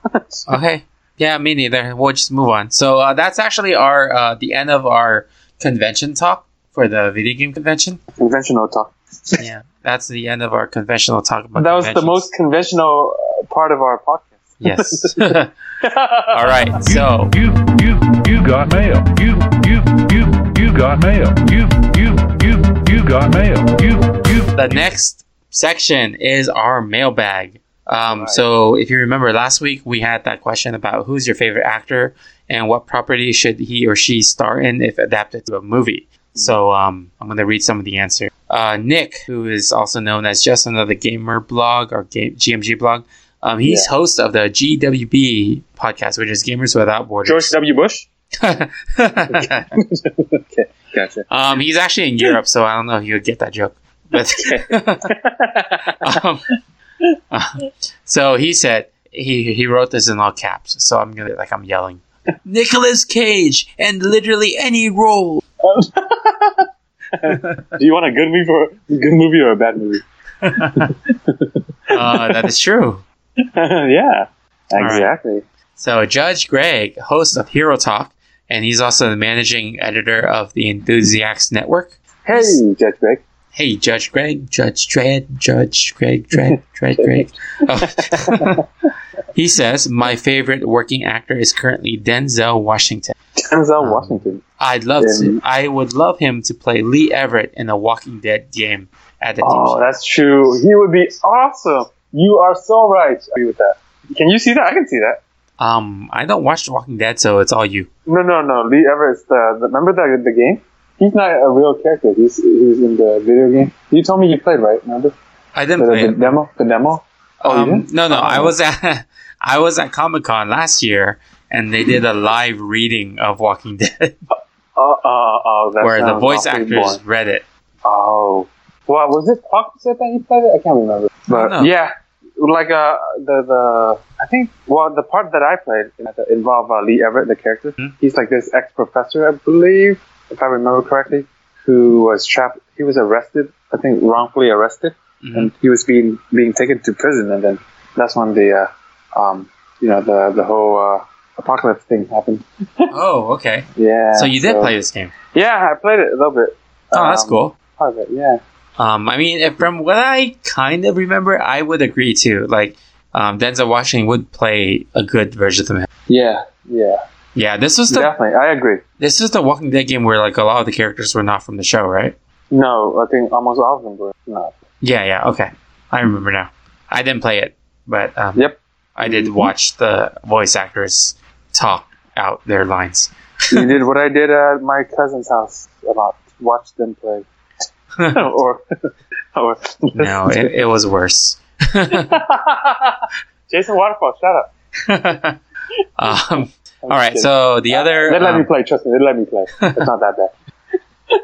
S4: Okay. Yeah, me neither. We'll just move on. So uh, that's actually our uh, the end of our convention talk for the video game convention.
S5: conventional talk.
S4: Yeah, that's the end of our conventional talk about.
S5: that was the
S4: conventions.
S5: most conventional uh, part of our podcast.
S4: Yes. All right. So
S9: You, you, you got mail. You, you, you, you got mail. You, you, you, you got mail. You, you.
S4: the next section is our mailbag. Um, So if you remember last week, we had that question about who's your favorite actor and what property should he or she star in if adapted to a movie. So um, I'm going to read some of the answers. Uh, Nick, who is also known as just another gamer blog or game, GMG blog, um, he's host of the GWB podcast, which is Gamers Without
S10: George
S4: Borders.
S10: W. Bush.
S5: Gotcha.
S4: Um, he's actually in Europe, so I don't know if you'd get that joke. But um, uh, so he said he he wrote this in all caps, so I'm gonna like I'm yelling. Nicholas Cage and literally any role.
S10: Do you want a good movie or good movie or a bad movie?
S4: Uh, that is true.
S10: yeah,
S5: Exactly.
S4: So Judge Greg, host of Hero Talk, and he's also the managing editor of the Enthusiasts Network.
S5: Hey, Judge Greg.
S4: Hey, Judge Greg, Judge Dredd, Judge Greg, Dredd, Dredd Greg. Oh. he says, My favorite working actor is currently Denzel Washington.
S5: Denzel
S4: Um,
S5: Washington.
S4: I'd love
S5: Yeah.
S4: to, I would love him to play Lee Everett in a Walking Dead game at the
S5: Oh,
S4: team.
S5: that's true. He would be awesome. You are so right. I agree with that. Can you see that? I can see that.
S4: Um, I don't watch The Walking Dead, so it's all you.
S5: No, no, no. Lee Everett's the, the remember the the game. He's not a real character. He's he was in the video game. You told me you played, right? Remember
S4: I
S5: the,
S4: didn't play
S5: the
S4: it.
S5: demo? The demo. Oh, you
S4: Um,
S5: didn't?
S4: no, no, I
S5: Oh.
S4: was at I was at Comic Con last year, and they did a live reading of Walking Dead
S5: Oh, oh, oh, that
S4: where the
S5: sounds
S4: voice
S5: awfully
S4: actors
S5: boring.
S4: read it.
S5: Oh. Well, was it Pac said that he played it? I can't remember. But
S4: know.
S5: yeah, like uh, the the I think well the part that I played involved uh, Lee Everett, the character.
S4: Hmm?
S5: He's like this ex professor, I believe, if I remember correctly, who was trapped. He was arrested, I think, wrongfully arrested,
S4: Hmm. Mm.
S5: and he was being being taken to prison. And then that's when the uh, um you know the the whole uh, apocalypse thing happened.
S4: Oh, okay.
S5: Yeah.
S4: So you did play this game.
S5: Yeah, I played it a little bit.
S4: Oh, that's
S5: Um,
S4: cool.
S5: Part of it, yeah.
S4: Um, I mean, if, from what I kind of remember, I would agree too. Like, um, Denzel Washington would play a good version of him.
S5: Yeah, yeah.
S4: Yeah, this was the
S5: Definitely, I agree.
S4: this was the Walking Dead game where like a lot of the characters were not from the show, right?
S5: No, I think almost all of them were not.
S4: Yeah, yeah, okay. I remember now. I didn't play it, but um,
S5: Yep.
S4: I did watch the voice actors talk out their lines.
S5: you did what I did at my cousin's house a lot. Watch them play, or or
S4: No, it, it was worse.
S5: Jason Waterfall. Shut up.
S4: um, all
S5: just
S4: right,
S5: kidding.
S4: so the other
S5: They let
S4: um,
S5: me play. Trust me, they let me play. It's not that bad.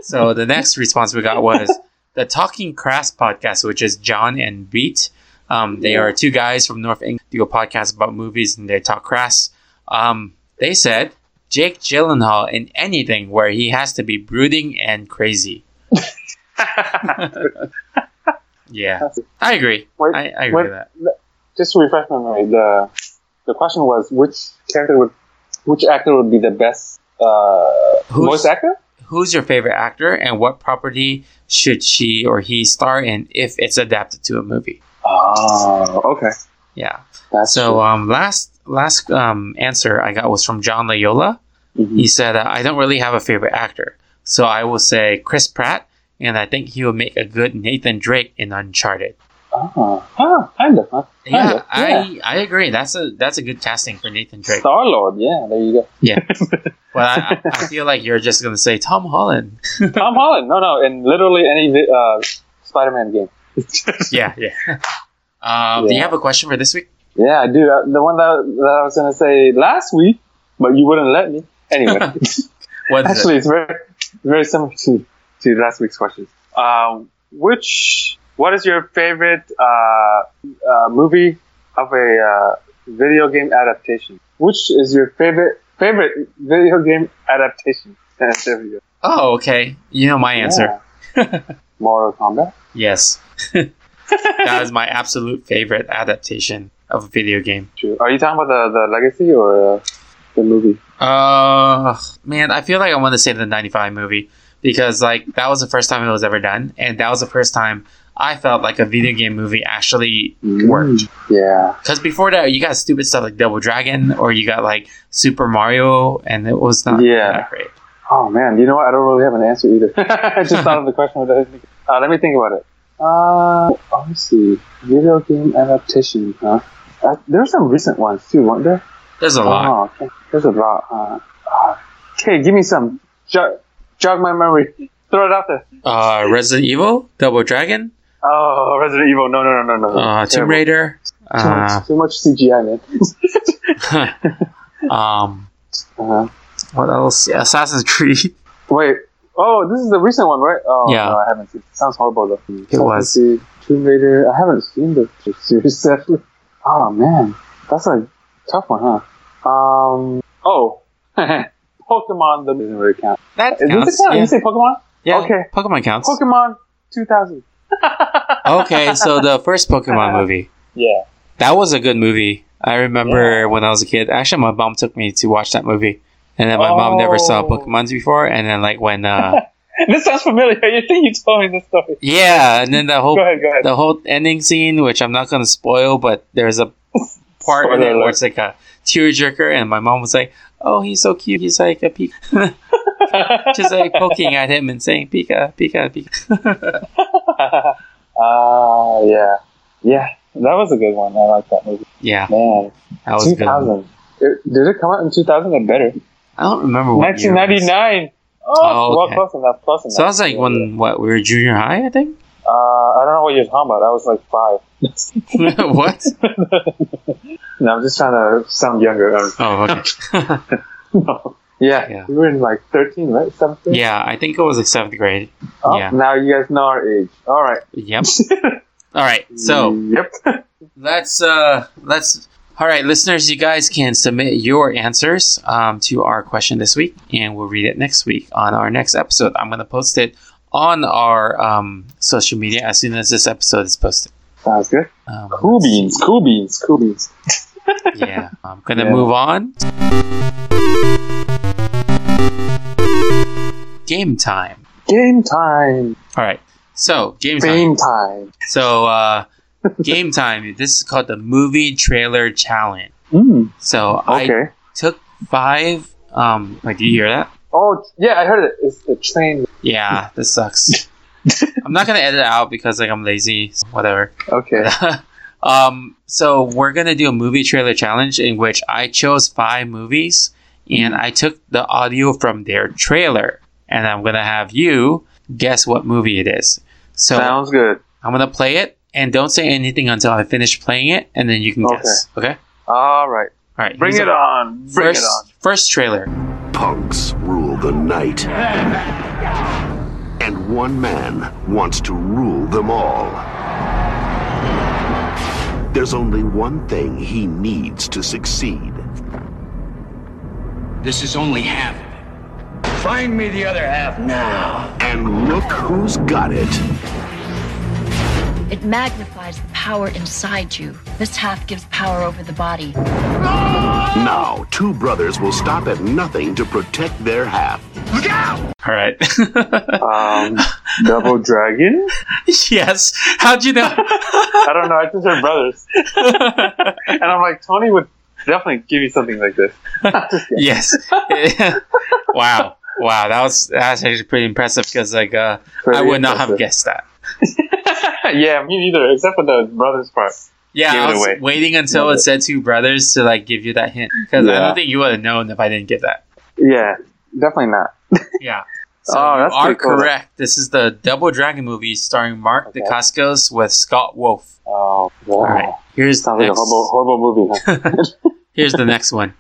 S4: So the next response we got was the Talking Crass podcast, which is John and Beat. Um, they are two guys from North England do a podcast about movies and they talk crass. Um, they said Jake Gyllenhaal in anything where he has to be brooding and crazy. yeah, I agree.
S5: Wait,
S4: I, I agree
S5: wait.
S4: with that.
S5: Just to refresh my memory, the the question was which character would which actor would be the best uh,
S4: Who's-
S5: voice actor?
S4: who's your favorite actor and what property should she or he star in if it's adapted to a movie?
S5: Oh, okay.
S4: Yeah.
S5: That's
S4: Ah, So um, last last um, answer I got was from John Loyola.
S5: Mhm.
S4: He said, uh, "I don't really have a favorite actor, so I will say Chris Pratt, and I think he would make a good Nathan Drake in Uncharted."
S5: Ah, ah, kind of. Huh?
S4: Yeah,
S5: yeah.
S4: I, I agree. That's a that's a good casting for Nathan Drake.
S5: Star Lord. Yeah, there you go.
S4: But I, I I feel like you're just gonna say Tom Holland.
S5: Tom Holland. No, no, in literally any vi- uh, Spider-Man game.
S4: Yeah, yeah. Um, Do you have a question for this week?
S5: Yeah, I do. Uh, The one that, that I was gonna say last week, but you wouldn't let me. Anyway,
S4: What is
S5: actually, it's very, it's very similar to to last week's question. Um, which what is your favorite uh, uh, movie of a uh, video game adaptation? Which is your favorite favorite video game adaptation? There we go.
S4: it? Oh, okay. You know my answer.
S5: Yeah. Mortal Kombat.
S4: Yes, that is my absolute favorite adaptation of a video game.
S5: True. Are you talking about the, the legacy or uh, the movie?
S4: Uh, man, I feel like I want to say the 95 movie because, like, that was the first time it was ever done, and that was the first time I felt like a video game movie actually
S5: Mm.
S4: worked.
S5: Yeah.
S4: Because before that, you got stupid stuff like Double Dragon, or you got like Super Mario, and it was not
S5: Yeah.
S4: that great.
S5: Oh man, you know what? I don't really have an answer either. I just thought of the question. Without thinking. uh, let me think about it. Uh, let me see. Video game adaptation, huh? Uh, there's some recent ones too, weren't there?
S4: There's a lot.
S5: Oh, okay. there's a lot. Uh, uh, okay, give me some. Jog, jog my memory. Throw it out there. Uh-huh.
S4: Uh, Resident Evil, Double Dragon,
S5: Oh, Resident Evil. No, no, no, no, no. Oh,
S4: uh, Tomb
S5: Terrible.
S4: Raider,
S5: Too much,
S4: uh,
S5: too much CGI, man.
S4: um,
S5: uh-huh.
S4: what else? Assassin's Creed.
S5: Wait. Oh, this is the recent one, right? Oh,
S4: Yeah.
S5: No, I haven't seen. Sounds horrible though. It
S4: was.
S5: Tomb Raider. I haven't seen the the series. sadly. oh man, that's a tough one, huh? Um. Oh. Pokemon. The doesn't really count.
S4: That
S5: Is this
S4: counts.
S5: a count?
S4: Yeah.
S5: You say Pokemon?
S4: Yeah,
S5: Okay.
S4: Pokemon counts.
S5: Pokemon 2000.
S4: okay, so the first Pokemon movie.
S5: Uh-huh. Yeah.
S4: That was a good movie. I remember when I was a kid. Actually, my mom took me to watch that movie, and then my mom never saw
S5: Oh.
S4: Pokemon's before. And then like when, uh,
S5: This sounds familiar. You think you told me this story?
S4: yeah, and then the whole
S5: Go ahead. Go ahead.
S4: the whole ending scene, which I'm not gonna spoil, but there's a part in
S5: Spoiler
S4: it where
S5: alert.
S4: it's like a tearjerker, and my mom was like, "Oh, he's so cute. He's like a Pika." Just like poking at him and saying Pika, Pika, Pika.
S5: Ah, yeah, yeah. That was a good one. I like that movie.
S4: yeah,
S5: Man,
S4: that was good.
S5: 2000. It- did it come out in 2000 or better?
S4: I don't remember what year it was.
S5: 1999. Oh,
S4: Oh,
S5: well,
S4: okay.
S5: close enough. Close enough.
S4: So I was like when what we were junior high, I think.
S5: Uh, I don't know what you're talking about. I was like five.
S4: what?
S5: No, I'm just trying to sound younger. Um,
S4: Oh, okay.
S5: no. Yeah,
S4: Yeah.
S5: you were in like 13, right? 17?
S4: yeah, I think it was like seventh grade.
S5: Oh,
S4: yeah.
S5: Now you guys know our age. All right.
S4: Yep. All right. So
S5: Yep.
S4: let's uh let's. All right, listeners, you guys can submit your answers um, to our question this week, and we'll read it next week on our next episode. I'm going to post it on our um, social media as soon as this episode is posted.
S5: Sounds good.
S4: Um,
S5: Cool beans. Cool beans. Cool beans.
S4: yeah, I'm going to
S5: Yeah.
S4: move on. Game time.
S5: Game time.
S4: All right. So, game time.
S5: Game time.
S4: So, uh, game time. This is called the movie trailer challenge.
S5: Mm,
S4: So Hmm. I
S5: okay.
S4: took five. Um, like, do you hear that?
S5: Oh yeah, I heard it. It's the train.
S4: Yeah, this sucks. I'm not gonna edit it out because like I'm lazy. so Whatever.
S5: Okay.
S4: um, so we're gonna do a movie trailer challenge in which I chose five movies and
S5: Mm-hmm.
S4: I took the audio from their trailer, and I'm gonna have you guess what movie it is. So
S5: Sounds good.
S4: I'm gonna play it, and don't say anything until I finish playing it, and then you can
S5: Okay.
S4: guess. Okay.
S5: All right.
S4: All right.
S5: Bring
S4: here's
S5: it
S4: the
S5: on. Bring
S4: First,
S5: it on.
S4: first trailer.
S11: Punks rule the night. And one man wants to rule them all. There's only one thing he needs to succeed.
S12: This is only half of it. Find me the other half now.
S11: And look who's got it.
S13: It magnifies the power inside you. This half gives power over the body.
S11: Now, two brothers will stop at nothing to protect their half.
S12: Look
S4: All right.
S5: Um, Double Dragon?
S4: yes. How'd you know?
S5: I don't know. I just heard brothers, and I'm like Tony would definitely give you something like this.
S4: yes. wow. Wow. That was that's actually pretty impressive because like uh, I
S5: Pretty
S4: would not have
S5: impressive.
S4: guessed that.
S5: yeah, me neither. Except for the brothers part.
S4: Yeah,
S5: Give
S4: I
S5: it
S4: was
S5: away.
S4: waiting until it said two brothers to like give you that hint because I
S5: Yeah.
S4: don't think you would have known if I didn't get that.
S5: Yeah, definitely not.
S4: Yeah. So
S5: Oh, that's
S4: you are
S5: pretty cool.
S4: correct. This is the Double Dragon movie starring Mark
S5: Okay.
S4: Dacascos with Scott Wolf.
S5: Oh, wow.
S4: All right. Here's the
S5: Sounds like a
S4: next.
S5: horrible, horrible movie. Huh?
S4: Here's the next one.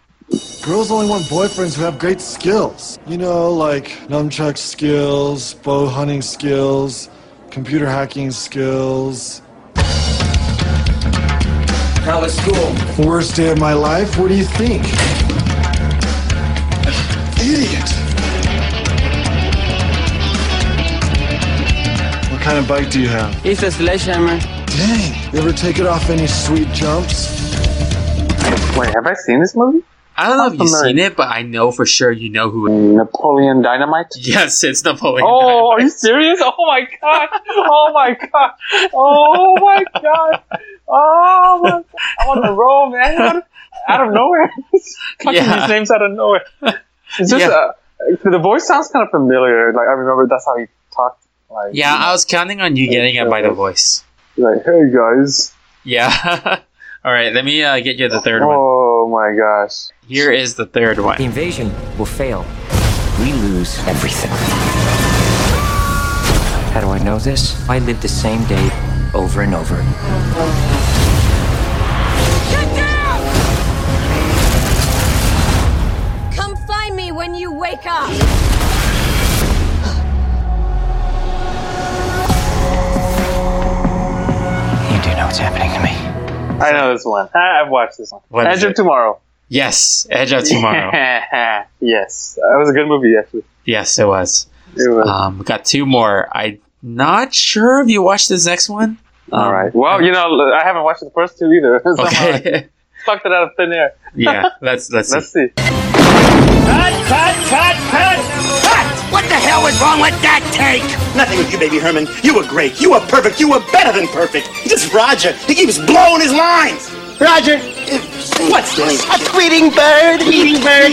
S7: Girls only want boyfriends who have great skills. You know, like nunchuck skills, bow hunting skills, computer hacking skills.
S14: How was school?
S7: Worst day of my life? What do you think? Idiot! What kind of bike do you have?
S14: It's a sledgehammer.
S7: Dang, you ever take it off any sweet jumps?
S5: Wait, have I seen this movie?
S4: I don't know if you've
S5: Awesome.
S4: seen it, but I know for sure you know who. It is.
S5: Napoleon Dynamite.
S4: Yes, it's Napoleon.
S5: Oh, are
S4: Dynamite.
S5: you serious? Oh my god! Oh my god! Oh my god! Oh my! God. I'm on the roll, man. Out of, out of nowhere, fucking
S4: Yeah.
S5: these names out of nowhere. It's just
S4: Yeah.
S5: uh, the voice sounds kind of familiar. Like I remember that's how he talked. Like
S4: Yeah, I was counting on you getting it by the voice.
S5: like hey guys.
S4: Yeah. All right, let me uh, get you the third one.
S5: Oh my gosh!
S4: Here is the third one.
S14: invasion will fail. We lose everything. How do I know this? I live the same day over and over.
S13: Get down! Come find me when you wake up.
S14: You do know what's happening to me.
S5: I know this one. I- I've watched this one.
S4: What is
S5: Edge of
S4: it?
S5: Tomorrow.
S4: Yes, Edge of Tomorrow.
S5: yes, that was a good movie actually.
S4: yes, it was.
S5: It was.
S4: Um, got two more. I'm not sure if you watched this next one. Um,
S5: All right. Well, you know, I haven't watched the first two either. Somehow I
S4: Okay.
S5: plucked it out of thin air.
S4: yeah. Let's let's. see.
S5: Let's see.
S14: What the hell was wrong with that take?
S11: Nothing with you, baby Herman. You were great. You were perfect. You were better than perfect. Just Roger. He keeps blowing his lines. Roger. What's this? A tweeting bird? Tweeting bird?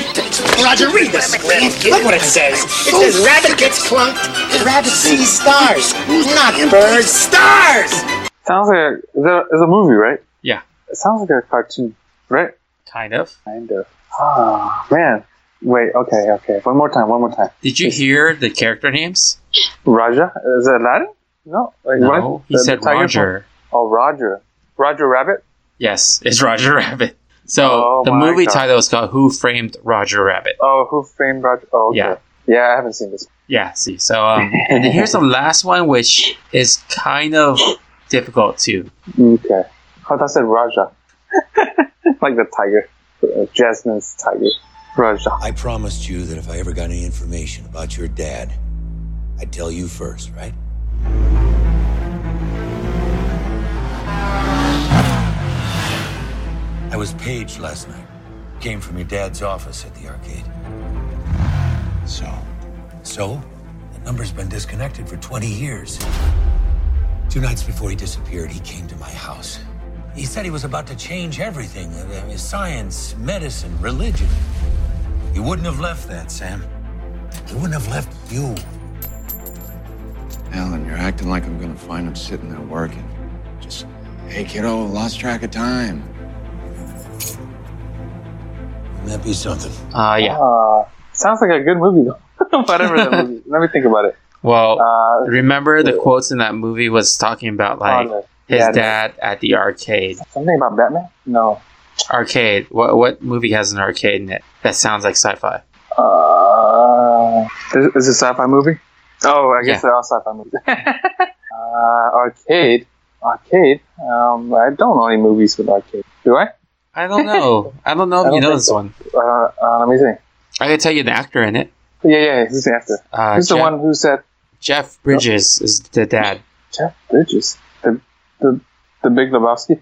S11: Roger, read the script. Look what it says. It says rabbit gets clunked. Rabbit sees stars. Not birds. Stars!
S5: Sounds like a, is a, is a movie, right?
S4: Yeah.
S5: It sounds like a cartoon, right?
S4: Kind of.
S5: Kind of. Ah, man. Wait, okay, okay. One more time, one more time.
S4: Did you hear the character names?
S5: Raja? Is it Aladdin? No. Like,
S4: No. He
S5: The-
S4: said
S5: the tiger
S4: Roger.
S5: from- oh, Roger. Roger Rabbit?
S4: Yes, it's Roger Rabbit. So
S5: Oh
S4: the
S5: my
S4: movie
S5: God.
S4: title is called "Who Framed Roger Rabbit."
S5: Oh, who framed Roger? Oh, okay.
S4: Yeah.
S5: Yeah. Yeah, I haven't seen this.
S4: Yeah, see. So um, and then here's the last one, which is kind of difficult too.
S5: Okay. Oh, that said Raja. like the tiger. Uh, Jasmine's tiger. Raja.
S11: I promised you that if I ever got any information about your dad, I'd tell you first, right? I was paged last night. Came from your dad's office at the arcade. So? So? The number's been disconnected for 20 years. Two nights before he disappeared, he came to my house. He said he was about to change everything uh, uh, science, medicine, religion. He wouldn't have left that, Sam. He wouldn't have left you.
S7: Alan, you're acting like I'm gonna find him sitting there working. Just, hey kiddo, lost track of time.
S11: Wouldn't that be something?
S4: Uh, yeah.
S5: Uh, sounds like a good movie, though. Whatever the movie. Let me think about it.
S4: Well,
S5: Uh,
S4: remember the quotes in that movie was talking about like
S5: Father.
S4: his
S5: Yeah,
S4: dad at the arcade.
S5: Something about Batman? No.
S4: Arcade. What what movie has an arcade in it? That sounds like sci-fi.
S5: Uh, is, is it sci-fi movie? Oh, I guess
S4: Yeah.
S5: they're all sci-fi movies. uh, arcade, arcade. Um, I don't know any movies with arcade. Do I?
S4: I don't know. I don't know if
S5: I don't
S4: you know
S5: think
S4: this
S5: so.
S4: one.
S5: Uh, uh, let me see.
S4: I can tell you the actor in it.
S5: Yeah, yeah. Who's the actor?
S4: Uh,
S5: Who's
S4: Jeff,
S5: the one who said
S4: Jeff Bridges is the dad.
S5: Jeff Bridges? The the the Big Lebowski.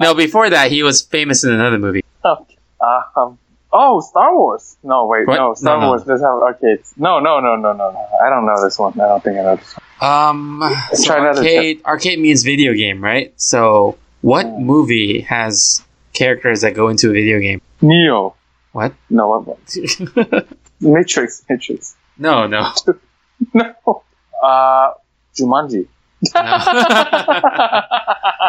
S4: no, before that he was famous in another movie.
S5: um, Oh, Star Wars. No, wait,
S4: What?
S5: no, Star
S4: No, no.
S5: Wars does have arcades. No, no, no, no, no, no. I don't know this one. I don't think I know this one.
S4: Um, so
S5: Try another
S4: arcade, arcade means video game, right? So, what movie has characters that go into a video game?
S5: Neo.
S4: What?
S5: No, what? what? Matrix. Matrix.
S4: No, no.
S5: No. Uh, Jumanji.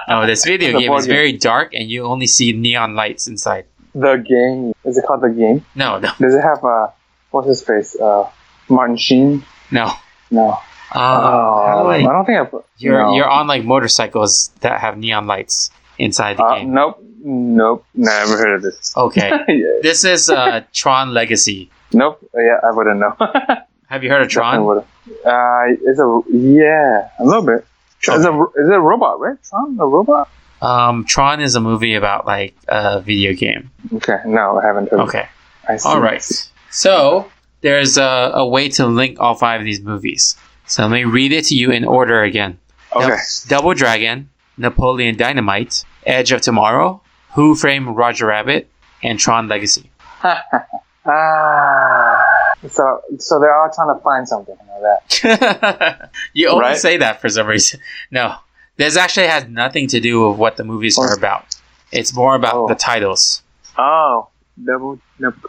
S4: No, this video
S5: The
S4: game
S5: board
S4: is
S5: game.
S4: very dark and you only see neon lights inside.
S5: The game. Is it called the game?
S4: No, no,
S5: Does it have uh, what's his face? Uh, Martin Sheen.
S4: no.
S5: No.
S4: Uh,
S5: Oh, I
S4: how do I-
S5: don't think I. put-
S4: you're,
S5: no. Uh,
S4: you're on like motorcycles that have neon lights inside the
S5: Uh,
S4: game. Oh,
S5: nope. Nope. Never heard of this.
S4: Okay.
S5: Yeah.
S4: This is uh, Tron Legacy.
S5: Nope. Yeah, I wouldn't know.
S4: Have you heard of
S5: Definitely
S4: Tron?
S5: would've. Uh, it's a yeah, a little bit. It's a is it a robot, right? Tron, a robot.
S4: Um, Tron is a movie about like a video game.
S5: Okay, no, I haven't. Heard of it.
S4: Okay.
S5: I see.
S4: All right. So there's a, a way to link all five of these movies. So let me read it to you in order again.
S5: Okay.
S4: Double Dragon, Napoleon Dynamite, Edge of Tomorrow, Who Framed Roger Rabbit, and Tron Legacy.
S5: Ah, so so they're all trying to find something like that.
S4: you only
S5: Right.
S4: say that for some reason. No, this actually has nothing to do with what the movies are about. It's more about the titles.
S5: Oh, double Nap-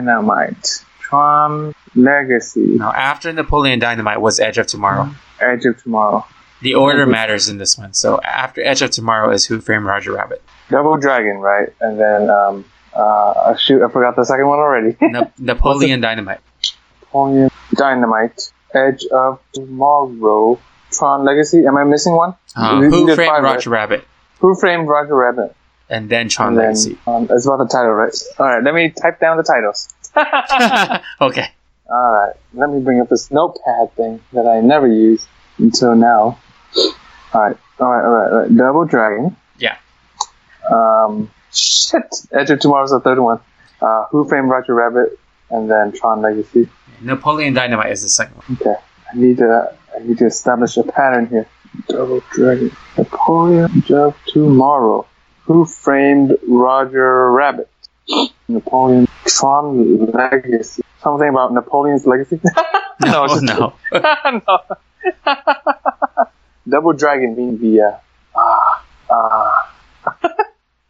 S5: dynamite. Tron Legacy,
S4: Now, after Napoleon Dynamite was Edge of Tomorrow.
S5: Edge of Tomorrow,
S4: The
S5: Mm-hmm.
S4: order matters in this one. So after Edge of Tomorrow is Who Framed Roger Rabbit.
S5: Double Dragon, right? And then um, uh, shoot, I forgot the second one already.
S4: Na- Napoleon Dynamite.
S5: Napoleon Dynamite, Edge of Tomorrow, Tron Legacy. Am I missing one?
S4: Uh,
S5: You- you
S4: who
S5: did
S4: Framed
S5: five, right?
S4: Roger Rabbit?
S5: Who Framed Roger Rabbit?
S4: And then Tron
S5: And then,
S4: Legacy.
S5: um, it's about the title, right? All right, let me type down the titles.
S4: Okay.
S5: All right, let me bring up this notepad thing that I never used until now. All right, all right, all right, all right. Double Dragon.
S4: Yeah.
S5: Um, shit. Edge of Tomorrow's the third one. Uh, Who Framed Roger Rabbit? And then Tron Legacy.
S4: Napoleon Dynamite is the second one.
S5: Okay, I need to I need to establish a pattern here. Double Dragon, Napoleon of Tomorrow, Who Framed Roger Rabbit, Napoleon Tron Legacy, something about Napoleon's legacy.
S4: No,
S5: it's just-
S4: no.
S5: no. Double Dragon being the uh, ah, ah.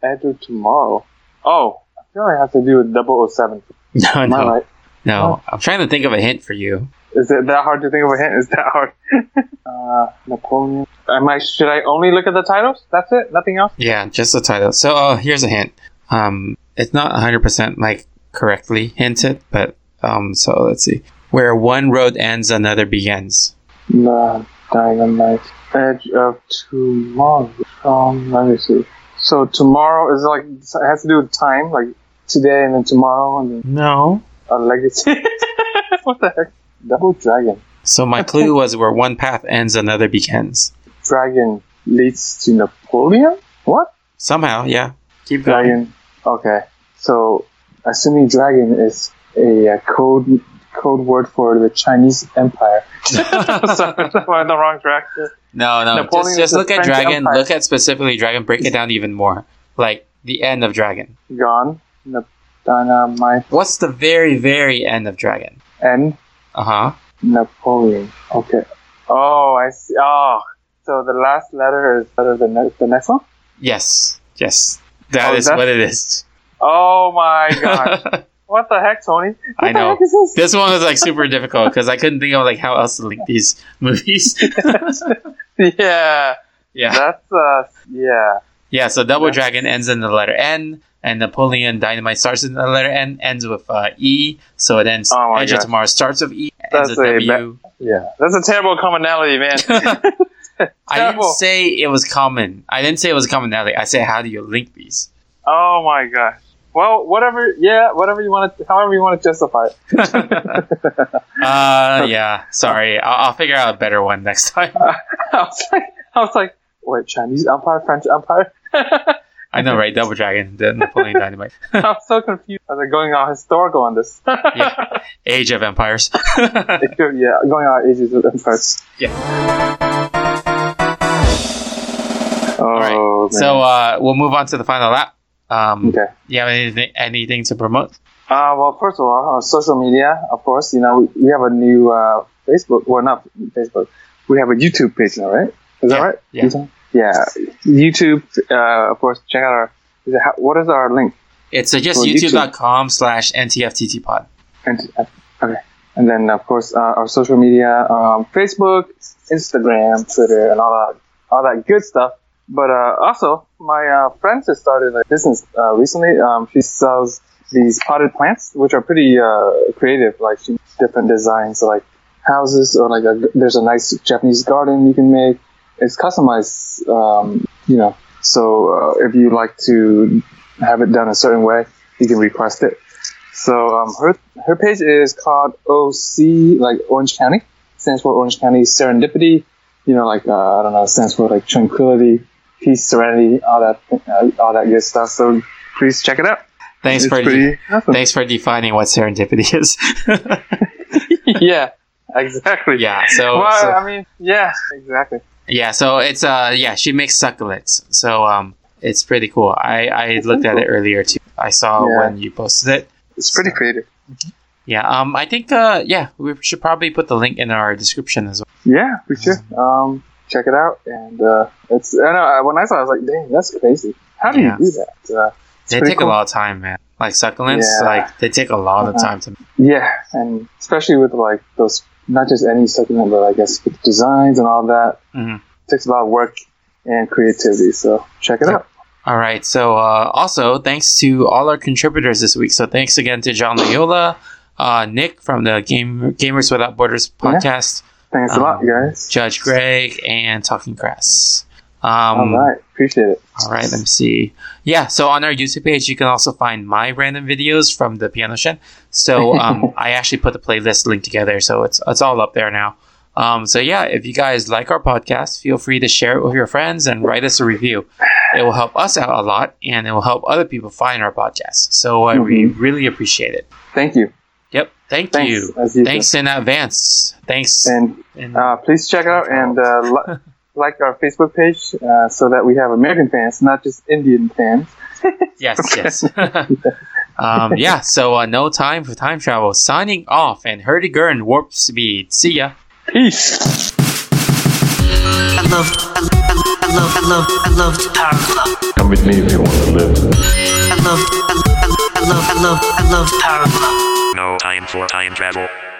S5: Edge of Tomorrow. Oh, I feel like it has to do with 007.
S4: No,
S5: Am I
S4: no.
S5: right?
S4: No. I'm trying to think of a hint for you.
S5: Is it that hard to think of a hint? Is that hard? uh, Napoleon. Am I? Should I only look at the titles? That's it. Nothing else.
S4: Yeah, just the title. So uh, here's a hint. Um, it's not 100% like correctly hinted, but um, so let's see. Where one road ends, another begins.
S5: Nah, dynamite. Edge of tomorrow. Um, let me see. So tomorrow is like it has to do with time, like today and then tomorrow and then
S4: No.
S5: a legacy. what the heck? Double dragon.
S4: So my clue was where one path ends, another begins.
S5: Dragon leads to Napoleon. What?
S4: Somehow, yeah. Keep going.
S5: Dragon. Okay. So, assuming dragon is a, uh code code word for the Chinese Empire. Sorry, we're on the wrong track.
S4: No, no.
S5: Napoleon
S4: just
S5: is
S4: just
S5: the
S4: look at
S5: French
S4: Dragon.
S5: Empire.
S4: Look at specifically Dragon. Break it down even more. Like the end of Dragon.
S5: Gone. Nap- Dynamite
S4: What's the very, very end of Dragon?
S5: and
S4: Uh huh.
S5: Napoleon. Okay. Oh, I see. Oh, so the last letter is better than ne- the next one.
S4: Yes. Yes.
S5: Oh,
S4: That is
S5: that's-
S4: what it is.
S5: Oh my gosh! what the heck, Tony? What
S4: I
S5: the
S4: know.
S5: heck is this?
S4: This one was like super difficult because I couldn't think of like how else to link these movies.
S5: yeah.
S4: yeah.
S5: That's uh. Yeah.
S4: Yeah. So Double Dragon ends in the letter N, and Napoleon Dynamite starts in the letter N, ends with uh, E. So it ends.
S5: Oh my
S4: Edge of
S5: God.
S4: Tomorrow starts with E,
S5: That's
S4: ends with
S5: a
S4: W.
S5: ba- Yeah. That's a terrible commonality, man.
S4: I didn't
S5: Terrible.
S4: say it was common. I didn't say it was commonality. I said, how do you link these?
S5: Oh my gosh. Well, whatever. Yeah, whatever you want to, however you want to justify it.
S4: Uh, yeah. Sorry, I'll, I'll figure out a better one next time.
S5: I was like, I was like, wait, Chinese Empire, French Empire.
S4: I know, right? Double Dragon, the Napoleon Dynamite,
S5: I was so confused. I was like going all historical on this.
S4: Yeah. Age of Empires.
S5: Like, yeah, going all ages of empires.
S4: Yeah.
S5: Oh,
S4: All right. uh,
S5: man.
S4: So uh, we'll move on to the final lap. Um,
S5: okay.
S4: You have anything, anything to promote?
S5: Uh, well, first of all, on social media, of course, you know, we, we have a new uh, Facebook. Well, not Facebook. We have a YouTube page now, right? Is that right?
S4: Yeah.
S5: YouTube? Yeah. YouTube, uh, of course, check out our. Is it, how, what is our link?
S4: It's uh, just
S5: For YouTube.
S4: youtube.com slash NTFTT pod.
S5: And, uh, okay. And then, of course, uh, our social media um, Facebook, Instagram, Twitter, and all that, all that good stuff. But uh, also, my uh, friend has started a business uh, recently. Um, she sells these potted plants, which are pretty uh, creative, like she, different designs, like houses, or like a, there's a nice Japanese garden you can make. It's customized, um, you know. So uh, if you like to have it done a certain way, you can request it. So um, her her page is called OC, like Orange County, stands for Orange County Serendipity. You know, like uh, I don't know, stands for like tranquility, peace, serenity, all that, uh, all that good stuff. So please check it out.
S4: Thanks
S5: It's
S4: for
S5: pretty
S4: de- thanks for defining what serendipity is.
S5: yeah, exactly.
S4: Yeah. So,
S5: well, um,
S4: so-
S5: I mean, yeah, exactly.
S4: yeah. So it's uh yeah she makes succulents. So um it's pretty cool. I I looked at it earlier too. I saw
S5: Yeah.
S4: when you posted it.
S5: It's pretty creative.
S4: Yeah. Um. I think uh yeah we should probably put the link in our description as well.
S5: Yeah, for sure. Um, check it out, and uh, it's. I know uh, when I saw, it, I was like, "Dang, that's crazy! How do
S4: Yeah.
S5: you do that?" Uh, it's
S4: They
S5: pretty
S4: take
S5: cool.
S4: a lot of time, man. Like succulents,
S5: Yeah.
S4: like they take a lot of
S5: Uh-huh.
S4: time to.
S5: Yeah, and especially with like those, not just any supplement, but I guess with designs and all that,
S4: Mhm.
S5: it takes a lot of work and creativity. So check it out.
S4: All right. So, uh, also thanks to all our contributors this week. So, thanks again to John Loyola, uh, Nick from the Game Gamers Without Borders podcast,
S5: Thanks a lot,
S4: Um,
S5: guys.
S4: Judge Greg, and Talking Grass. Um,
S5: all right, appreciate it.
S4: all right, Let me see. Yeah. So on our YouTube page, you can also find my random videos from the Piano Shen. So um, I actually put the playlist link together, so it's it's all up there now. Um, so yeah, if you guys like our podcast, feel free to share it with your friends and write us a review. It will help us out a lot, and it will help other people find our podcast. So uh, we really appreciate it.
S5: Thank you.
S4: Yep. Thank
S5: Mm-hmm. Thanks,
S4: you.
S5: as usual.
S4: Thanks in advance. Thanks.
S5: And uh, please check out and uh, li- like our Facebook page uh, so that we have American fans, not just Indian fans.
S4: yes. Yes. um, yeah. So uh, no time for time travel. Signing off and hurdy-gurdy warp speed. See ya.
S5: Peace.
S1: I love, I love, I love, I love, I love the power club.
S6: Come with me if you want to live.
S1: I love, I love, I love, I love, I love the power club.
S3: No time for time travel.